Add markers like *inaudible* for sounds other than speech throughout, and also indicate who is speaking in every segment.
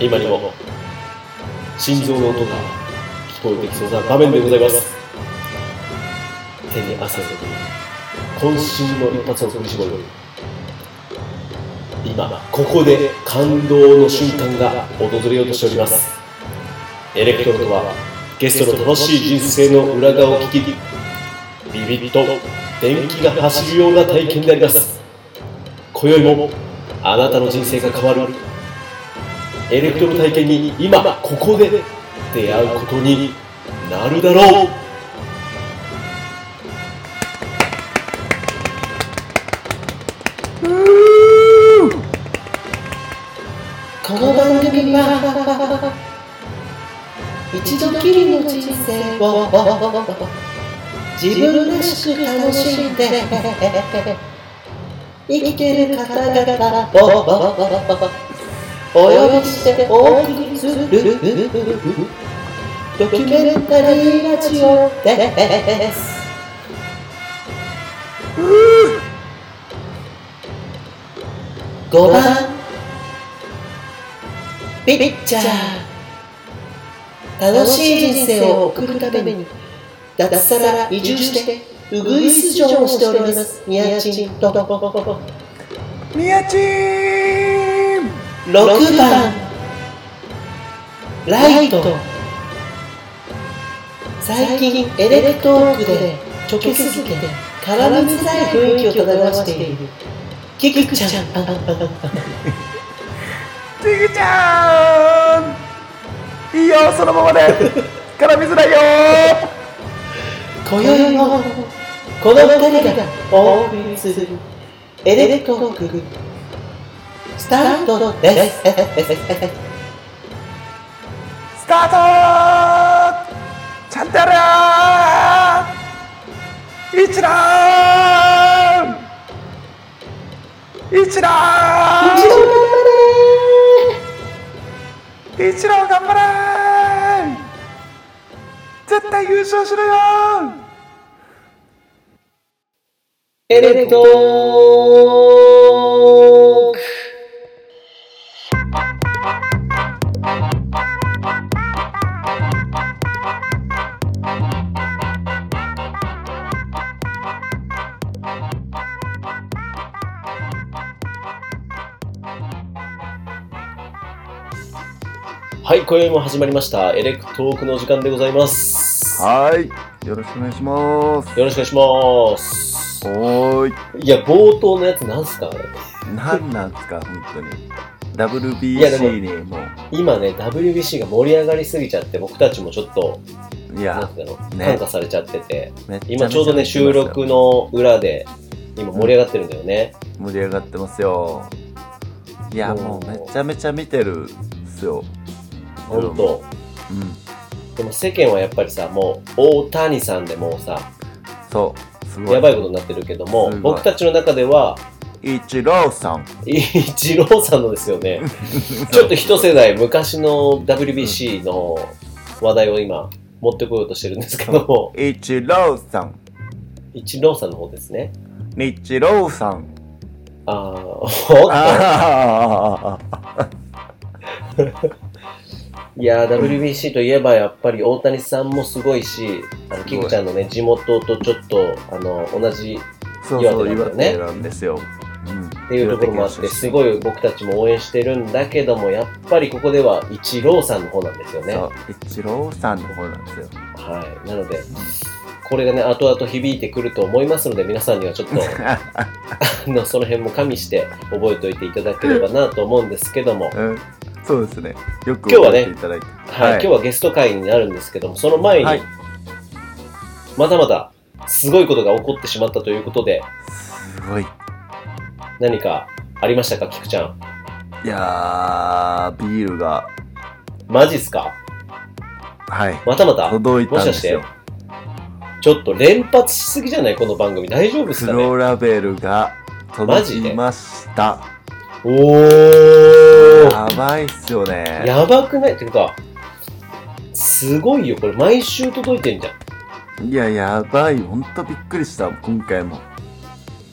Speaker 1: 今にも心臓の音が聞こえてきそうな場面でございます手に汗を渾身の一発を振り絞る今ここで感動の瞬間が訪れようとしておりますエレクトロとはゲストの楽しい人生の裏側を聞きビビッと電気が走るような体験であります今宵もあなたの人生が変わるエレクトロ体験に今ここで出会うことになるだろう
Speaker 2: この番組は一度きりの人生を自分らしく楽しんで生きてる方々をお呼びしてお送りするドキュメンタリーラジオです。5番ピッチャー楽しい人生を送るために脱サラ移住してウグイス城をしております宮地と
Speaker 3: 宮地ー
Speaker 2: 6番ライト最近エレクトークでちょけすぎて絡みづらい雰囲気を漂わしているキキちゃん
Speaker 3: ちぐちゃーんいいよそのままで *laughs* 絡みづらいよ
Speaker 2: 今宵もこの二人がお送りするエレクトロックスタートです
Speaker 3: ースタートーちゃんとやれー一覧一覧一郎頑張れー絶対優勝しろよー
Speaker 2: エレクトーク
Speaker 1: はい今宵も始まりましたエレクトークのお時間でございますよ
Speaker 3: はいよろしくお願いします
Speaker 1: ろしくお願いします
Speaker 3: おーい
Speaker 1: いや冒頭のやつなんすか
Speaker 3: 何なんですか本当に
Speaker 1: いやでも
Speaker 3: WBC にも
Speaker 1: 今ね WBC が盛り上がりすぎちゃって僕たちもちょっと
Speaker 3: うい
Speaker 1: なん
Speaker 3: や
Speaker 1: ていうの
Speaker 3: ね
Speaker 1: 感化されちゃってて
Speaker 3: めっちゃめちゃ
Speaker 1: 今ちょうどね収録の裏で今盛り上がってるんだよね、
Speaker 3: 盛り上がってますよいや
Speaker 1: おー
Speaker 3: もうめちゃめちゃ見てるっすよ
Speaker 1: ほん、本当
Speaker 3: うん
Speaker 1: でも世間はやっぱりさもう大谷さんでもうさ
Speaker 3: そうすごい
Speaker 1: やばいことになってるけども
Speaker 3: すごい
Speaker 1: 僕たちの中では
Speaker 3: イチローさん
Speaker 1: イチローさんのですよねちょっと一世代昔の WBC の話題を今持ってこようとしてるんですけども
Speaker 3: *laughs* イチローさん
Speaker 1: イチローさんの方ですね
Speaker 3: イチローさん
Speaker 1: あーおっ
Speaker 3: ああ
Speaker 1: といやー WBC といえばやっぱり大谷さんもすごいしあの
Speaker 3: すご
Speaker 1: キ
Speaker 3: い
Speaker 1: クちゃんのね地元とちょっとあの同じ
Speaker 3: *laughs* そうそう
Speaker 1: 岩手な
Speaker 3: 岩
Speaker 1: んだよね
Speaker 3: 手なんですよ、うん、っ
Speaker 1: っていうところもあって、すご
Speaker 3: い
Speaker 1: い僕たちも応援してるんだけども、やっぱりここではイチローさんの方なんですよね。は
Speaker 3: そうイチローさんの方なんですよ *laughs*
Speaker 1: い。なので、これがね、後々響いてくると思いますので、皆さんにはちょっと、 *laughs* あの、その辺も加味して覚えておいていただければなと思うんですけども、はい、
Speaker 3: うんそうですね。よく
Speaker 1: 今日はね
Speaker 3: 覚えていただいて。
Speaker 1: 今日はゲスト会になるんですけども、その前に、
Speaker 3: はい
Speaker 1: まだまだすごいことが起こってしまったということで、
Speaker 3: すごい。
Speaker 1: 何かありましたか、菊ちゃん。
Speaker 3: いやー、ビールが、
Speaker 1: マジっすか
Speaker 3: はい。
Speaker 1: またまた
Speaker 3: 届いたんですよ
Speaker 1: も。ちょっと連発しすぎじゃないこの番組。大丈夫です
Speaker 3: ス
Speaker 1: かね
Speaker 3: ローラベルが
Speaker 1: マジ
Speaker 3: 届
Speaker 1: で
Speaker 3: きました。
Speaker 1: おー
Speaker 3: やばいっすよね。
Speaker 1: やばくないってか、すごいよ、これ毎週届いてんじゃん。
Speaker 3: いや、やばい。ほんとびっくりした。今回も。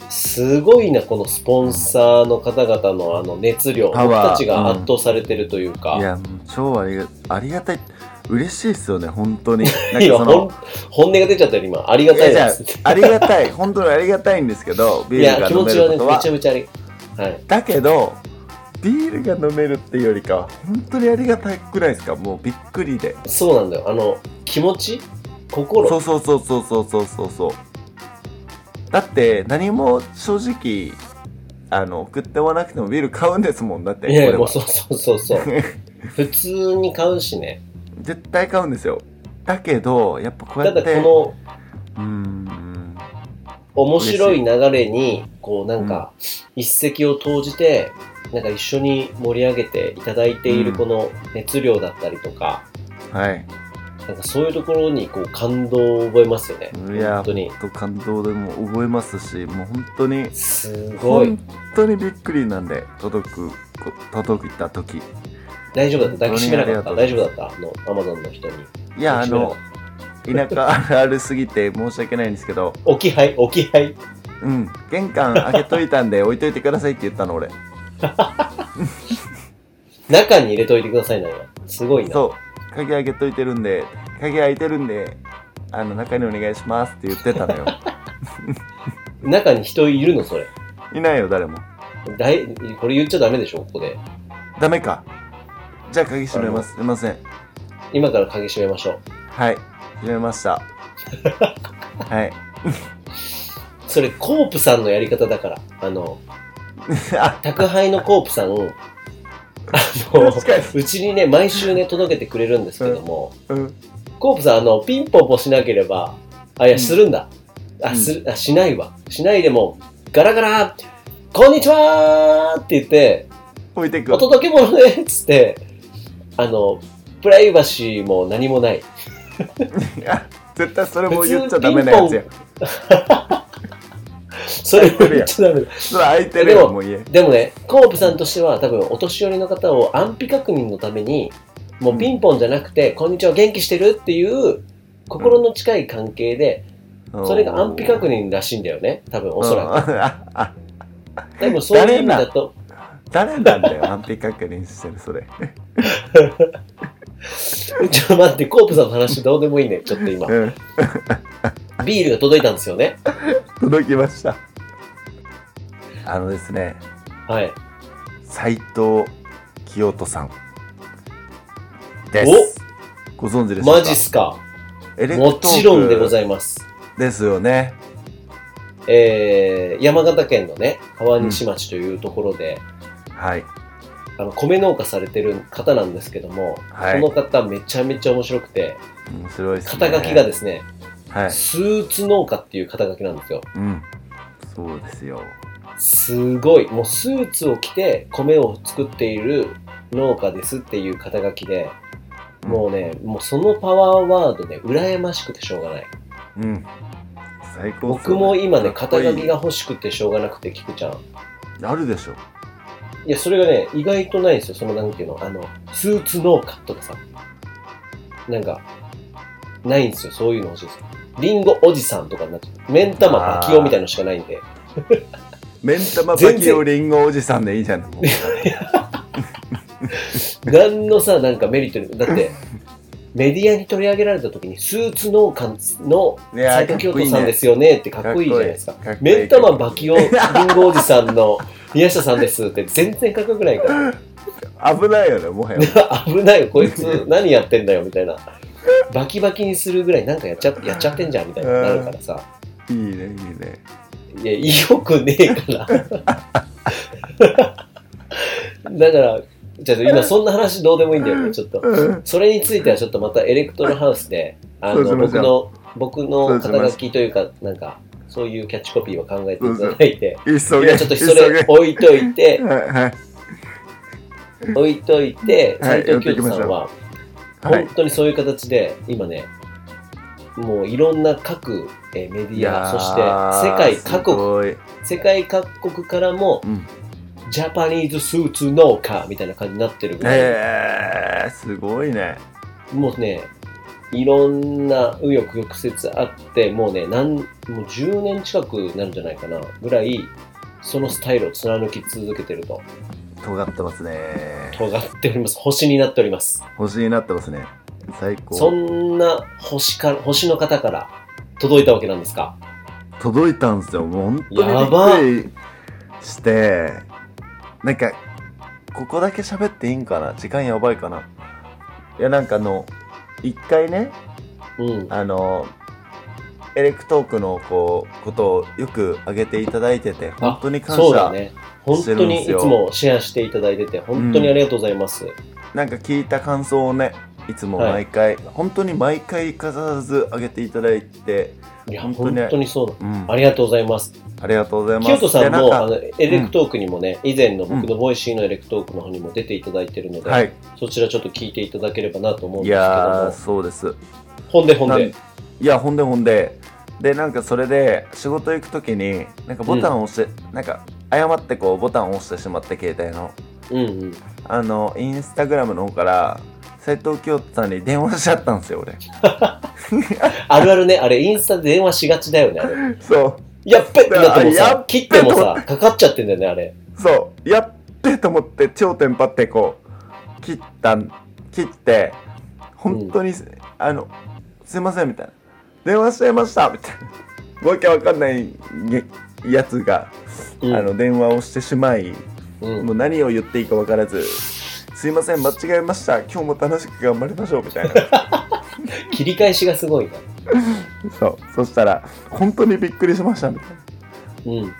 Speaker 1: すごいな、このスポンサーの方々のあの熱量。
Speaker 3: パワー
Speaker 1: 僕たちが圧倒されてるというか。
Speaker 3: いや、もう超ありがありがたい。嬉しいっすよね、本当
Speaker 1: *laughs*
Speaker 3: に。なん
Speaker 1: 今ほ
Speaker 3: かそ
Speaker 1: ん
Speaker 3: の、
Speaker 1: 本音が出ちゃったよ、今。ありがたいです。
Speaker 3: ありがたい。本当にありがたいんですけど、ビ
Speaker 1: い
Speaker 3: ール
Speaker 1: や、
Speaker 3: が
Speaker 1: 気
Speaker 3: 飲
Speaker 1: 持
Speaker 3: め
Speaker 1: ち
Speaker 3: る
Speaker 1: は
Speaker 3: こ
Speaker 1: ね、
Speaker 3: と
Speaker 1: め
Speaker 3: は
Speaker 1: ちゃ。めちゃあり。はい。
Speaker 3: だけど、ビールが飲めるっていうよりかは、本当にありがたくないですかもうびっくりで。
Speaker 1: そうなんだよ。あの、気持ち心
Speaker 3: そうそうそうそうそうそうそうそう。だって、何も正直、あの、送ってもなくてもビール買うんですもんだって。
Speaker 1: いやい
Speaker 3: こ
Speaker 1: や、
Speaker 3: れ
Speaker 1: も
Speaker 3: は
Speaker 1: うそうそうそう
Speaker 3: *laughs*
Speaker 1: そう。普通に買うしね。
Speaker 3: 絶対買うんですよ。だけど、やっぱこうや
Speaker 1: た
Speaker 3: っ
Speaker 1: だ
Speaker 3: て。
Speaker 1: こ
Speaker 3: うーん。
Speaker 1: の面白い流れに、こうなんか、一石を投じて、なんか一緒に盛り上げていただいている
Speaker 3: うん
Speaker 1: この熱量だったりとか、
Speaker 3: はい。
Speaker 1: なんかそういうところにこう感動を覚えますよね。
Speaker 3: いや
Speaker 1: 本当に。
Speaker 3: と感動でも覚えますし、もう本当に、
Speaker 1: すごい
Speaker 3: 本。当にびっくりなんで、届く、こ届いた時。
Speaker 1: 大丈夫だった抱きしめなかった
Speaker 3: 本当にあ
Speaker 1: 大
Speaker 3: り
Speaker 1: 丈夫だったあの、アマゾンの人に。
Speaker 3: いや、あの
Speaker 1: 面、
Speaker 3: 田舎あるあるすぎて申し訳ないんですけど、
Speaker 1: 置き配、置き配。
Speaker 3: うん、玄関開けといたんで置いといてくださいって言ったの、俺。
Speaker 1: 中に入れといてくださいな。すごいな。
Speaker 3: そう、鍵開けといてるんで、鍵開いてるんで、あの、中にお願いしますって言ってたの
Speaker 1: *laughs*
Speaker 3: よ。
Speaker 1: 中に人いるのそれ。
Speaker 3: いないよ、誰も。
Speaker 1: だいこれ言っちゃダメでしょここで。
Speaker 3: ダメか。じゃあ鍵閉めます。すいません。
Speaker 1: 今から鍵閉めましょう。
Speaker 3: はい、閉めました。
Speaker 1: *laughs*
Speaker 3: はい。 *laughs*
Speaker 1: それ、コープさんのやり方だから。あの、
Speaker 3: あ、
Speaker 1: 宅配のコープさん、あの
Speaker 3: 確、かに。
Speaker 1: うちにね、毎週ね、届けてくれるんですけども、
Speaker 3: うん。
Speaker 1: コープさん、あの、ピンポンもしなければ、あ、いや、
Speaker 3: うん
Speaker 1: するんだ。あ、する、あ、しないわ。しないでも、ガラガラこんにちはって言って、
Speaker 3: 置いてく
Speaker 1: お。届け物ねっつって、あの、プライバシーも何もない。
Speaker 3: いや絶対それも言っちゃダメなやつや。
Speaker 1: それ言っちゃダメだ。
Speaker 3: それ開いてる
Speaker 1: で
Speaker 3: よ、
Speaker 1: も
Speaker 3: もう家。
Speaker 1: でもね、コープさんとしては多分お年寄りの方を安否確認のために、もうピンポンじゃなくて、こんにちは、元気してるっていう心の近い関係で、それが安否確認らしいんだよね。多分おそら
Speaker 3: く。ああ
Speaker 1: く。でもそういう意味だと、
Speaker 3: 誰なんだよ、安否確認してる、それ。
Speaker 1: *laughs* ちょっと待って、コープさんの話どうでもいいね。ちょっと今。
Speaker 3: うん。
Speaker 1: ビールが届いたんですよね。
Speaker 3: 届きました。あのですね、
Speaker 1: はい。
Speaker 3: 斎藤清人さんです。ご存知でしょうか
Speaker 1: マジっすか。
Speaker 3: エレクト
Speaker 1: も
Speaker 3: ーク
Speaker 1: ちろんでございます。
Speaker 3: ですよね。
Speaker 1: えー、山形県のね、川西町というところで、
Speaker 3: はい。
Speaker 1: あの米農家されてる方なんですけども、
Speaker 3: はい
Speaker 1: この方めちゃめちゃ面白くて、
Speaker 3: 面白いですね。
Speaker 1: 肩書きがですね、
Speaker 3: はい。
Speaker 1: スーツ農家っていう肩書きなんですよ。
Speaker 3: うん。そうですよ。
Speaker 1: すごい。もうスーツを着て米を作っている農家ですっていう肩書きで、もうね、もうそのパワーワードね、羨ましくてしょうがない。
Speaker 3: うん。最高っす
Speaker 1: 僕
Speaker 3: よね
Speaker 1: も今ね、
Speaker 3: かっこ
Speaker 1: 肩
Speaker 3: いい
Speaker 1: 書きが欲しくてしょうがなくて、菊ちゃん。
Speaker 3: あるでしょ。
Speaker 1: いや、それがね、意外とないんですよ。その、なんていうの、あの、スーツ農家とかさ。なんか、ないんですよ。そういうの欲しいです。リンゴおじさんとかになっちゃう。目ん玉パキオみたいのしかないんで。
Speaker 3: 目ん玉パ
Speaker 1: 全
Speaker 3: キ
Speaker 1: 然
Speaker 3: オリンゴおじさんでいいじゃん。もう
Speaker 1: 何のさ、なんかメリットに、だって、メディアに取り上げられた時に、スーツ農家の
Speaker 3: いや
Speaker 1: 斉
Speaker 3: ー
Speaker 1: 藤京都さんですよねってかっこいいじゃないですか
Speaker 3: かっこいい。
Speaker 1: 目ん玉パキオリンゴおじさんの宮下さんですって全然かっこよくないから。
Speaker 3: 危ないよね、もはや。
Speaker 1: *laughs* 危ないよこいつ
Speaker 3: *laughs*
Speaker 1: 何やってんだよみたいなバキバキにするぐらいなんかやっちゃやっちゃってんじゃんみたいになるからさ
Speaker 3: いいね、いいね。
Speaker 1: いやよくねえから *laughs* だからじゃあ今そんな話どうでもいいんだよねちょっと
Speaker 3: うん
Speaker 1: それについてはちょっとまたエレクトロハウスであ
Speaker 3: そうし
Speaker 1: の
Speaker 3: まし
Speaker 1: 僕
Speaker 3: ょ
Speaker 1: の僕の肩書きというかなんかそういうキャッチコピーを考えていただいて
Speaker 3: 急げ。
Speaker 1: 今ちょっとそ
Speaker 3: 急げ
Speaker 1: れ置いといて
Speaker 3: はいはい
Speaker 1: 置いといて
Speaker 3: は
Speaker 1: 斉
Speaker 3: い
Speaker 1: 藤京都さんは
Speaker 3: はい
Speaker 1: 本。当にそういう形で、今ね、もういろんな各えーメディア、そして世界各国、
Speaker 3: 国。
Speaker 1: 世界各国からも、
Speaker 3: うん
Speaker 1: ジャパニーズスーツ農家みたいな感じになってるぐらい、
Speaker 3: えー、すごいね。
Speaker 1: もうね、いろんな右翼曲折あって、もうね、なんもう10年近くなるんじゃないかな、ぐらい、そのスタイルを貫き続けてると、
Speaker 3: 尖ってますね
Speaker 1: 尖っております。星になっております。
Speaker 3: 星になってますね最
Speaker 1: そ
Speaker 3: 高
Speaker 1: んな星か、星の方から届いたわけなんですか
Speaker 3: 届いたんですよもう本
Speaker 1: やば
Speaker 3: 当にびっくりしてなんかここだけ喋っていいんかな時間やばいかないやなんかあの一回ね
Speaker 1: うん。
Speaker 3: あのエレクトークのこうことをよく挙げていただいてて本当に感
Speaker 1: そう
Speaker 3: 謝、
Speaker 1: だね。本
Speaker 3: して
Speaker 1: 当
Speaker 3: るんで
Speaker 1: にい
Speaker 3: す
Speaker 1: つ
Speaker 3: よ
Speaker 1: もシェアしていただいてて、本当にありがとうございます。
Speaker 3: なんか聞いた感想をねいつも毎回、本当に毎回飾らず上げていただいて、
Speaker 1: いや、
Speaker 3: 本当
Speaker 1: 本
Speaker 3: ね
Speaker 1: 当にそうなの。
Speaker 3: うん、
Speaker 1: ありがとうございます。
Speaker 3: ありがとうございます
Speaker 1: 清人さ
Speaker 3: で
Speaker 1: ん
Speaker 3: な
Speaker 1: も、
Speaker 3: か
Speaker 1: あの、エレクトークにもね、以前の僕のボイシーのエレクトークの方にも出ていただいてるので、
Speaker 3: はい
Speaker 1: そちらちょっと聞いていただければなと思うん
Speaker 3: い
Speaker 1: ですけど
Speaker 3: やー
Speaker 1: も、
Speaker 3: そうです
Speaker 1: ほんでほん
Speaker 3: なん
Speaker 1: で
Speaker 3: い、やほんでほんででなんかそれで仕事行く時になんかボタンを押して、なんか誤ってこうボタンを押してしまって携帯の
Speaker 1: うんうん。
Speaker 3: あのインスタグラムの方から斉藤京都さんに電話しちゃったんですよ
Speaker 1: *laughs*
Speaker 3: 俺
Speaker 1: あるあるね、あれ、インスタで電話しがちだよね、あれ。
Speaker 3: そう
Speaker 1: やっべってなっても
Speaker 3: やっ
Speaker 1: さ
Speaker 3: べ、
Speaker 1: 切ってもさ、かかっちゃってんだよね、あれ。
Speaker 3: そう、やってと思って、超テンパってこう、切ったん、切って、本当に、あの、すいません、みたいな。電話しちゃいました、みたいな。わけわかんないげやつが、
Speaker 1: うん
Speaker 3: あの、電話をしてしまい、
Speaker 1: うん。
Speaker 3: もう何を言っていいかわからず、すいません、間違えました。今日も楽しく頑張りましょう、
Speaker 1: *laughs*
Speaker 3: みたいな。
Speaker 1: 切り返しがすごいな。
Speaker 3: そう、そしたら、本当にびっくりしました、みたいな。
Speaker 1: うん。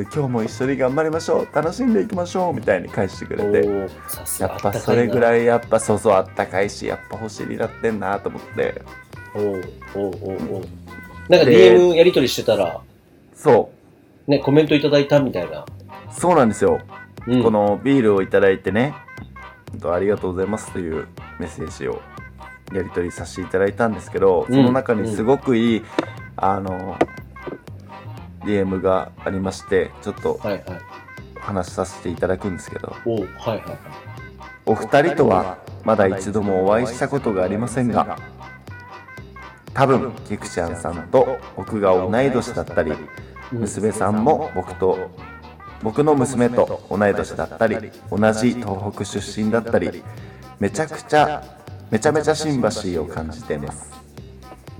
Speaker 3: 今日も一緒に頑張りましょう。楽しんでいきましょう、みたいに返してく
Speaker 1: お
Speaker 3: れて。
Speaker 1: ー、さす
Speaker 3: や
Speaker 1: が、
Speaker 3: っぱそれぐ
Speaker 1: い。
Speaker 3: らいやっぱそうそうあったかいしやっぱ星になってんなと思って
Speaker 1: おーおーおーおーなんか
Speaker 3: で
Speaker 1: DM やり取りしてたら、
Speaker 3: そ
Speaker 1: ね、コメントいただいたみたいな。
Speaker 3: うそうなんですよ、
Speaker 1: うん
Speaker 3: このビールをいただいてね本当ありがとうございますというメッセージをやり取りさせていただいたんですけど、
Speaker 1: うん
Speaker 3: その中にすごくいい、あの DM がありましてちょっと
Speaker 1: はいはい。
Speaker 3: 話させていただくんですけど
Speaker 1: おうはいはい。
Speaker 3: お二人とはまだ一度もお会いしたことがありませんが多分菊池庵さんと僕が同い年だったり
Speaker 1: うん
Speaker 3: 娘さんも僕と僕の娘と同い年だったり同じ東北出身だったりめちゃくちゃめちゃめちゃシンパシーを感じています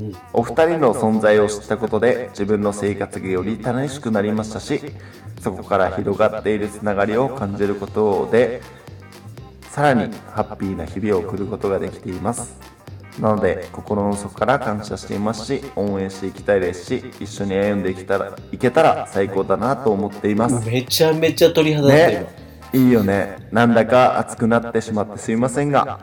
Speaker 1: うん
Speaker 3: お二人の存在を知ったことで自分の生活がより楽しくなりましたしそこから広がっているつながりを感じることでさらにハッピーな日々を送ることができていますなので心の底から感謝していますし応援していきたいですし一緒に歩んでいけたらいけたら最高だなと思っています
Speaker 1: めちゃめちゃ鳥肌だった
Speaker 3: ね
Speaker 1: 今。
Speaker 3: いいよねなんだか熱くなってしまってすいませんが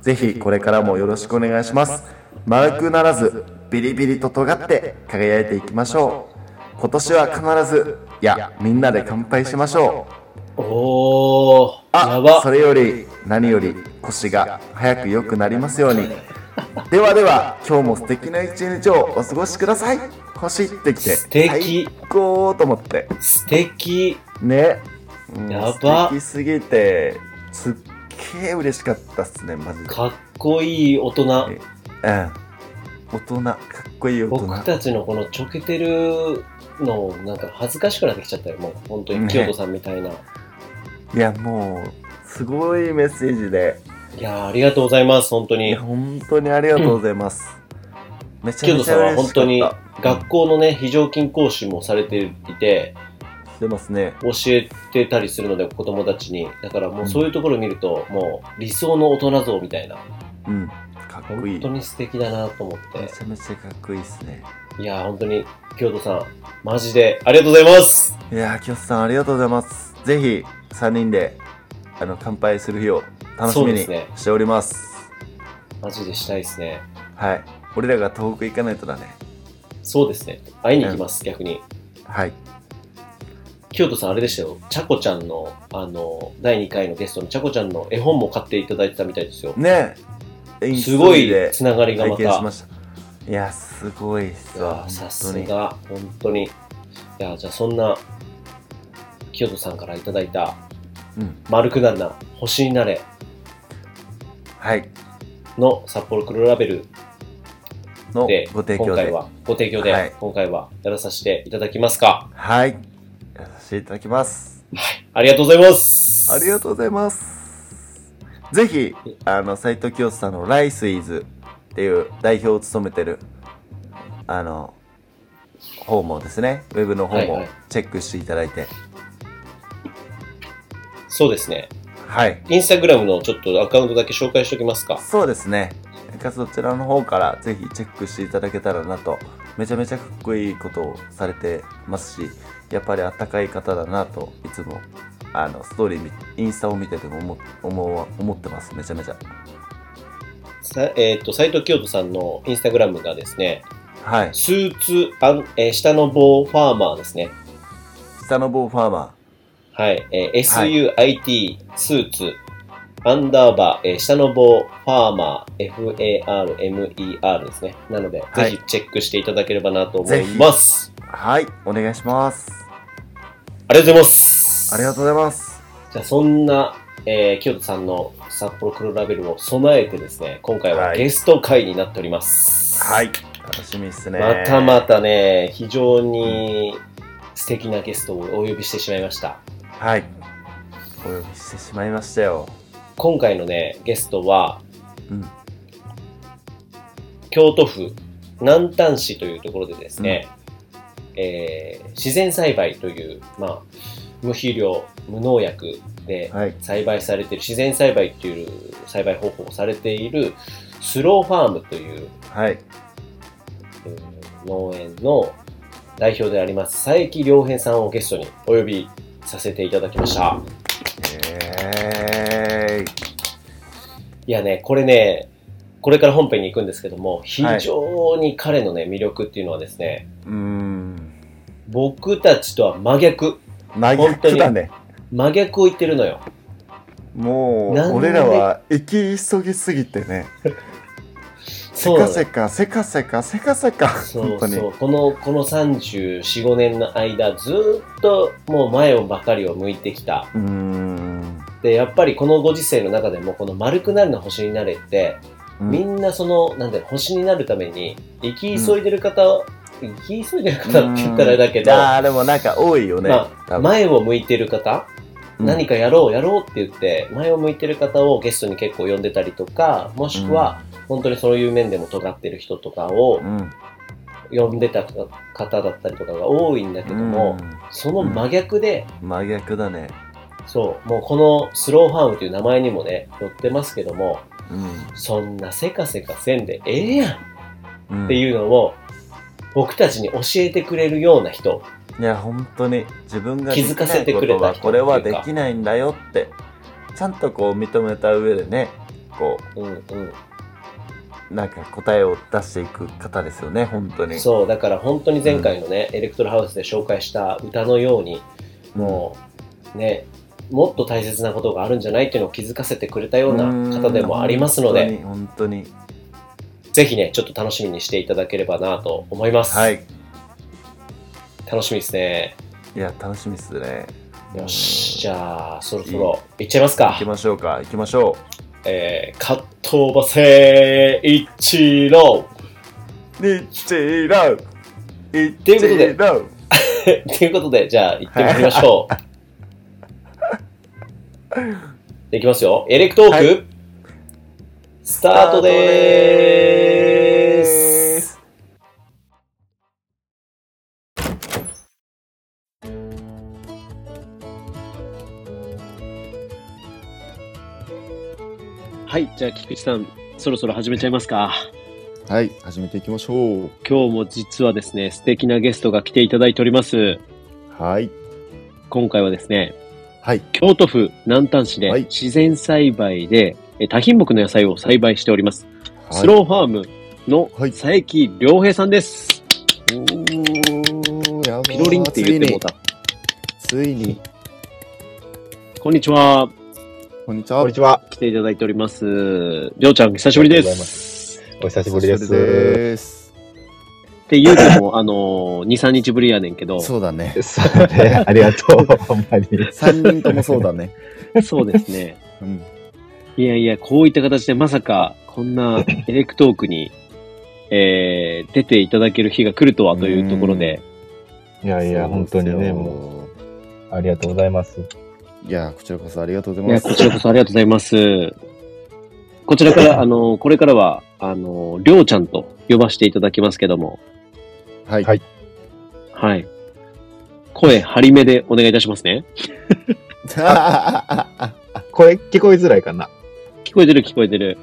Speaker 3: ぜひこれからもよろしくお願いします丸くならずビリビリと尖って輝いていきましょう今年は必ずいやみんなで乾杯しましょう
Speaker 1: おー、や
Speaker 3: あ
Speaker 1: ば
Speaker 3: そ。れより何より腰が早く良くなりますようにではでは今日も素敵な一日をお過ごしください星ってきて
Speaker 1: 素敵
Speaker 3: 最高と思って
Speaker 1: 素敵。
Speaker 3: ね、うん
Speaker 1: やば
Speaker 3: 素敵すぎてすっげえ嬉しかったっすねマジで
Speaker 1: かっこいい大人。
Speaker 3: うん大人かっこいい大人
Speaker 1: 僕たちのこのちょけてるのなんか恥ずかしくなってきちゃったよもう本当に
Speaker 3: ね
Speaker 1: 清人さんみたいな、
Speaker 3: いやもうすごいメッセージで
Speaker 1: いやーありがとうございます本当
Speaker 3: い
Speaker 1: に
Speaker 3: や本当にありがとうございます、めちゃ
Speaker 1: 清
Speaker 3: め
Speaker 1: 人
Speaker 3: ち
Speaker 1: さん
Speaker 3: ゃ
Speaker 1: は
Speaker 3: 嬉
Speaker 1: 本
Speaker 3: しか
Speaker 1: 当に
Speaker 3: った
Speaker 1: 学校のね非常勤講師もされていて
Speaker 3: してますね
Speaker 1: 教えてたりするので子供たちにだからもうそういうところ見ると、もう理想の大人像みたいな
Speaker 3: うんかっこい
Speaker 1: 本
Speaker 3: い
Speaker 1: 当に素敵だなと思って、
Speaker 3: めちゃめちゃかっこいいですね
Speaker 1: いやー本当に清人さんマジでありがとうございます
Speaker 3: いやー清瀬さんありがとうございますぜひ3人であの乾杯する日を楽し
Speaker 1: そ
Speaker 3: みに
Speaker 1: うですね
Speaker 3: しております
Speaker 1: マジでしたいですね
Speaker 3: はい俺らが東北行かないとだね
Speaker 1: そうですね会いに行きます、逆に
Speaker 3: はい
Speaker 1: 清人さんあれでしたよ。ちゃこちゃんの、あの、第2回のゲストのちゃこちゃんの絵本も買っていただいてたみたいですよ。
Speaker 3: ねえ演
Speaker 1: すごい
Speaker 3: で
Speaker 1: つながりがまた。
Speaker 3: 拝
Speaker 1: い
Speaker 3: 見しま
Speaker 1: や
Speaker 3: したいやすごいっすわ
Speaker 1: ー、さす
Speaker 3: 本当に
Speaker 1: が、本当に。いやー、じゃあそんな、清人さんからいただいた、
Speaker 3: うん
Speaker 1: 丸くなるな、星になれ、
Speaker 3: はい
Speaker 1: の札幌黒ラベル
Speaker 3: の
Speaker 1: で、
Speaker 3: ご提
Speaker 1: 今
Speaker 3: 供
Speaker 1: 回
Speaker 3: で。
Speaker 1: は、ご提供で、
Speaker 3: はい
Speaker 1: 今回はやらさせていただきますか。
Speaker 3: はい。やらせていただきます。
Speaker 1: ありがとうございます。
Speaker 3: ありがとうございます。ぜひ、あの、斎藤清さんのライスイズっていう代表を務めてる、あの、方もですね、ウェブの方
Speaker 1: はいは
Speaker 3: も
Speaker 1: い
Speaker 3: チェックしていただいて、
Speaker 1: そうですね。
Speaker 3: はい。
Speaker 1: インスタグラムのちょっとアカウントだけ紹介しておきますか。
Speaker 3: そうですね。なんかそちらの方からぜひチェックしていただけたらなと、めちゃめちゃかっこいいことをされてますし、やっぱりあったかい方だなと、いつも、あの、ストーリー見、インスタを見てても思、思う、思ってます、めちゃめちゃ。
Speaker 1: さえっ、と、斎藤清人さんのインスタグラムがですね、
Speaker 3: はい。
Speaker 1: スーツあん、えー下の棒ファーマーですね。
Speaker 3: 下の棒ファーマ
Speaker 1: はい。えー
Speaker 3: はい
Speaker 1: SUIT、スーツ、アンダーバー、えー下の棒、ファーマー、FARMER ですね。なので、
Speaker 3: はい
Speaker 1: ぜひチェックしていただければなと思います。
Speaker 3: ー。はい、お願いします。
Speaker 1: ありがとうございます。
Speaker 3: ありがとうございます。
Speaker 1: じゃあ、そんな、えー、清田さんの札幌黒ラベルを備えてですね、今回は
Speaker 3: はい
Speaker 1: ゲスト会になっております。
Speaker 3: はい。楽しみですね。
Speaker 1: またまたね、非常に素敵なゲストをお呼びしてしまいました。
Speaker 3: はい。お呼びしてしまいましたよ。
Speaker 1: 今回のね、ゲストは、
Speaker 3: うん。
Speaker 1: 京都府南丹市というところでですね、えー自然栽培という、まあ、無肥料、無農薬で
Speaker 3: はい。
Speaker 1: 栽培されている、自然栽培という栽培方法をされている、スローファームという
Speaker 3: はい。
Speaker 1: うん農園の代表であります、佐伯良平さんをゲストにお呼びさせていただきました。
Speaker 3: えーい。
Speaker 1: いやね、これね、これから本編に行くんですけども、非常に彼のね、魅力っていうのはですね、
Speaker 3: うーん。
Speaker 1: 僕たちとは真逆。
Speaker 3: 真逆だね。
Speaker 1: 真逆を言ってるのよ。
Speaker 3: もう
Speaker 1: なん、で
Speaker 3: 俺らは行き急ぎすぎてね。せ
Speaker 1: そうな
Speaker 3: か
Speaker 1: の
Speaker 3: せか、せかせか、せかせか。
Speaker 1: そ
Speaker 3: 本当
Speaker 1: う
Speaker 3: に
Speaker 1: そ。う。この、この34、5年の間、ずーっともう前をばかりを向いてきた。
Speaker 3: うーん。
Speaker 1: で、やっぱりこのご時世の中でも、この丸くなるの星になれって、
Speaker 3: うん
Speaker 1: みんなその、なんだろう、星になるために、生き急いでる方、生き急いでる方って言ったらあれだけど、
Speaker 3: あーでもなんか多いよね。
Speaker 1: ま
Speaker 3: 多分
Speaker 1: 前を向いてる方、何かやろうやろうって言って前を向いてる方をゲストに結構呼んでたりとかもしくは本当にそういう面でも尖ってる人とかを
Speaker 3: うん。うん
Speaker 1: 呼んでた方だったりとかが多いんだけども、その真逆で、
Speaker 3: うん真逆だね。
Speaker 1: そうもうこのスローファームという名前にもね載ってますけども
Speaker 3: うん
Speaker 1: そんなせかせかせんでええやんっ
Speaker 3: うん。
Speaker 1: ていうのを僕たちに教えてくれるような人
Speaker 3: いや本当に自分が
Speaker 1: 気づかせてくれた人
Speaker 3: できないことはこれは
Speaker 1: っていう
Speaker 3: で
Speaker 1: か
Speaker 3: きないんだよってちゃんとこう認めた上でねこ
Speaker 1: うんうん
Speaker 3: うなんか答えを出していく方ですよね本当に
Speaker 1: そう、だから本当に前回のね、エレクトロハウスで紹介した歌のように、
Speaker 3: うん
Speaker 1: もう、ね、もっと大切なことがあるんじゃないっていうのを気づかせてくれたような方でもありますので、
Speaker 3: うん本当に本
Speaker 1: ぜひね、ちょっと楽しみにしていただければなと思いま
Speaker 3: 当
Speaker 1: す。
Speaker 3: にはい
Speaker 1: 楽しみですね。
Speaker 3: いや楽しみですね
Speaker 1: よし、じゃあ、そろそろ行っちゃいますか
Speaker 3: 行き。ましょうか行きましょ
Speaker 1: えー、カットバセ一郎
Speaker 3: う日ラウ日
Speaker 1: ということで
Speaker 3: ラウ
Speaker 1: ということで、じゃあ行ってみましょ
Speaker 3: *laughs*
Speaker 1: う。でいきますよ。エレクトーク、
Speaker 3: はい
Speaker 1: スタートでーす。はい、じゃあ菊池さん、そろそろ始めちゃいますか。
Speaker 4: はい、始めていきましょう。
Speaker 1: 今日も実はですね、素敵なゲストが来ていただいております。
Speaker 4: はい。
Speaker 1: 今回はですね、
Speaker 4: はい。
Speaker 1: 京都府南丹市で
Speaker 4: はい
Speaker 1: 自然栽培でえ多品目の野菜を栽培しております、ス
Speaker 4: ー
Speaker 1: ローファームの
Speaker 4: はい
Speaker 1: 佐伯良平さんです、
Speaker 4: おーやばー
Speaker 1: ピロリンって言ってもうた
Speaker 4: ついに、ついに
Speaker 1: こんにちは
Speaker 4: こんにちは。
Speaker 5: こんにちは。
Speaker 1: 来ていただいておりますりょうちゃん久しぶり
Speaker 5: あ
Speaker 1: で
Speaker 5: りがとうございますお久しぶ
Speaker 4: 久
Speaker 5: り
Speaker 4: し
Speaker 5: で
Speaker 4: ぶり
Speaker 5: す。
Speaker 4: です。
Speaker 1: って言うてもあの23日ぶりやねんけどそ
Speaker 4: そうだね。
Speaker 5: そうね、ありがとう。ほんまに。
Speaker 4: 三人ともそうだね。
Speaker 1: うですね
Speaker 4: うん。
Speaker 1: いやいやこういった形でまさかこんなエレクトークに、えー、出ていただける日が来るとはというところで、
Speaker 6: いやいや、本当にね、もう、ありがとうございます。
Speaker 4: う。いや、こちらこそありがとうござ
Speaker 1: い
Speaker 4: いま
Speaker 1: や、
Speaker 4: す。
Speaker 1: こちらこそありがとうございます。こちらから、あの、これからは、あの、りょうちゃんと呼ばせていただきますけども、
Speaker 4: はい。 *laughs*
Speaker 6: はい
Speaker 1: はい。声張り目でお願いいたしますね。
Speaker 6: これ、聞こえづらいかな。
Speaker 1: 聞こえてる聞こえてる。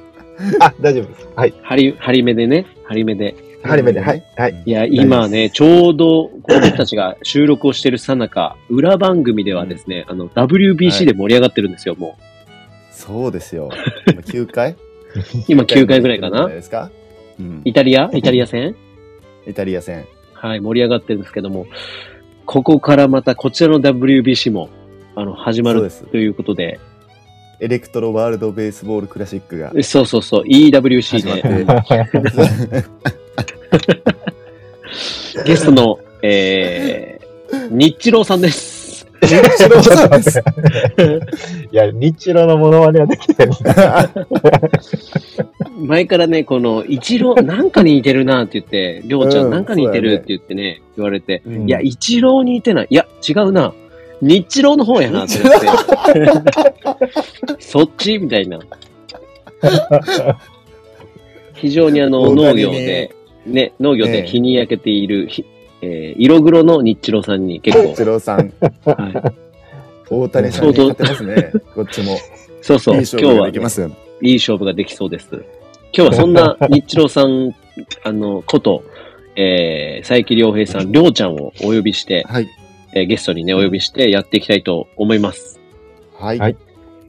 Speaker 6: あ、大丈夫です。はい。
Speaker 1: 張り、張り目でね、張り目で。
Speaker 6: 初めて、はい。 *laughs* はい。
Speaker 1: いや、今ね、ちょうど、この僕たちが収録をしているさなか、裏番組ではですね、あの、WBC で盛り上がってるんですよ、も
Speaker 4: そうですよ。今9回
Speaker 1: *laughs* う。今9回ぐらいか
Speaker 4: じゃ
Speaker 1: な
Speaker 4: な。いですかうん。
Speaker 1: イタリアイタリア戦
Speaker 4: イタリア戦。
Speaker 1: はい、盛り上がってるんですけども、ここからまたこちらの WBC も、あの、始ま
Speaker 4: そう
Speaker 1: る
Speaker 4: です
Speaker 1: ということで、
Speaker 4: エレクトロワールドベースボールクラシックが
Speaker 1: そうそうそう、
Speaker 4: 始ま
Speaker 1: EWC
Speaker 4: っ
Speaker 1: で、
Speaker 4: て。
Speaker 1: ゲストの、えー、日郎さんです。
Speaker 4: 日露さんです。
Speaker 6: いや、日露のモノマネはできてる。
Speaker 1: 前からね、この、一郎、なんかに似てるなって言って、りょうちゃ、
Speaker 4: うんん
Speaker 1: なんかに似てるって言ってね、言われて、
Speaker 4: うん
Speaker 1: いや、一郎に似てない。いや、違うな。日郎の方やなって言って。 *laughs* そっちみたいな。非常にあの、
Speaker 4: 大
Speaker 1: 農
Speaker 4: 谷ね
Speaker 1: 業で、ね、農業で
Speaker 4: ね
Speaker 1: 日に焼けている、ひえー色黒の日郎さんに結構
Speaker 4: 日、露さん、
Speaker 1: はい、
Speaker 4: 大谷さんに勝てますね。こっちも。
Speaker 1: そうそう、
Speaker 4: いい
Speaker 1: 今
Speaker 4: 勝
Speaker 1: 日
Speaker 4: 負が
Speaker 1: は
Speaker 4: でき
Speaker 1: ね、
Speaker 4: ますよ。
Speaker 1: いい勝負ができそうです。今日はそん
Speaker 4: *laughs*
Speaker 1: な日郎さん、あの、こと、えー、佐伯良平さん、りょうちゃんをお呼びして、
Speaker 4: はい。
Speaker 1: えーゲストにね、お呼びしてやっていきたいと思います。
Speaker 4: はい。
Speaker 6: はい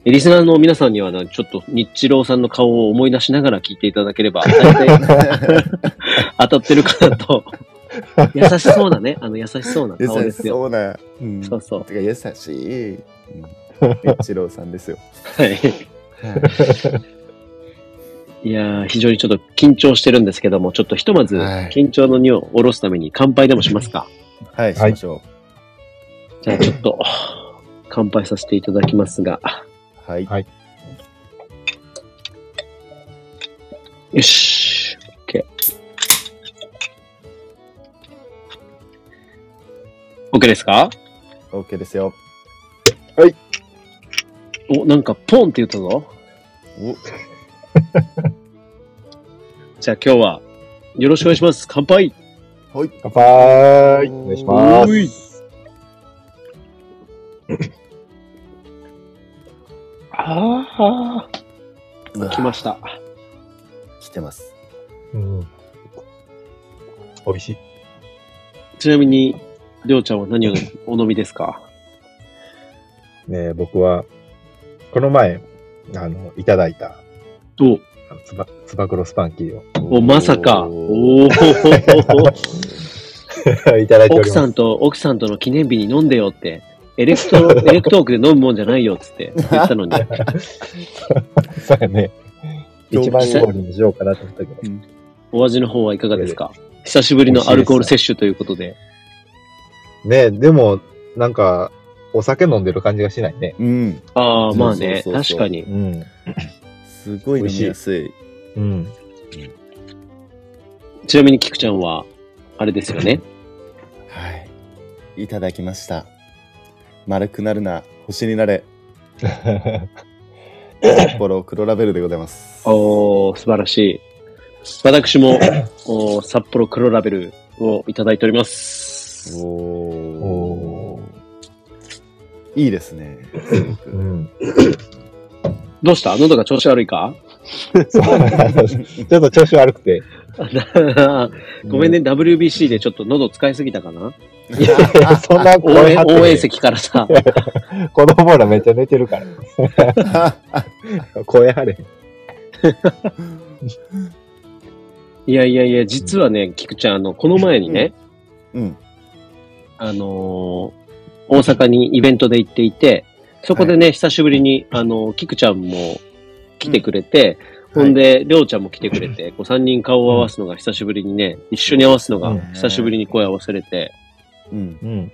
Speaker 1: えリスナーの皆さんには、ね、ちょっと日郎さんの顔を思い出しながら聞いていただければ、大体当たってるかなと。優しそうなね、あの優しそうな
Speaker 4: 優
Speaker 1: 顔で
Speaker 4: し
Speaker 1: すよ。
Speaker 4: そうな。うん
Speaker 1: そうそう。
Speaker 4: てか優しい。
Speaker 1: *laughs*
Speaker 4: うん一郎さんですよ。
Speaker 1: はい。いやー、非常にちょっと緊張してるんですけども、ちょっとひとまず
Speaker 4: はい
Speaker 1: 緊張の荷を下ろすために乾杯でもしますか。
Speaker 4: はい、しましょ
Speaker 1: じゃあちょっと乾杯させていただきますが、
Speaker 4: う。はい。
Speaker 1: よし、OK。OK ですか
Speaker 4: OK ですよ。
Speaker 1: お、なんかポンって言ったぞ。 *laughs* じゃあ今日はよろしくお願いします。乾杯
Speaker 4: はい。
Speaker 6: 乾杯お願いしま
Speaker 1: おい
Speaker 6: す。
Speaker 1: あ
Speaker 4: う
Speaker 1: あ、
Speaker 4: わ
Speaker 1: 来ました。
Speaker 4: 来てます。
Speaker 6: うん。美味しい。
Speaker 1: ちなみに、りょうちゃんは何をお飲みですか
Speaker 6: ね僕は、この前、あの、いただいた、
Speaker 1: お、
Speaker 6: あのつば、つば九郎スパンキー
Speaker 1: お、まさか。
Speaker 4: おー
Speaker 1: おおー
Speaker 6: を *laughs* いただいて
Speaker 1: 奥
Speaker 6: おります。
Speaker 1: さんと、奥さんとの記念日に飲んでよって、エレクト、エレクトークで飲むもんじゃないよっつって言ったのに。
Speaker 6: そうやね。
Speaker 4: 今日
Speaker 6: 一番氷にしようかなと思ったけど。
Speaker 1: お味の方はいかがですか久しぶりのアルコール摂取ということで。
Speaker 6: ねでも、なんか、お酒飲んでる感じがしないね。
Speaker 4: うん。
Speaker 1: ああ、まあね、
Speaker 4: そうそうそ
Speaker 1: 確
Speaker 4: う
Speaker 1: かに
Speaker 6: う。ん。
Speaker 4: すごい飲みやすい。
Speaker 1: *laughs*
Speaker 6: うん。
Speaker 1: ちなみに、菊ちゃんは、あれですよね。
Speaker 4: はい。いただきました。丸くなるな、星になれ。札幌黒ラベルでございます。
Speaker 1: おー、素晴らしい。私も、おー札幌黒ラベルをいただいております。
Speaker 4: お
Speaker 6: おー
Speaker 4: ーいいですね。 *laughs* すご
Speaker 6: う
Speaker 4: く
Speaker 6: ん。
Speaker 1: どうした喉が調子悪いか *laughs*
Speaker 6: そうあのちょっと調子悪くて。
Speaker 1: ごめんね、WBC でちょっと喉使いすぎたかな
Speaker 6: うん。いやいやそんな
Speaker 1: 応
Speaker 6: 声
Speaker 1: 援
Speaker 6: 張ってね
Speaker 1: 応援席からさ、
Speaker 6: 子供らめっちゃ寝てるから。声張れ
Speaker 1: いやいやいや、実はね、菊ちゃん、あの、この前にね、
Speaker 4: うん。
Speaker 1: あのー大阪にイベントで行っていて、そこでね、久しぶりに、あのー菊ちゃんも来てくれて、
Speaker 4: うん
Speaker 1: ほんで、りょうちゃんも来てくれて、こう3人顔を合わすのが久しぶりにね、一緒に合わすのが久しぶりに声を合わせれて、
Speaker 4: うん。
Speaker 6: へん。うん。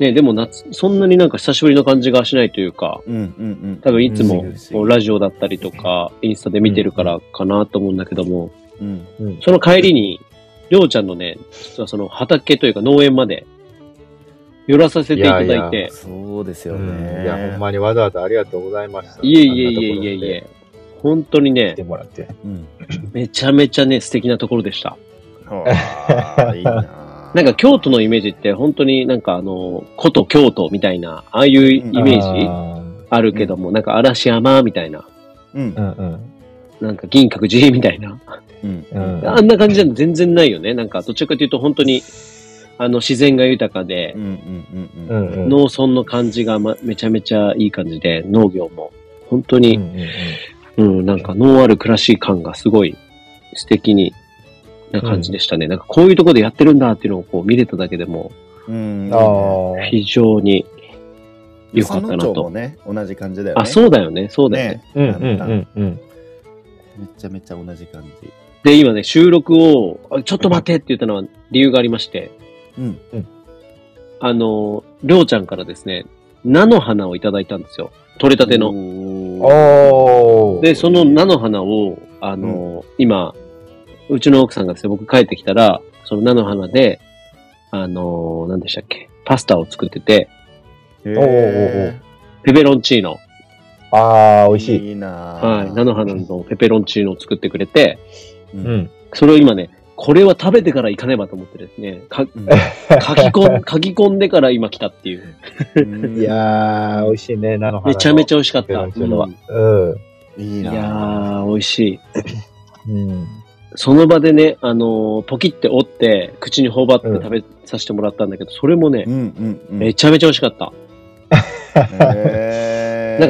Speaker 1: ね、でも夏、そんなになんか久しぶりの感じがしないというか、
Speaker 4: うんうん
Speaker 1: 多分いつも
Speaker 4: うん
Speaker 1: こうラジオだったりとか、インスタで見てるからかなと思うんだけども、
Speaker 4: うん。うん。
Speaker 1: その帰りに、りょうちゃんのね、実はその畑というか農園まで寄らさせていただいて、
Speaker 6: いやいや
Speaker 4: そうですよ
Speaker 6: うん
Speaker 4: ね。
Speaker 6: いや、ほんまにわざわざありがとうございました。
Speaker 1: いえいえいえいえい
Speaker 6: あんなところまで
Speaker 1: え、本当にね
Speaker 6: 来て、もらって。
Speaker 4: うん。
Speaker 1: めちゃめちゃね、素敵なところでした。
Speaker 4: あーいいな
Speaker 1: なんか京都のイメージって本当になんかあの、古都京都みたいな、ああいうイメージ
Speaker 6: あ
Speaker 1: あるけども、なんか嵐山みたいな、
Speaker 4: *laughs* うん
Speaker 6: ーうん
Speaker 1: なんか銀閣寺みたいな、
Speaker 4: うん。
Speaker 6: うん。うん
Speaker 1: あんな感じじゃ全然ないよね。なんかどちらかというと本当に、あの自然が豊かで
Speaker 4: うんう、んうん
Speaker 6: う
Speaker 4: うん。
Speaker 6: んうん。
Speaker 1: 農村の感じが、ま、めちゃめちゃいい感じで、農業も本当
Speaker 6: う
Speaker 1: に、
Speaker 6: んうんうん
Speaker 1: うん、なんか農ある暮らしい感がすごい素敵に、な感じでしたね。なんかこういうところでやってるんだっていうのをこう見れただけでも、
Speaker 4: うん。
Speaker 6: あー
Speaker 1: 非常に良かったな
Speaker 4: 佐野町も
Speaker 1: と。
Speaker 4: ね、同じ感じだよね。
Speaker 1: あ、そうだよね、そうだよね。
Speaker 4: ね。
Speaker 6: うんうんうんうん。
Speaker 4: めちゃめちゃ同じ感じ。
Speaker 1: で、今ね、収録を、あちょっと待ってって言ったのは理由がありまして、
Speaker 4: うん。
Speaker 1: あの、りょうちゃんからですね、菜の花をいただいたんですよ。取れたての。
Speaker 4: の。
Speaker 6: おー。
Speaker 1: で、その菜の花を、あの、今、うちの奥さんがですね、僕帰ってきたら、その菜の花で、あの、何でしたっけ、パスタを作ってて、
Speaker 4: へ
Speaker 6: おーおーお
Speaker 4: ー
Speaker 1: ペペロンチーノ。
Speaker 6: あー、美味しい。
Speaker 4: いいなぁ
Speaker 1: はい。菜の花のペペロンチーノを作ってくれて、
Speaker 6: うん。
Speaker 1: それを今ね、これは食べてから行かねばと思ってですね、
Speaker 6: *laughs*
Speaker 1: か書
Speaker 4: う
Speaker 1: き
Speaker 4: ん
Speaker 1: 込ん、書き込んでから今来たって
Speaker 6: *laughs*
Speaker 1: いう。
Speaker 4: うん
Speaker 6: いやー、美味しいね、菜の花。
Speaker 1: めちゃめちゃ美味しかった。
Speaker 6: ペペロンチーノ
Speaker 1: は
Speaker 6: はうん。
Speaker 4: いい
Speaker 1: いや
Speaker 4: なぁ
Speaker 1: ー、美味しい。
Speaker 6: うん。
Speaker 1: その場でね、あのーポキって折って、口に頬張って食べさせてもらったんだけど、それもね
Speaker 4: う、んうんうん。
Speaker 1: めちゃめちゃ美味しかった。
Speaker 4: な
Speaker 1: *laughs* なん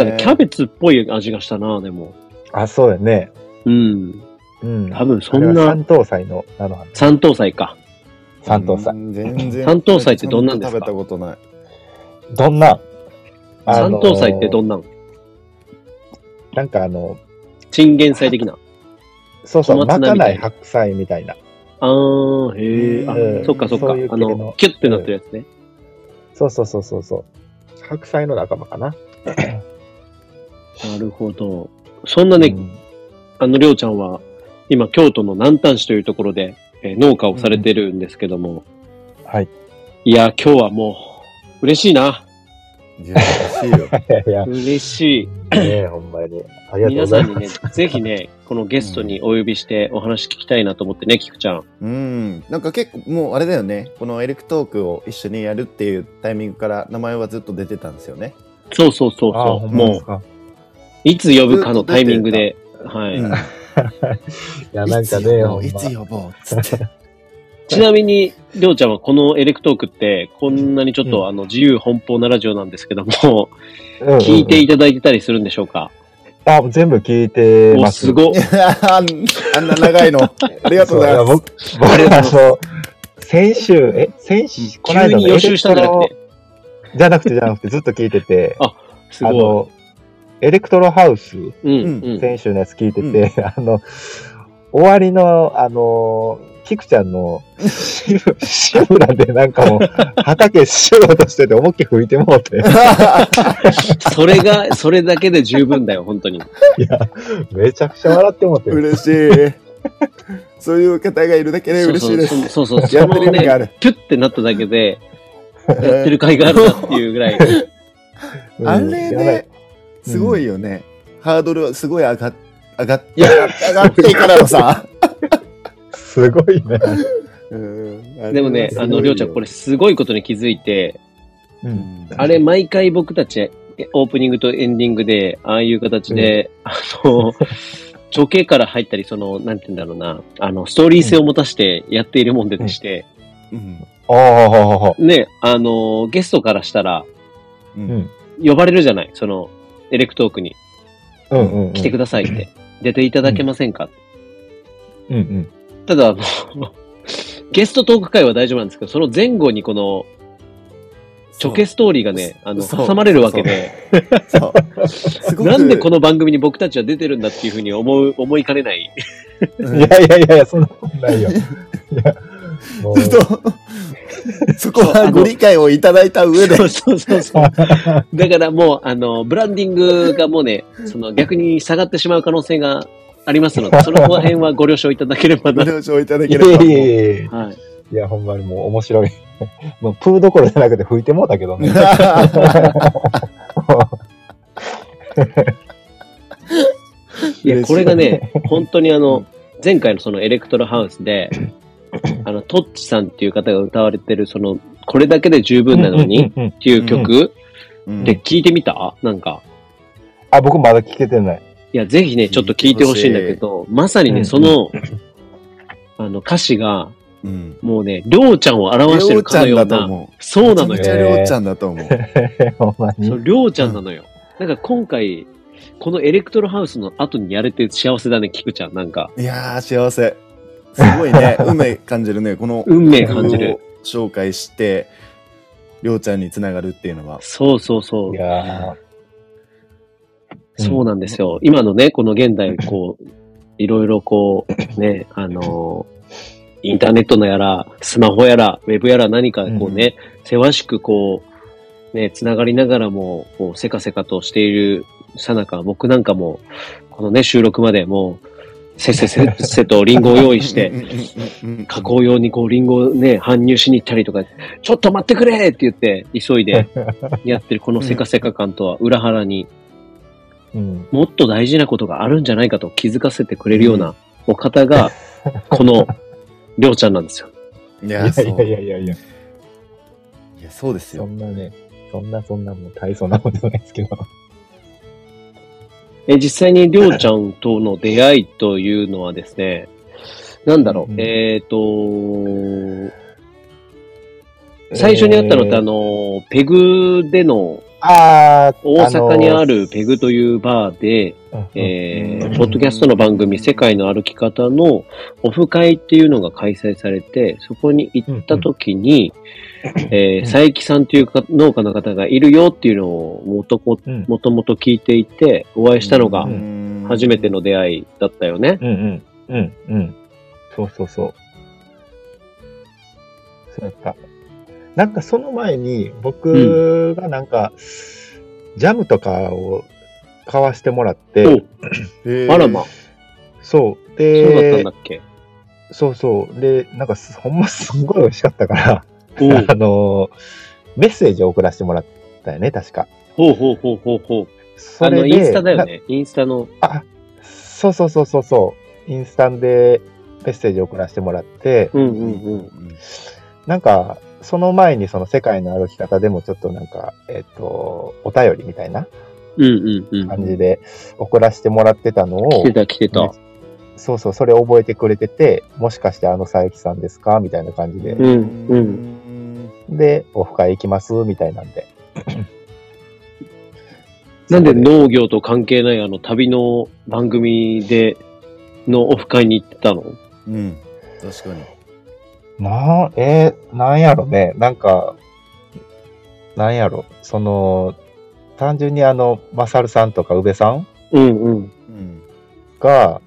Speaker 1: かね、キャベツっぽい味がしたな、でも。
Speaker 6: あ、そうやね。
Speaker 1: うん。
Speaker 6: うん。
Speaker 1: 多分そん
Speaker 6: あれは
Speaker 1: な、
Speaker 6: 三等祭の菜の花。
Speaker 1: 三等祭か。
Speaker 6: 三等祭。
Speaker 4: 全然。
Speaker 1: 三等祭ってどんなんですか
Speaker 4: 食べたことない。
Speaker 6: どんなあ
Speaker 1: 三
Speaker 6: の
Speaker 1: 等祭ってどんなの
Speaker 6: なんかあの、
Speaker 1: チンゲン祭的な。
Speaker 6: そうそう、
Speaker 1: 小
Speaker 6: ま
Speaker 1: 松菜
Speaker 6: か
Speaker 1: みた
Speaker 6: ないい白菜みたいな。
Speaker 1: あー、へー。
Speaker 6: うん
Speaker 1: あ、そっかそっか。
Speaker 6: そういう系
Speaker 1: あ
Speaker 6: の
Speaker 1: の、キュッてなってるやつね。
Speaker 6: そうそうそうそうそう。白菜の仲間かな。
Speaker 1: なるほど。そんなね、
Speaker 6: うん
Speaker 1: あの、りょうちゃんは、今、京都の南丹市というところで、えー農家をされてるんですけども、
Speaker 6: はい。 *laughs*
Speaker 1: いや、今日はもう、嬉しいな。
Speaker 4: いや、おかしいよ。
Speaker 6: いやいや、ね
Speaker 1: 嬉しい。
Speaker 6: え、ほんまに。ありがとうご
Speaker 1: 皆さ
Speaker 6: ざい
Speaker 1: んに
Speaker 6: ま
Speaker 1: ね
Speaker 6: す。、
Speaker 1: ぜひね、このゲストにお呼びしてお話聞きたいなと思ってね、菊ちゃん。
Speaker 4: うん。なんか結構、もうあれだよね。このエレクトークを一緒にやるっていうタイミングから名前はずっと出てたんですよね。
Speaker 1: そうそうそう
Speaker 6: あー、
Speaker 1: そ
Speaker 6: ほ
Speaker 1: う。
Speaker 6: んまです
Speaker 1: もう、
Speaker 6: か。
Speaker 1: いつ呼ぶかのタイミングで、は
Speaker 4: う
Speaker 1: い。
Speaker 4: ん
Speaker 6: いや、なんかね、ほん
Speaker 4: い
Speaker 6: ま
Speaker 4: つ呼ぼういつ呼ぼうっつって。 *laughs*
Speaker 1: ちなみに、りょうちゃんはこのエレクトークって、こんなにちょっ
Speaker 6: う
Speaker 1: と、あの、自由奔放なラジオなんですけど
Speaker 4: *laughs*
Speaker 1: も、
Speaker 6: うんうんうん
Speaker 1: 聞いていただいてたりするんでしょうか
Speaker 6: あ、全部聞いて
Speaker 1: お、
Speaker 6: ます。
Speaker 1: すごっ。
Speaker 4: あんな長いの。ありがとうございます。
Speaker 6: そう。いや僕、僕あの、先週、え、先週、この
Speaker 1: 急
Speaker 6: 間の
Speaker 1: に予習したんじゃなくて。
Speaker 6: じゃなくて、じゃなくて、ずっと聞いてて、
Speaker 1: あす
Speaker 6: あ
Speaker 1: ご
Speaker 6: の、エレクトロハウス、
Speaker 1: い。うん。
Speaker 4: う
Speaker 1: うん。
Speaker 6: 先週のやつ聞いてて、 *laughs* あの、終わりの、あの、キクちゃんの、シブシブラでなんかもう、畑しようとしてて、思いっきり吹いてもうて、
Speaker 1: それが、それだけで十分だよ、本当に。
Speaker 6: めちゃくちゃ笑ってもう
Speaker 4: *laughs*
Speaker 6: て、
Speaker 4: 嬉しい。そういう方がいるだけで *laughs* 嬉しいです。
Speaker 1: そうそうそう。そ
Speaker 4: やって
Speaker 1: の
Speaker 4: る意味があ
Speaker 1: ね、
Speaker 4: る。
Speaker 1: ピュってなっただけで、やってる甲斐があるなっていうぐらい。
Speaker 6: うん
Speaker 4: あれ
Speaker 6: やばい
Speaker 4: ね、すごいよね。ハードルはすごい上がっ上がっ上がってからのさ。
Speaker 6: すごいね。
Speaker 1: で
Speaker 4: で *laughs*
Speaker 1: もね、あの、りょうちゃん、これ、すごいことに気づいて、
Speaker 6: うん
Speaker 1: あれ、毎回僕たち、オープニングとエンディングで、ああいう形で、あの、直径から入ったり、その、なんて言うんだろうな、あの、ストーリー性を持たしてやっているもんででして、
Speaker 4: うん。
Speaker 6: ああ、ほうほうほう
Speaker 1: ね、あの、ゲストからしたら、
Speaker 4: うん
Speaker 1: 呼ばれるじゃないその、エレクトークに。
Speaker 6: うんうんうん。
Speaker 1: 来てくださいって。出ていただけませんか、
Speaker 6: うんうん。
Speaker 1: ただ、あのゲストトーク会は大丈夫なんですけど、その前後にこの、チョケストーリーがね、あの、
Speaker 4: そう
Speaker 1: 挟まれるわけで、
Speaker 4: そうそうすごく
Speaker 1: なんでこの番組に僕たちは出てるんだっていうふうに思う、思いかねない。
Speaker 4: う
Speaker 6: い
Speaker 4: ん
Speaker 6: やいやいやいや、そんなことないよ。いや、もう
Speaker 4: ちょっと、そこはご理解をいただいた上で
Speaker 1: そ。うそうそうそう。だからもう、あの、ブランディングがもうね、その逆に下がってしまう可能性がありますので、その辺はご了承いただければ
Speaker 4: *laughs* ご
Speaker 1: な。
Speaker 4: 了承いただ
Speaker 6: い
Speaker 4: け
Speaker 6: やい
Speaker 4: れば
Speaker 6: やいやいや
Speaker 1: はい。
Speaker 6: いや、ほんまにもう面白い。 *laughs* もうプーどころじゃなくて拭いてもうたけどね。
Speaker 1: いや、
Speaker 4: 嬉しい
Speaker 1: これがね、本当にあの、前回のそのエレクトロハウスで、あの、トッチさんっていう方が歌われてる、その、これだけで十分なのに
Speaker 6: うんうんうん
Speaker 1: っていう曲
Speaker 4: うん
Speaker 1: で聞いてみたなんか。
Speaker 6: あ、僕まだ聞けてない。 *laughs*
Speaker 1: いや、ぜひね、ちょっと聞いてほしいんだけど、まさに
Speaker 6: う
Speaker 1: ね、
Speaker 6: ん
Speaker 1: その、あの、歌詞が、
Speaker 4: うん。
Speaker 1: もうね、りょうちゃんを表して
Speaker 4: りょ
Speaker 1: る
Speaker 4: うち
Speaker 1: か
Speaker 4: ゃ
Speaker 1: の
Speaker 4: ん
Speaker 1: よう
Speaker 4: だと
Speaker 1: な、
Speaker 4: 思う。
Speaker 1: そうなの
Speaker 4: め
Speaker 1: よ
Speaker 4: ちゃ。めちゃりょうちゃんだと思う。
Speaker 6: ほんまに。
Speaker 1: そう、りょうちゃんなのよ。なんか今回、このエレクトロハウスの後にやれて幸せだね、菊ちゃん。なんか、
Speaker 4: いやー、幸せ。すごい *laughs* ね。運命感じるね。この
Speaker 1: 運命感じる。。
Speaker 4: 紹介して、りょうちゃんにつながるっていうのは。
Speaker 1: そうそうそう
Speaker 6: い。やうん
Speaker 1: そうなんですよ。今のね、この現
Speaker 6: *laughs*
Speaker 1: 代、こう、いろいろこう、ね、あのー、インターネットのやら、スマホやら、ウェブやら何かこうね、せわしくこう、ね、つながりながらも、こう、せかせかとしているさなか、僕なんかも、このね、収録までもう、せっせせっせとリンゴを用意して
Speaker 4: うん、うんうんうん
Speaker 1: 加工用にこう、リンゴをね、搬入しに行ったりとか、ちょっと待ってくれって言って、急いでやってるこのせかせか感とは裏腹に、
Speaker 6: ーうん。
Speaker 1: もっと大事なことがあるんじゃないかと気づかせてくれるようなお方が、この、りょうちゃんなんですよ。
Speaker 4: い
Speaker 6: い
Speaker 4: や
Speaker 6: や
Speaker 4: ー、そう
Speaker 6: いやいやいやい
Speaker 4: い
Speaker 6: や、
Speaker 4: やそうです
Speaker 6: そ
Speaker 4: よ。
Speaker 6: んなね、そんなそんなもう大層なことないですけど。
Speaker 1: え、実際にりょうちゃんとの出会いというのはですね、なんだろう、
Speaker 6: うん
Speaker 1: えっ、と、最初に会ったのって、あ
Speaker 6: えー、
Speaker 1: の、ペグでの、
Speaker 6: あー
Speaker 1: 大阪にあるペグというバーで、えーポッドキャストの番組、世界の歩き方のオフ会っていうのが開催されて、そこに行った時に、えー佐伯さんというか農家の方がいるよっていうのをもとこ
Speaker 6: うん
Speaker 1: もともと聞いていて、お会いしたのが初めて
Speaker 4: の。
Speaker 1: の出会いだったよね。
Speaker 6: うんうん。うんうん。そうそうそう。そうやった。なんかその前に僕がなんか、ジャムとかを買わしてもらって、
Speaker 4: へー
Speaker 1: あらま、そう
Speaker 6: そう。
Speaker 1: だったん
Speaker 6: で
Speaker 1: だっ、け、
Speaker 6: そうそう。で、なんかす *laughs* ほんますんごい美味しかったから、 *laughs* あのー、メッセージを送らせてもらったよね、確か。
Speaker 1: ほうほうほうほうほう。
Speaker 6: そ
Speaker 1: あ
Speaker 6: れ
Speaker 1: の、
Speaker 6: で
Speaker 1: インスタだよね。インスタの。
Speaker 6: あ、そうそうそうそうそう。インスタでメッセージを送らせてもらって、
Speaker 1: うんうんうん。
Speaker 6: なんか、その前にその世界の歩き方でもちょっとなんか、えっ、と、お便りみたいな
Speaker 1: うんうんうん。
Speaker 6: 感じで送らせてもらってたの
Speaker 1: 来
Speaker 6: を
Speaker 1: て、た来てた。
Speaker 6: そうそう、それ覚えてくれてて、もしかしてあの佐伯さんですかみたいな感じで
Speaker 1: う、んう。
Speaker 4: うんん。
Speaker 6: で、オフ会行きますみたいなんで。
Speaker 1: なんで
Speaker 6: そこ
Speaker 1: 農業と関係ないあの旅の番組でのオフ会に行ってたの
Speaker 4: うん。確かに。
Speaker 6: なん、えーなんやろね。なんか、なんやろ。その、単純にあの、マサルさんとか宇部さん
Speaker 1: うんうん。
Speaker 4: うん。
Speaker 6: が、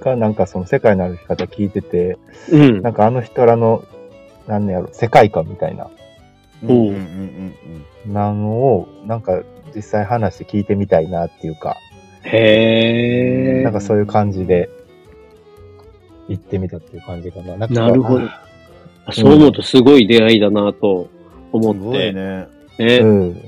Speaker 6: がなんかその世界の歩き方聞いてて、
Speaker 1: うん
Speaker 6: な。んかあの人らの、なんやろ、世界観みたいな、
Speaker 1: お
Speaker 4: う
Speaker 1: うん
Speaker 4: うんうん
Speaker 6: なんを、なんか実際話して聞いてみたいなっていうか、
Speaker 1: へえ
Speaker 6: なん。かそういう感じで、行ってみたっていう感じかな。なんか
Speaker 1: なるほど。そう思うとすごい出会いだなと
Speaker 4: うん。
Speaker 1: 思
Speaker 4: す
Speaker 1: っ
Speaker 4: ご
Speaker 1: て。
Speaker 4: いね。
Speaker 1: ね
Speaker 6: うん。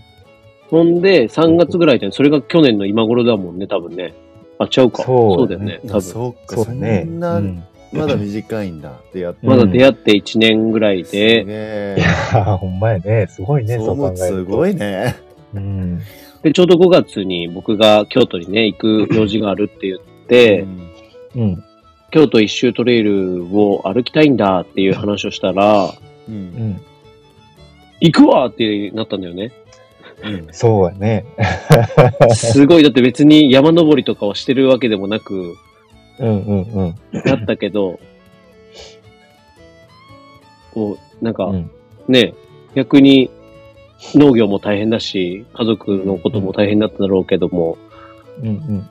Speaker 1: ほんで、3月ぐらいで、それが去年の今頃だもんね、多分ね。あ、ちゃうか。
Speaker 6: そう
Speaker 1: そうだよね、多分。
Speaker 4: そうか、
Speaker 6: そう
Speaker 4: そ
Speaker 6: だ
Speaker 4: ん
Speaker 6: ね。
Speaker 4: な
Speaker 6: う、ん *laughs*
Speaker 4: まだ短いんだってやって。
Speaker 1: まだ出会って1年ぐらいで、
Speaker 4: で
Speaker 6: いやー、ほんまやね。すごいね、
Speaker 4: そ
Speaker 6: そうう考
Speaker 4: 思う
Speaker 6: える
Speaker 4: と
Speaker 6: と。
Speaker 4: すごいね。
Speaker 6: うん。
Speaker 1: で、ちょうど5月に僕が京都にね、行く用事があるって言って、
Speaker 4: うん
Speaker 6: うん。
Speaker 1: 京都一周トレイルを歩きたいんだっていう話をしたら、
Speaker 4: う
Speaker 6: うんん。
Speaker 1: 行くわってなったんだよ
Speaker 6: *laughs*
Speaker 1: ね。
Speaker 4: うん
Speaker 6: そうやね。
Speaker 1: すごい、だって別に山登りとかをしてるわけでもなく、
Speaker 6: うんうんうん。
Speaker 1: だったけど、こう、なんか、
Speaker 6: うん
Speaker 1: ね、逆に農業も大変だし、家族のことも大変だっただろうけども、
Speaker 6: うんうん。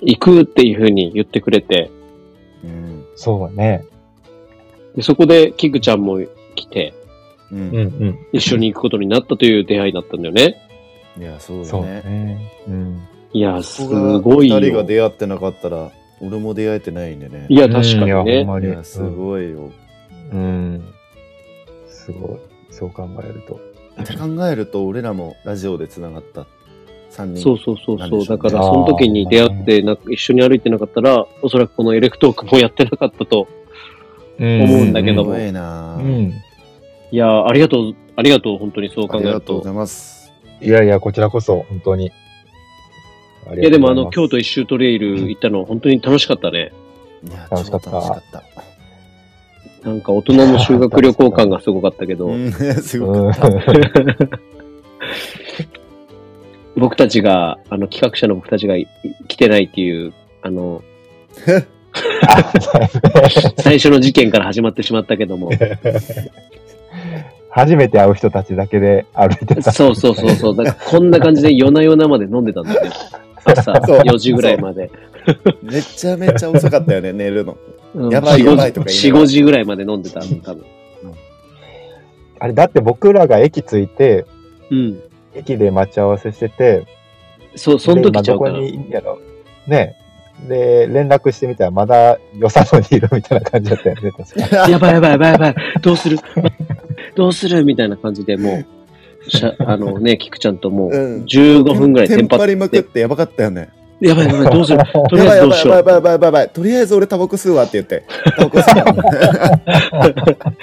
Speaker 1: 行くっていうふうに言ってくれて、
Speaker 4: うん
Speaker 6: そうね。
Speaker 1: でそこで、キクちゃんも来て、
Speaker 4: う
Speaker 6: うん
Speaker 4: ん。
Speaker 6: う。
Speaker 1: 一緒に行くことになったという出会いだったんだよね。
Speaker 4: いや、そうんだ
Speaker 6: そう
Speaker 4: ね。
Speaker 6: ね。うん。
Speaker 1: いや、す
Speaker 4: そ
Speaker 1: ごいよ。
Speaker 4: 二人が出会ってなかったら、俺も出会えてないんでね。
Speaker 1: いや、確かに
Speaker 6: いや、ほん
Speaker 1: ね。
Speaker 6: ま
Speaker 4: い
Speaker 6: に。
Speaker 4: や、すごいよ。
Speaker 6: うん。すごい。そう考えると。
Speaker 4: って考えると、俺らもラジオでつながった3人。
Speaker 1: そうそうそう
Speaker 4: なん
Speaker 1: そ
Speaker 4: で
Speaker 1: う。
Speaker 4: しょ
Speaker 1: だ
Speaker 4: うね
Speaker 1: から、その時に出会ってな、一緒に歩いてなかったら、おそらくこのエレクトークもやってなかったと。思うんだけども
Speaker 4: すごいな
Speaker 6: う
Speaker 4: ぁ
Speaker 6: ん。
Speaker 1: いや、ありがとう、ありがとう、本当にそう
Speaker 4: あ
Speaker 1: 考え
Speaker 4: りが
Speaker 1: る
Speaker 4: とうご
Speaker 1: と
Speaker 4: ざ。います。
Speaker 6: いやいや、こちらこそ、本当に。ありがとうござい
Speaker 1: いや、でもあの、
Speaker 6: ます
Speaker 1: 京都一周トレイル行ったの、本当に楽しかったね。
Speaker 4: いや、
Speaker 6: 楽しかった
Speaker 4: 超楽しかった。
Speaker 1: なんか、大人の修学旅行感がすごかったけど、
Speaker 4: うん、 *laughs* すご
Speaker 6: う
Speaker 4: か
Speaker 6: ん
Speaker 4: った
Speaker 1: 僕たちが、あの、企画者の僕たちがい来てないっていう、あの、
Speaker 6: あそうですね
Speaker 1: 最初の事件から始まってしまったけ
Speaker 4: *laughs*
Speaker 1: ども、
Speaker 6: 初めて会う人たちだけで歩
Speaker 1: *laughs*
Speaker 6: いてた。
Speaker 1: そうそうそうそう、だからこんな感じで夜な夜なまで飲んでたんだよね。朝
Speaker 4: *laughs* そう
Speaker 1: 4時ぐらいまで。
Speaker 4: めちゃめちゃ遅かったよね、寝るの。
Speaker 1: うん
Speaker 4: やばい
Speaker 1: 4
Speaker 4: やばいとか言い
Speaker 1: 4、
Speaker 4: ながら
Speaker 1: 5時ぐらいまで飲んでたんだ、多分。
Speaker 6: あれ、だって僕らが駅着いて、
Speaker 1: うん。
Speaker 6: 駅で待ち合わせしてて、
Speaker 1: そう、その
Speaker 6: で今
Speaker 1: 時ちゃ
Speaker 6: ど
Speaker 1: うか
Speaker 6: こ
Speaker 1: ら。
Speaker 6: にいんやろ。ねで、連絡してみたら、まだ良さそうにいるみたいな感じだっ
Speaker 1: *laughs*
Speaker 6: たよね、確か。
Speaker 1: やばいやばいやばいやばい。どうするどうするみたいな感じでもう、しゃあのね、菊ちゃんともう
Speaker 4: うん
Speaker 1: 15分ぐらいテンパ
Speaker 4: テ
Speaker 1: っ、
Speaker 4: ンパりまくっててやばかったよね。
Speaker 1: やばいやばい、ど
Speaker 4: *laughs*
Speaker 1: うするとり
Speaker 4: や
Speaker 1: あえずど
Speaker 4: ばいや
Speaker 1: う
Speaker 4: ばい
Speaker 1: し
Speaker 4: や
Speaker 1: よう
Speaker 4: ばいやばいやばいやばい。とりあえず俺タバコ吸うわって言って。タバコ吸うわ。
Speaker 1: *laughs*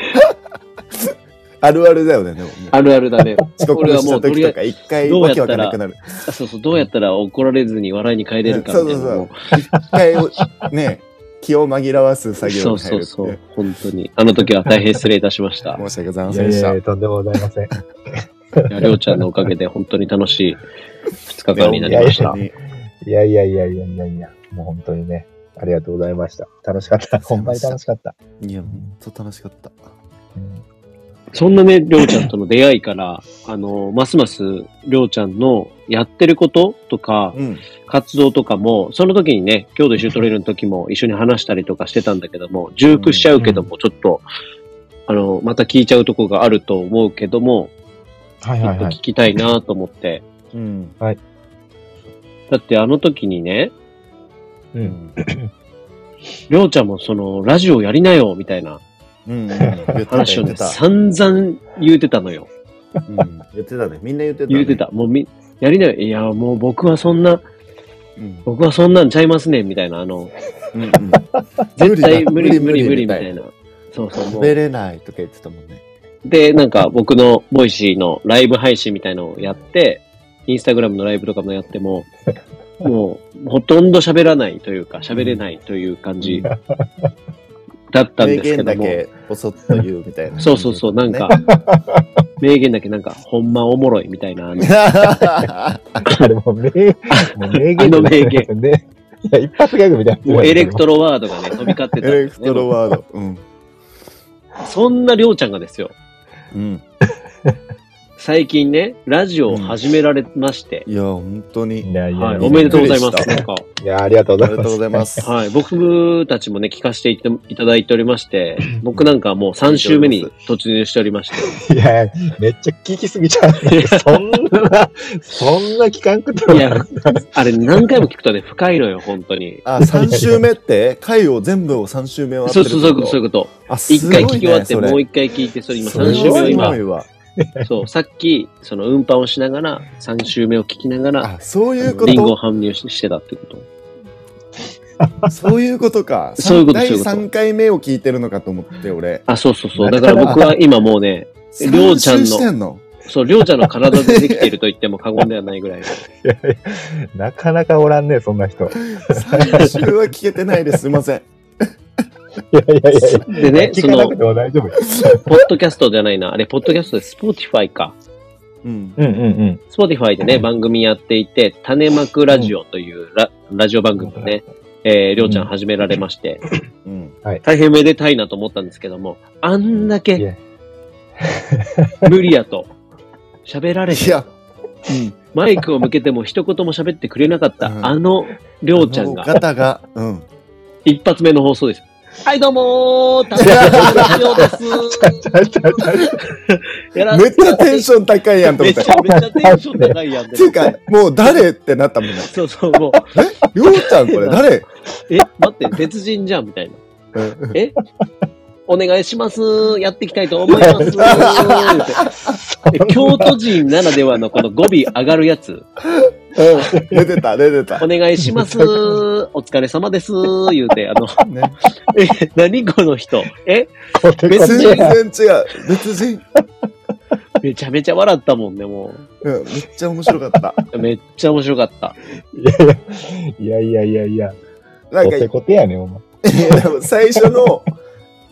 Speaker 4: あるあるだよね、でも。
Speaker 1: あるあるだね。
Speaker 4: 遅刻
Speaker 1: 俺は
Speaker 4: し
Speaker 1: もう
Speaker 4: た
Speaker 1: と
Speaker 4: 時
Speaker 1: りあえ
Speaker 4: とか一回
Speaker 1: どうや
Speaker 4: わ
Speaker 1: っ
Speaker 4: け
Speaker 1: たら
Speaker 4: わかんなくなる。
Speaker 1: ず、そうそう、どうやったら怒られずに笑いに変えれるかみたいなのも。
Speaker 4: 一回を、ね、
Speaker 1: *laughs*
Speaker 4: 気を紛らわす作業
Speaker 1: そう
Speaker 4: に入
Speaker 1: そ
Speaker 4: るって
Speaker 1: うそう、本当に。あの時は大変失礼いたしま
Speaker 4: *laughs*
Speaker 1: した。
Speaker 4: 申し訳ございま
Speaker 6: い
Speaker 4: せんで
Speaker 6: やい
Speaker 4: した。
Speaker 6: やいや、とんでもございません。
Speaker 1: いやりょうちゃんのおかげで本当に楽しい2日間になりまし
Speaker 6: いや
Speaker 1: た
Speaker 6: い。いやいやいやいやいやいや、もう本当にね、ありがとうございました。楽しかった。本番楽しかった。
Speaker 4: いや、本当楽しかった。
Speaker 6: うん
Speaker 1: そんなね、りょうちゃんとの出会いから、あの、ますますりょうちゃんのやってることとか、
Speaker 4: うん。
Speaker 1: 活動とかも、その時にね、京都一周トレイルの時も一緒に話したりとかしてたんだけども、重複しちゃうけども、ちょっと、あの、また聞いちゃうとこがあると思うけども、
Speaker 6: はい
Speaker 1: ちょっと聞。きたいなと思って。
Speaker 4: うん。
Speaker 1: だってあの時にね、
Speaker 6: うん。
Speaker 1: りょうちゃんもその、ラジオやりなよ、みたいな
Speaker 4: うん。言ってた、
Speaker 1: 話
Speaker 4: 言
Speaker 1: を
Speaker 4: って
Speaker 1: ね、
Speaker 4: た。
Speaker 1: 散々言うてたのよ。
Speaker 4: うん言ってたね。みんな言ってた、ね。
Speaker 1: 言うてた。もうみ、やりなよ。いや、もう僕はそんな、
Speaker 4: うん。
Speaker 1: 僕はそんなんちゃいますねん、みたいな。あの、
Speaker 4: うんうん。
Speaker 1: 絶対無理無理
Speaker 4: 無理
Speaker 1: 無
Speaker 4: 無
Speaker 1: 理
Speaker 4: 理
Speaker 1: み
Speaker 4: み
Speaker 1: た
Speaker 4: た
Speaker 1: い
Speaker 4: い
Speaker 1: な。そうそう。も
Speaker 4: 食
Speaker 1: う
Speaker 4: べれないとか言ってたもんね。
Speaker 1: で、なんか僕のボイシーのライブ配信みたいのをやって、インスタグラムのライブとかもやっても、もうほとんど喋らないというか、喋れないという感じだったんで
Speaker 4: 名
Speaker 1: すけ
Speaker 4: 言
Speaker 1: ど
Speaker 4: だ
Speaker 1: も、
Speaker 4: けぼそっと言うみたいな。
Speaker 1: そうそうそう、なんか、名言だけなんか、ほんまおもろいみたいな、あの
Speaker 6: あれもう名、もう名
Speaker 1: あ
Speaker 6: 言
Speaker 1: の名言
Speaker 6: ね。いや、一発ギャグみたいな。
Speaker 1: もうエレクトロワードがね、飛び交ってたん
Speaker 4: *laughs* エ
Speaker 1: で
Speaker 4: レク
Speaker 1: すね、
Speaker 4: トロワード。うん。
Speaker 1: そんなりょうちゃんがですよ、
Speaker 4: うん。
Speaker 1: 最近ね、ラジオを始められまして、
Speaker 4: いや、本当に。
Speaker 6: いやいや
Speaker 1: はい、
Speaker 6: や
Speaker 1: おめでとうございま
Speaker 4: びっ
Speaker 1: す。
Speaker 4: くり
Speaker 1: な
Speaker 4: し
Speaker 1: んか
Speaker 6: いや、ありがとう
Speaker 4: あ
Speaker 6: ご
Speaker 4: り
Speaker 6: ざい
Speaker 4: がとう
Speaker 6: ま
Speaker 4: ご
Speaker 6: す。
Speaker 4: ざいます。
Speaker 1: はい、僕たちもね、聞かせていただいておりまして、僕なんかはもう3週目に突入しておりまして、
Speaker 6: いや、めっちゃ聞きすぎちゃう。そんな、そんな聞かんくても
Speaker 1: いや、あれ何回も聞くとね、深いのよ、本当
Speaker 4: *laughs*
Speaker 1: に。
Speaker 4: あ、3週目って回を全部を3週目を
Speaker 1: そうそうそういうこと、そういうこと。
Speaker 4: あ、す
Speaker 1: 一
Speaker 4: ごい、
Speaker 1: 回
Speaker 4: ね。
Speaker 1: 聞き終わって、もう
Speaker 4: 一
Speaker 1: 一回聞いて、それ今
Speaker 6: それ
Speaker 1: 3週目を今、
Speaker 4: 今。
Speaker 1: そう、さっき、その運搬をしながら、3週目を聞きながら、
Speaker 4: あ、そういうこ
Speaker 1: リンゴを
Speaker 4: と
Speaker 1: 搬入ししてたってこと。
Speaker 4: そういうことか。
Speaker 1: そういうこと
Speaker 4: 第
Speaker 1: そういうこと
Speaker 4: 3回目を聞いてるのかと思って、俺。
Speaker 1: あ、そうそうそう。だから僕は今もうね、りょうちゃんの
Speaker 4: 三周してんの
Speaker 1: そう、りょうちゃんの体でできていると言っても過言ではないぐらい。
Speaker 6: いやいやなかなかおらんね、そんな人。い
Speaker 4: 3週は聞けてないです。すいません。
Speaker 6: やいやいやいや。
Speaker 1: でね、
Speaker 6: 聞
Speaker 1: そ
Speaker 6: かな
Speaker 1: の
Speaker 6: く、ても大丈夫よ。
Speaker 1: ポッドキャストじゃないな。あれ、ポッドキャストで、スポーティファイか。
Speaker 4: うん。
Speaker 6: うんうん
Speaker 1: スポティファイでね、番組やっていて、種まくラジオというラ,、ラジオ番組をね、えー、りょうちゃん始められまして、
Speaker 4: うん。
Speaker 1: 大変めでたいなと思ったんですけども、あんだ
Speaker 6: うん。い
Speaker 1: け *laughs*
Speaker 6: や、
Speaker 1: 無理やと、喋られ
Speaker 4: い
Speaker 1: て、
Speaker 4: や、うん。
Speaker 1: マイクを向けても一言も喋ってくれなかった、
Speaker 4: うん
Speaker 1: あのりょうちゃん
Speaker 4: あの
Speaker 1: が、
Speaker 4: 方が、うん。
Speaker 1: 一発目の放送です。はい、どうもー、たぶん、
Speaker 6: ちゃうちゃうちゃう
Speaker 1: やら
Speaker 4: めっちゃテンション高いやんと
Speaker 1: め
Speaker 4: 思っ
Speaker 1: ち
Speaker 4: て。っ
Speaker 1: ゃめちゃテンション高いやん。
Speaker 4: ていうか、もう誰ってなったもんね。
Speaker 1: そうそう、もう、
Speaker 4: えりょうちゃんこれ誰
Speaker 1: え、待って、別人じゃん、みたいな。
Speaker 4: うん
Speaker 1: えお願いします。やっていきたいと思います。ってえ京都人ならではのこの語尾上がるやつ。
Speaker 4: うん出てた、出てた
Speaker 1: お。願いします。お疲れ様です。言うて、あの、 *laughs*
Speaker 4: ね
Speaker 1: え、何この人。え
Speaker 6: これこ
Speaker 4: 全
Speaker 6: れ
Speaker 4: 然違う。 *laughs* 別人。
Speaker 1: めちゃめちゃ笑ったもんね、も
Speaker 4: うん、めっちゃ面白かった。
Speaker 1: う。めっちゃ面白かった。
Speaker 6: いやいやいやいや、
Speaker 4: なん
Speaker 6: コテ
Speaker 4: か、
Speaker 6: コテやねん、お前。
Speaker 4: *laughs* 最初の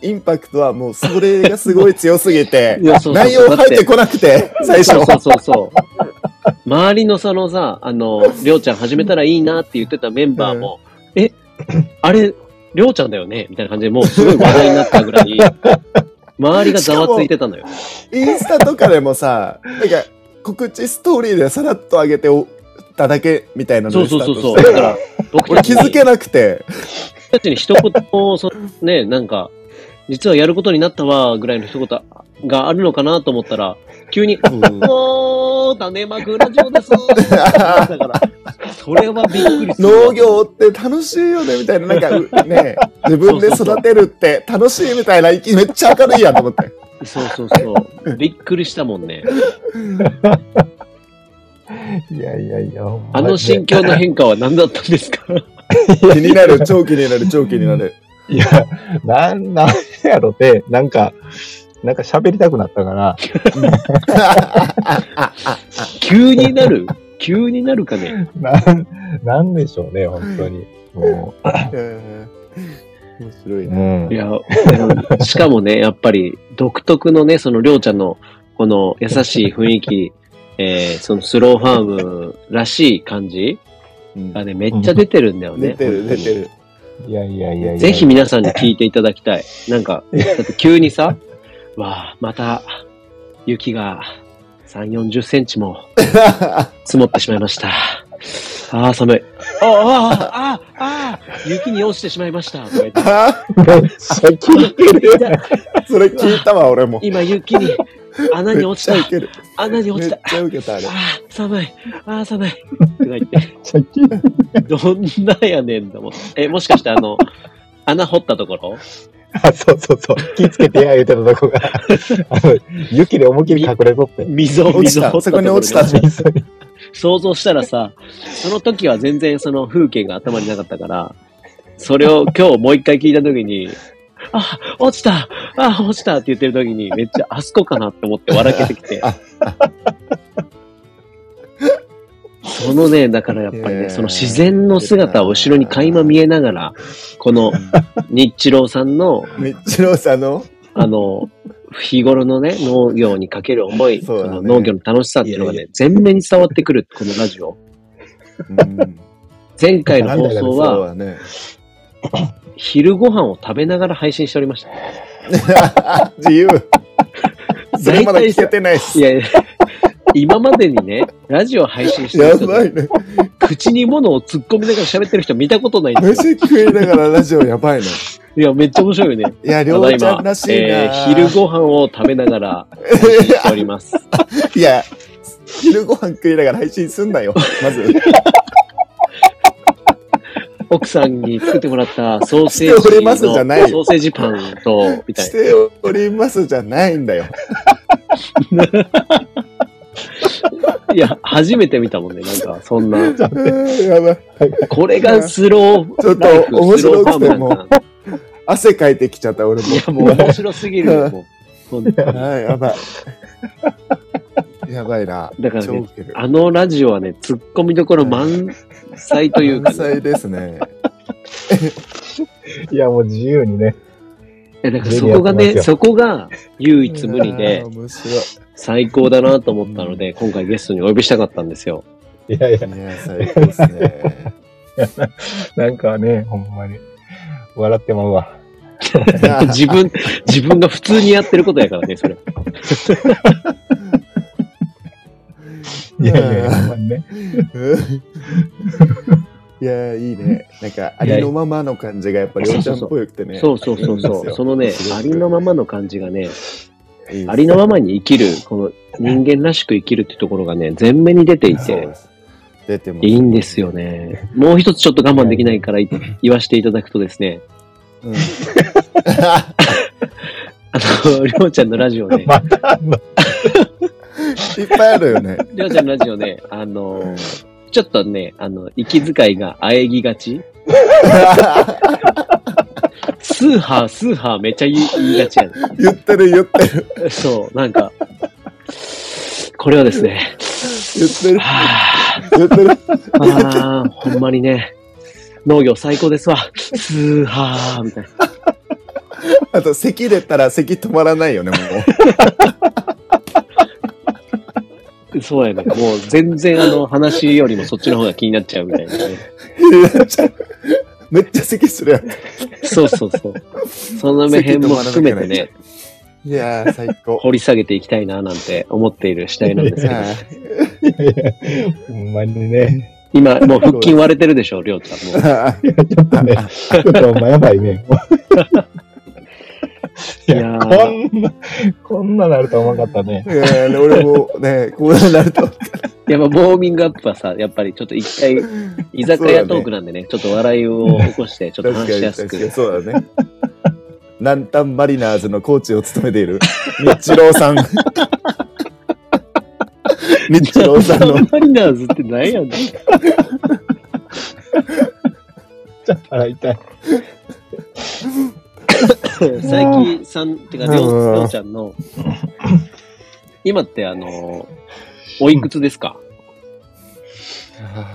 Speaker 4: インパクトはもうそれがすごい強すぎて
Speaker 1: *laughs* い、や、そうそう
Speaker 4: 内
Speaker 1: そう
Speaker 4: 容入ってこなくて、最初。
Speaker 1: *laughs* そうそうそうそう。周りのそのさ、あの、りょうちゃん始めたらいいなって言ってたメンバーも、え、あれ、りょうちゃんだよねみたいな感じでもうすごい話題になったぐらい、周りがざわついてたのよ。
Speaker 4: インスタとかでもさ、なんか告知ストーリーでさらっと上げておっただけみたいなの
Speaker 1: そう
Speaker 4: で
Speaker 1: そ
Speaker 4: ス
Speaker 1: う
Speaker 4: タ
Speaker 1: そうそ
Speaker 4: ート
Speaker 1: う。だ
Speaker 4: した
Speaker 1: か
Speaker 4: からら、、
Speaker 1: 僕
Speaker 4: 俺
Speaker 1: た
Speaker 4: 気
Speaker 1: ち
Speaker 4: づけなくて、
Speaker 1: 僕たちに一言も、そね、なんか、実はやることになったわ、ぐらいの一言があるのかなと思ったら、急
Speaker 4: *laughs*
Speaker 1: に、もう、種まくラジオです。だから、それはびっくりするわ。
Speaker 4: 農業って楽しいよねみたいな、なんかう、ね、自分で育てるって楽しいみたいな、めっちゃ明るいやんと思って。
Speaker 1: そうそう *laughs* そう。びっくりしたもんね。
Speaker 6: いやいやいや、ほんま
Speaker 1: あの心境の変化は何だったんです *laughs* か
Speaker 4: 気になる、超気になる、超気になる。
Speaker 6: いや、なん、なんやろって、なんか、なんか喋りたくなったから、
Speaker 1: 急になる急になるかね
Speaker 6: なん、なんでしょうね、本当に。も、
Speaker 4: 面白いうね。
Speaker 6: うん
Speaker 1: い。や、あのしかもね、やっぱり独特のね、そのりょうちゃんのこの優しい雰囲 *laughs* 気、えー、そのスローファームらしい感じ
Speaker 4: うん
Speaker 1: がね、めっちゃ出てるんだよ
Speaker 4: 出
Speaker 1: ね。
Speaker 4: てる、出てる。
Speaker 6: いやいやいやいや。
Speaker 1: ぜひ皆さんに聞いていただきたい。なんか、だって急に *laughs* さ、わあ、また、雪が3、40センチも積もってしまいました。ああ、寒い。ああ、ああ、ああ、雪に落ちてしまいました。とか言って
Speaker 4: あ
Speaker 6: めっちゃ聞いてるやん。
Speaker 4: ー *laughs* それ聞いたわ、俺も。
Speaker 1: 今、雪に、穴に
Speaker 4: めっ
Speaker 1: 落ち
Speaker 4: ちゃウ
Speaker 1: た。
Speaker 4: ケる。
Speaker 1: 穴に落
Speaker 4: め
Speaker 1: ち。
Speaker 4: った
Speaker 1: あ
Speaker 4: ちゃウケた、あれ。
Speaker 1: あ、寒い。ああ、寒い。とか言って、
Speaker 6: めっちゃ聞いてる
Speaker 1: どんなやねんだもん。え、もしかしてあの、穴掘ったところ
Speaker 6: あ、そうそうそう。気ぃつけてや、言うてたとこが。あの、雪で思いっきり隠れ
Speaker 1: *laughs*
Speaker 6: とって。
Speaker 1: 溝、
Speaker 4: 落
Speaker 1: 溝
Speaker 4: ち
Speaker 1: 掘った
Speaker 4: た、
Speaker 1: ところ
Speaker 4: そこに落ちた。
Speaker 6: 水に
Speaker 1: 想像したらさ、その時は全然その風景が頭になかったから、それを今日もう一回聞いた時に、あ、落ちたあ、落ちたって言ってる時に、めっちゃあそこかなって思って笑けてきて。そのね、だからやっぱり
Speaker 4: いや
Speaker 1: ね、
Speaker 4: ー
Speaker 1: その自然の姿を後ろに垣間見えながら、この、日郎さんの、
Speaker 4: みっちろうさんの
Speaker 1: あの、日頃のね、農業にかける思い、
Speaker 4: そうだね
Speaker 1: の農業の楽しさっていうのがね、全面に伝わってくる、このラジオ。前回の放送は、
Speaker 4: はね。
Speaker 1: 昼ご飯を食べながら配信しておりました。
Speaker 4: 自由。 *laughs* それまだ聞けてないし。
Speaker 1: いやいや、今までにね、ラジオ配信して
Speaker 4: や
Speaker 1: る人
Speaker 4: ばい
Speaker 1: で、
Speaker 4: ね。
Speaker 1: 口に物を突っ込みながら喋ってる人見たことないんですよ。
Speaker 4: 飯食いながらラジオやばいね。
Speaker 1: いや、めっちゃ面白いよね。
Speaker 4: いや、り
Speaker 1: た
Speaker 4: ょ
Speaker 1: だ
Speaker 4: うち
Speaker 1: 今
Speaker 4: ゃんらし、い
Speaker 1: えー
Speaker 4: な。
Speaker 1: 昼ご飯を食べながら配信しております。
Speaker 4: *laughs* いや、昼ご飯食いながら配信すんなよ。まず。
Speaker 1: 奥さんに作ってもらったソーセ
Speaker 4: してお
Speaker 1: ー
Speaker 4: りま
Speaker 1: ジ
Speaker 4: すじゃ
Speaker 1: の、
Speaker 4: ないよ
Speaker 1: ソーセージパンと、みた
Speaker 4: し
Speaker 1: い
Speaker 4: ておりますじゃないんだよ。
Speaker 1: な。いや、初めて見たもんね。なんか、そんな。
Speaker 4: うんやばい。
Speaker 1: これがスロー、
Speaker 4: ちょっと
Speaker 1: ライフ
Speaker 4: 面白くて
Speaker 1: スローファームなんだな
Speaker 4: 汗かいてきちゃった、俺も
Speaker 1: い。や、もう面白すぎるよ、
Speaker 4: *laughs*
Speaker 1: もう。本当に
Speaker 4: はい、やば
Speaker 1: *laughs*
Speaker 4: い。やばいな。
Speaker 1: だからね
Speaker 4: 超ウケる。
Speaker 1: あのラジオはね、突っ込みどころ満載というか、
Speaker 4: 天
Speaker 1: ね、
Speaker 4: 才ですね。
Speaker 6: いや、もう自由にね。
Speaker 1: いやだからそこが
Speaker 6: メ
Speaker 1: ね、
Speaker 6: ディアってますよ
Speaker 1: そこが唯一無二で
Speaker 4: あー面白
Speaker 1: 最高だなと思ったので、今回ゲストにお呼びしたかったんですよ。
Speaker 6: いやいや、
Speaker 4: い。いや、最高ですね。
Speaker 6: なんかね、ほんまに。笑ってまうわ。
Speaker 1: *laughs* 自分、自分が普通にやってることやからね、それ。
Speaker 6: いやいやいや、ほんまにね。
Speaker 4: うんいやー、いいね。なんか、ありのままの感じがやっぱり、おちゃんっぽくてね。
Speaker 1: そうそうそうそう。そのね、ありのままの感じがね、
Speaker 4: いいんですよ、
Speaker 1: ありのままに生きる、この人間らしく生きるってところがね、全面に出てい
Speaker 4: そう
Speaker 1: て、
Speaker 4: です出てます。
Speaker 1: いいんですよね。もう一つちょっと我慢できないからい言わせていただくとですね、
Speaker 4: うん。 *laughs*
Speaker 1: あの、りょうちゃんのラジオね、
Speaker 6: またあん
Speaker 4: い
Speaker 6: の
Speaker 4: っぱいあるよね。
Speaker 1: りょうちゃんのラジオ
Speaker 4: *laughs*
Speaker 1: ね、あの、ちょっとね、あの、息遣いが喘ぎがち。スーハー、スーハーめっちゃ言い言いがちやね
Speaker 4: 言ってる、言ってる、
Speaker 1: そう、なんか、これはですね、
Speaker 4: 言ってる、
Speaker 1: は
Speaker 4: 言ってる。
Speaker 1: あ、あーほんまにね、農業最高ですわ。スーハーみたいな。
Speaker 4: あと、咳出たら咳止まらないよね、もう。
Speaker 1: そうやね。もう全然あの話よりもそっちの方が気になっちゃうみたいなね。
Speaker 4: めっちゃ咳するやん。
Speaker 1: そうそうそう。その辺も含めて
Speaker 4: 席止まらな
Speaker 1: ね、
Speaker 4: いやー、最高。
Speaker 1: 掘り下げていきたいななんて思っている次第なんです
Speaker 4: い
Speaker 1: けど。
Speaker 4: や
Speaker 6: ほんまにね。
Speaker 1: 今、もう腹筋割れてるでしょ、りょうちゃん。もう
Speaker 4: ー
Speaker 6: ちょっとね、ちょっとお前やばいね。い
Speaker 1: いや
Speaker 6: や、こ
Speaker 1: ー
Speaker 6: んな、こんななると思わなかったね。
Speaker 4: いやー俺もね、こうなると。
Speaker 1: やっぱウォーミングアップはさ、やっぱりちょっと一回、居酒屋トークなんでね、ちょっと笑いを起こして、ちょっと
Speaker 4: 確
Speaker 1: 話
Speaker 4: か
Speaker 1: し
Speaker 4: に
Speaker 1: やす
Speaker 4: 確か
Speaker 1: く
Speaker 4: に。そうだね。南端マリナーズのコーチを務めている、日郎さん。日郎さんの、
Speaker 1: マリナーズって何やねん。
Speaker 6: ちょっと腹痛い。
Speaker 1: 最近さん、てか、りょうりょうちゃんの、今ってあの、おいくつですか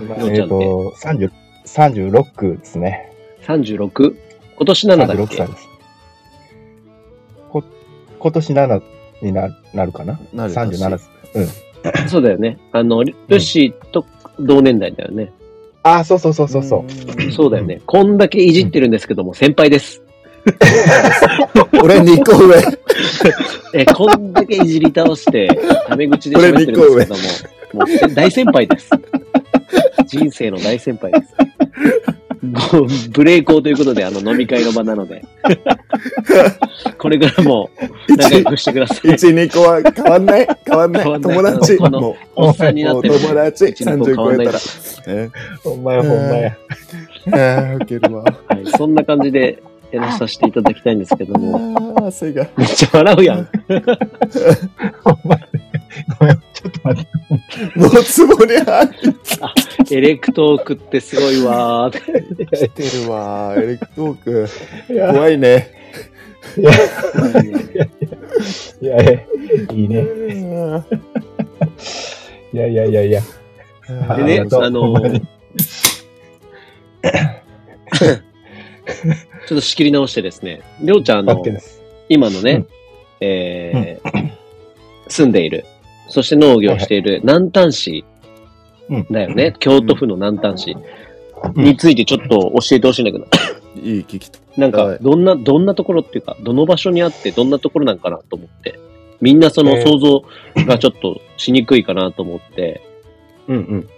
Speaker 6: まあ
Speaker 1: どう
Speaker 6: え
Speaker 1: ちゃんって
Speaker 6: っと、30 36区ですね。
Speaker 1: ?36? 今年7だっ
Speaker 6: 36
Speaker 1: け
Speaker 6: 歳です。こ今年7にななるかな
Speaker 4: なる
Speaker 6: ?37 です。
Speaker 1: そうだよね。あの、ルルシーと同年代だよね。
Speaker 6: ああ、そうそうそうそうそう。
Speaker 1: そうだよね。こんだけいじってるんですけども、先輩です。
Speaker 4: 俺2個上。
Speaker 1: え、こんだけいじり倒して、タメ口で喋ってるんですけども、もうせ大先輩です。人生の大先輩です。もう、ブレイクということで、あの、飲み会の場なので。これからも、仲良くしてください。
Speaker 4: 1、2個は変わんない変わんない
Speaker 1: 変わんない
Speaker 4: 友達。
Speaker 1: この
Speaker 4: も
Speaker 1: おっさんに
Speaker 4: う、
Speaker 1: な
Speaker 4: も
Speaker 1: っ
Speaker 4: う
Speaker 1: てもね、
Speaker 4: 友達。
Speaker 1: 1 2
Speaker 4: 30
Speaker 1: 個
Speaker 4: 超
Speaker 1: 変わんない
Speaker 4: えたら。え
Speaker 6: お前ほんまや。
Speaker 4: あー、ウケるわ。
Speaker 1: はい、そんな感じでやらさせていただきたいんですけど
Speaker 4: あ *laughs*
Speaker 1: も、
Speaker 4: ー、汗が。
Speaker 1: めっちゃ笑うやん。
Speaker 6: ほんまやごめん、ちょっと待って。
Speaker 4: もうつぼに入っ
Speaker 1: エレクトークってすごいわーって。
Speaker 4: てるわ。エレクトーク。
Speaker 6: いや、
Speaker 4: 怖いね。
Speaker 6: いやいやいいね。
Speaker 4: で
Speaker 6: いやいやいやいや。
Speaker 1: でね、
Speaker 6: あ
Speaker 1: あ
Speaker 6: りがとう
Speaker 1: の
Speaker 6: ほんま
Speaker 1: ー
Speaker 6: に
Speaker 1: ちょっと仕切り直してですね、りょうちゃんあ
Speaker 6: 待っ
Speaker 1: の
Speaker 6: て、です。
Speaker 1: 今のね、えー住んでいる、そして農業をしている南丹市
Speaker 6: うん
Speaker 1: だよね、京都府の南丹市
Speaker 6: うん
Speaker 1: についてちょっと教えてほしいんだけど、
Speaker 4: いい聞きと。
Speaker 1: なん
Speaker 4: は
Speaker 1: か、
Speaker 4: い
Speaker 1: どんな、どんなところっていうか、どの場所にあって、どんなところなんかなと思って、みんなその
Speaker 6: えー
Speaker 1: 想像がちょっとしにくいかなと思って、
Speaker 6: うん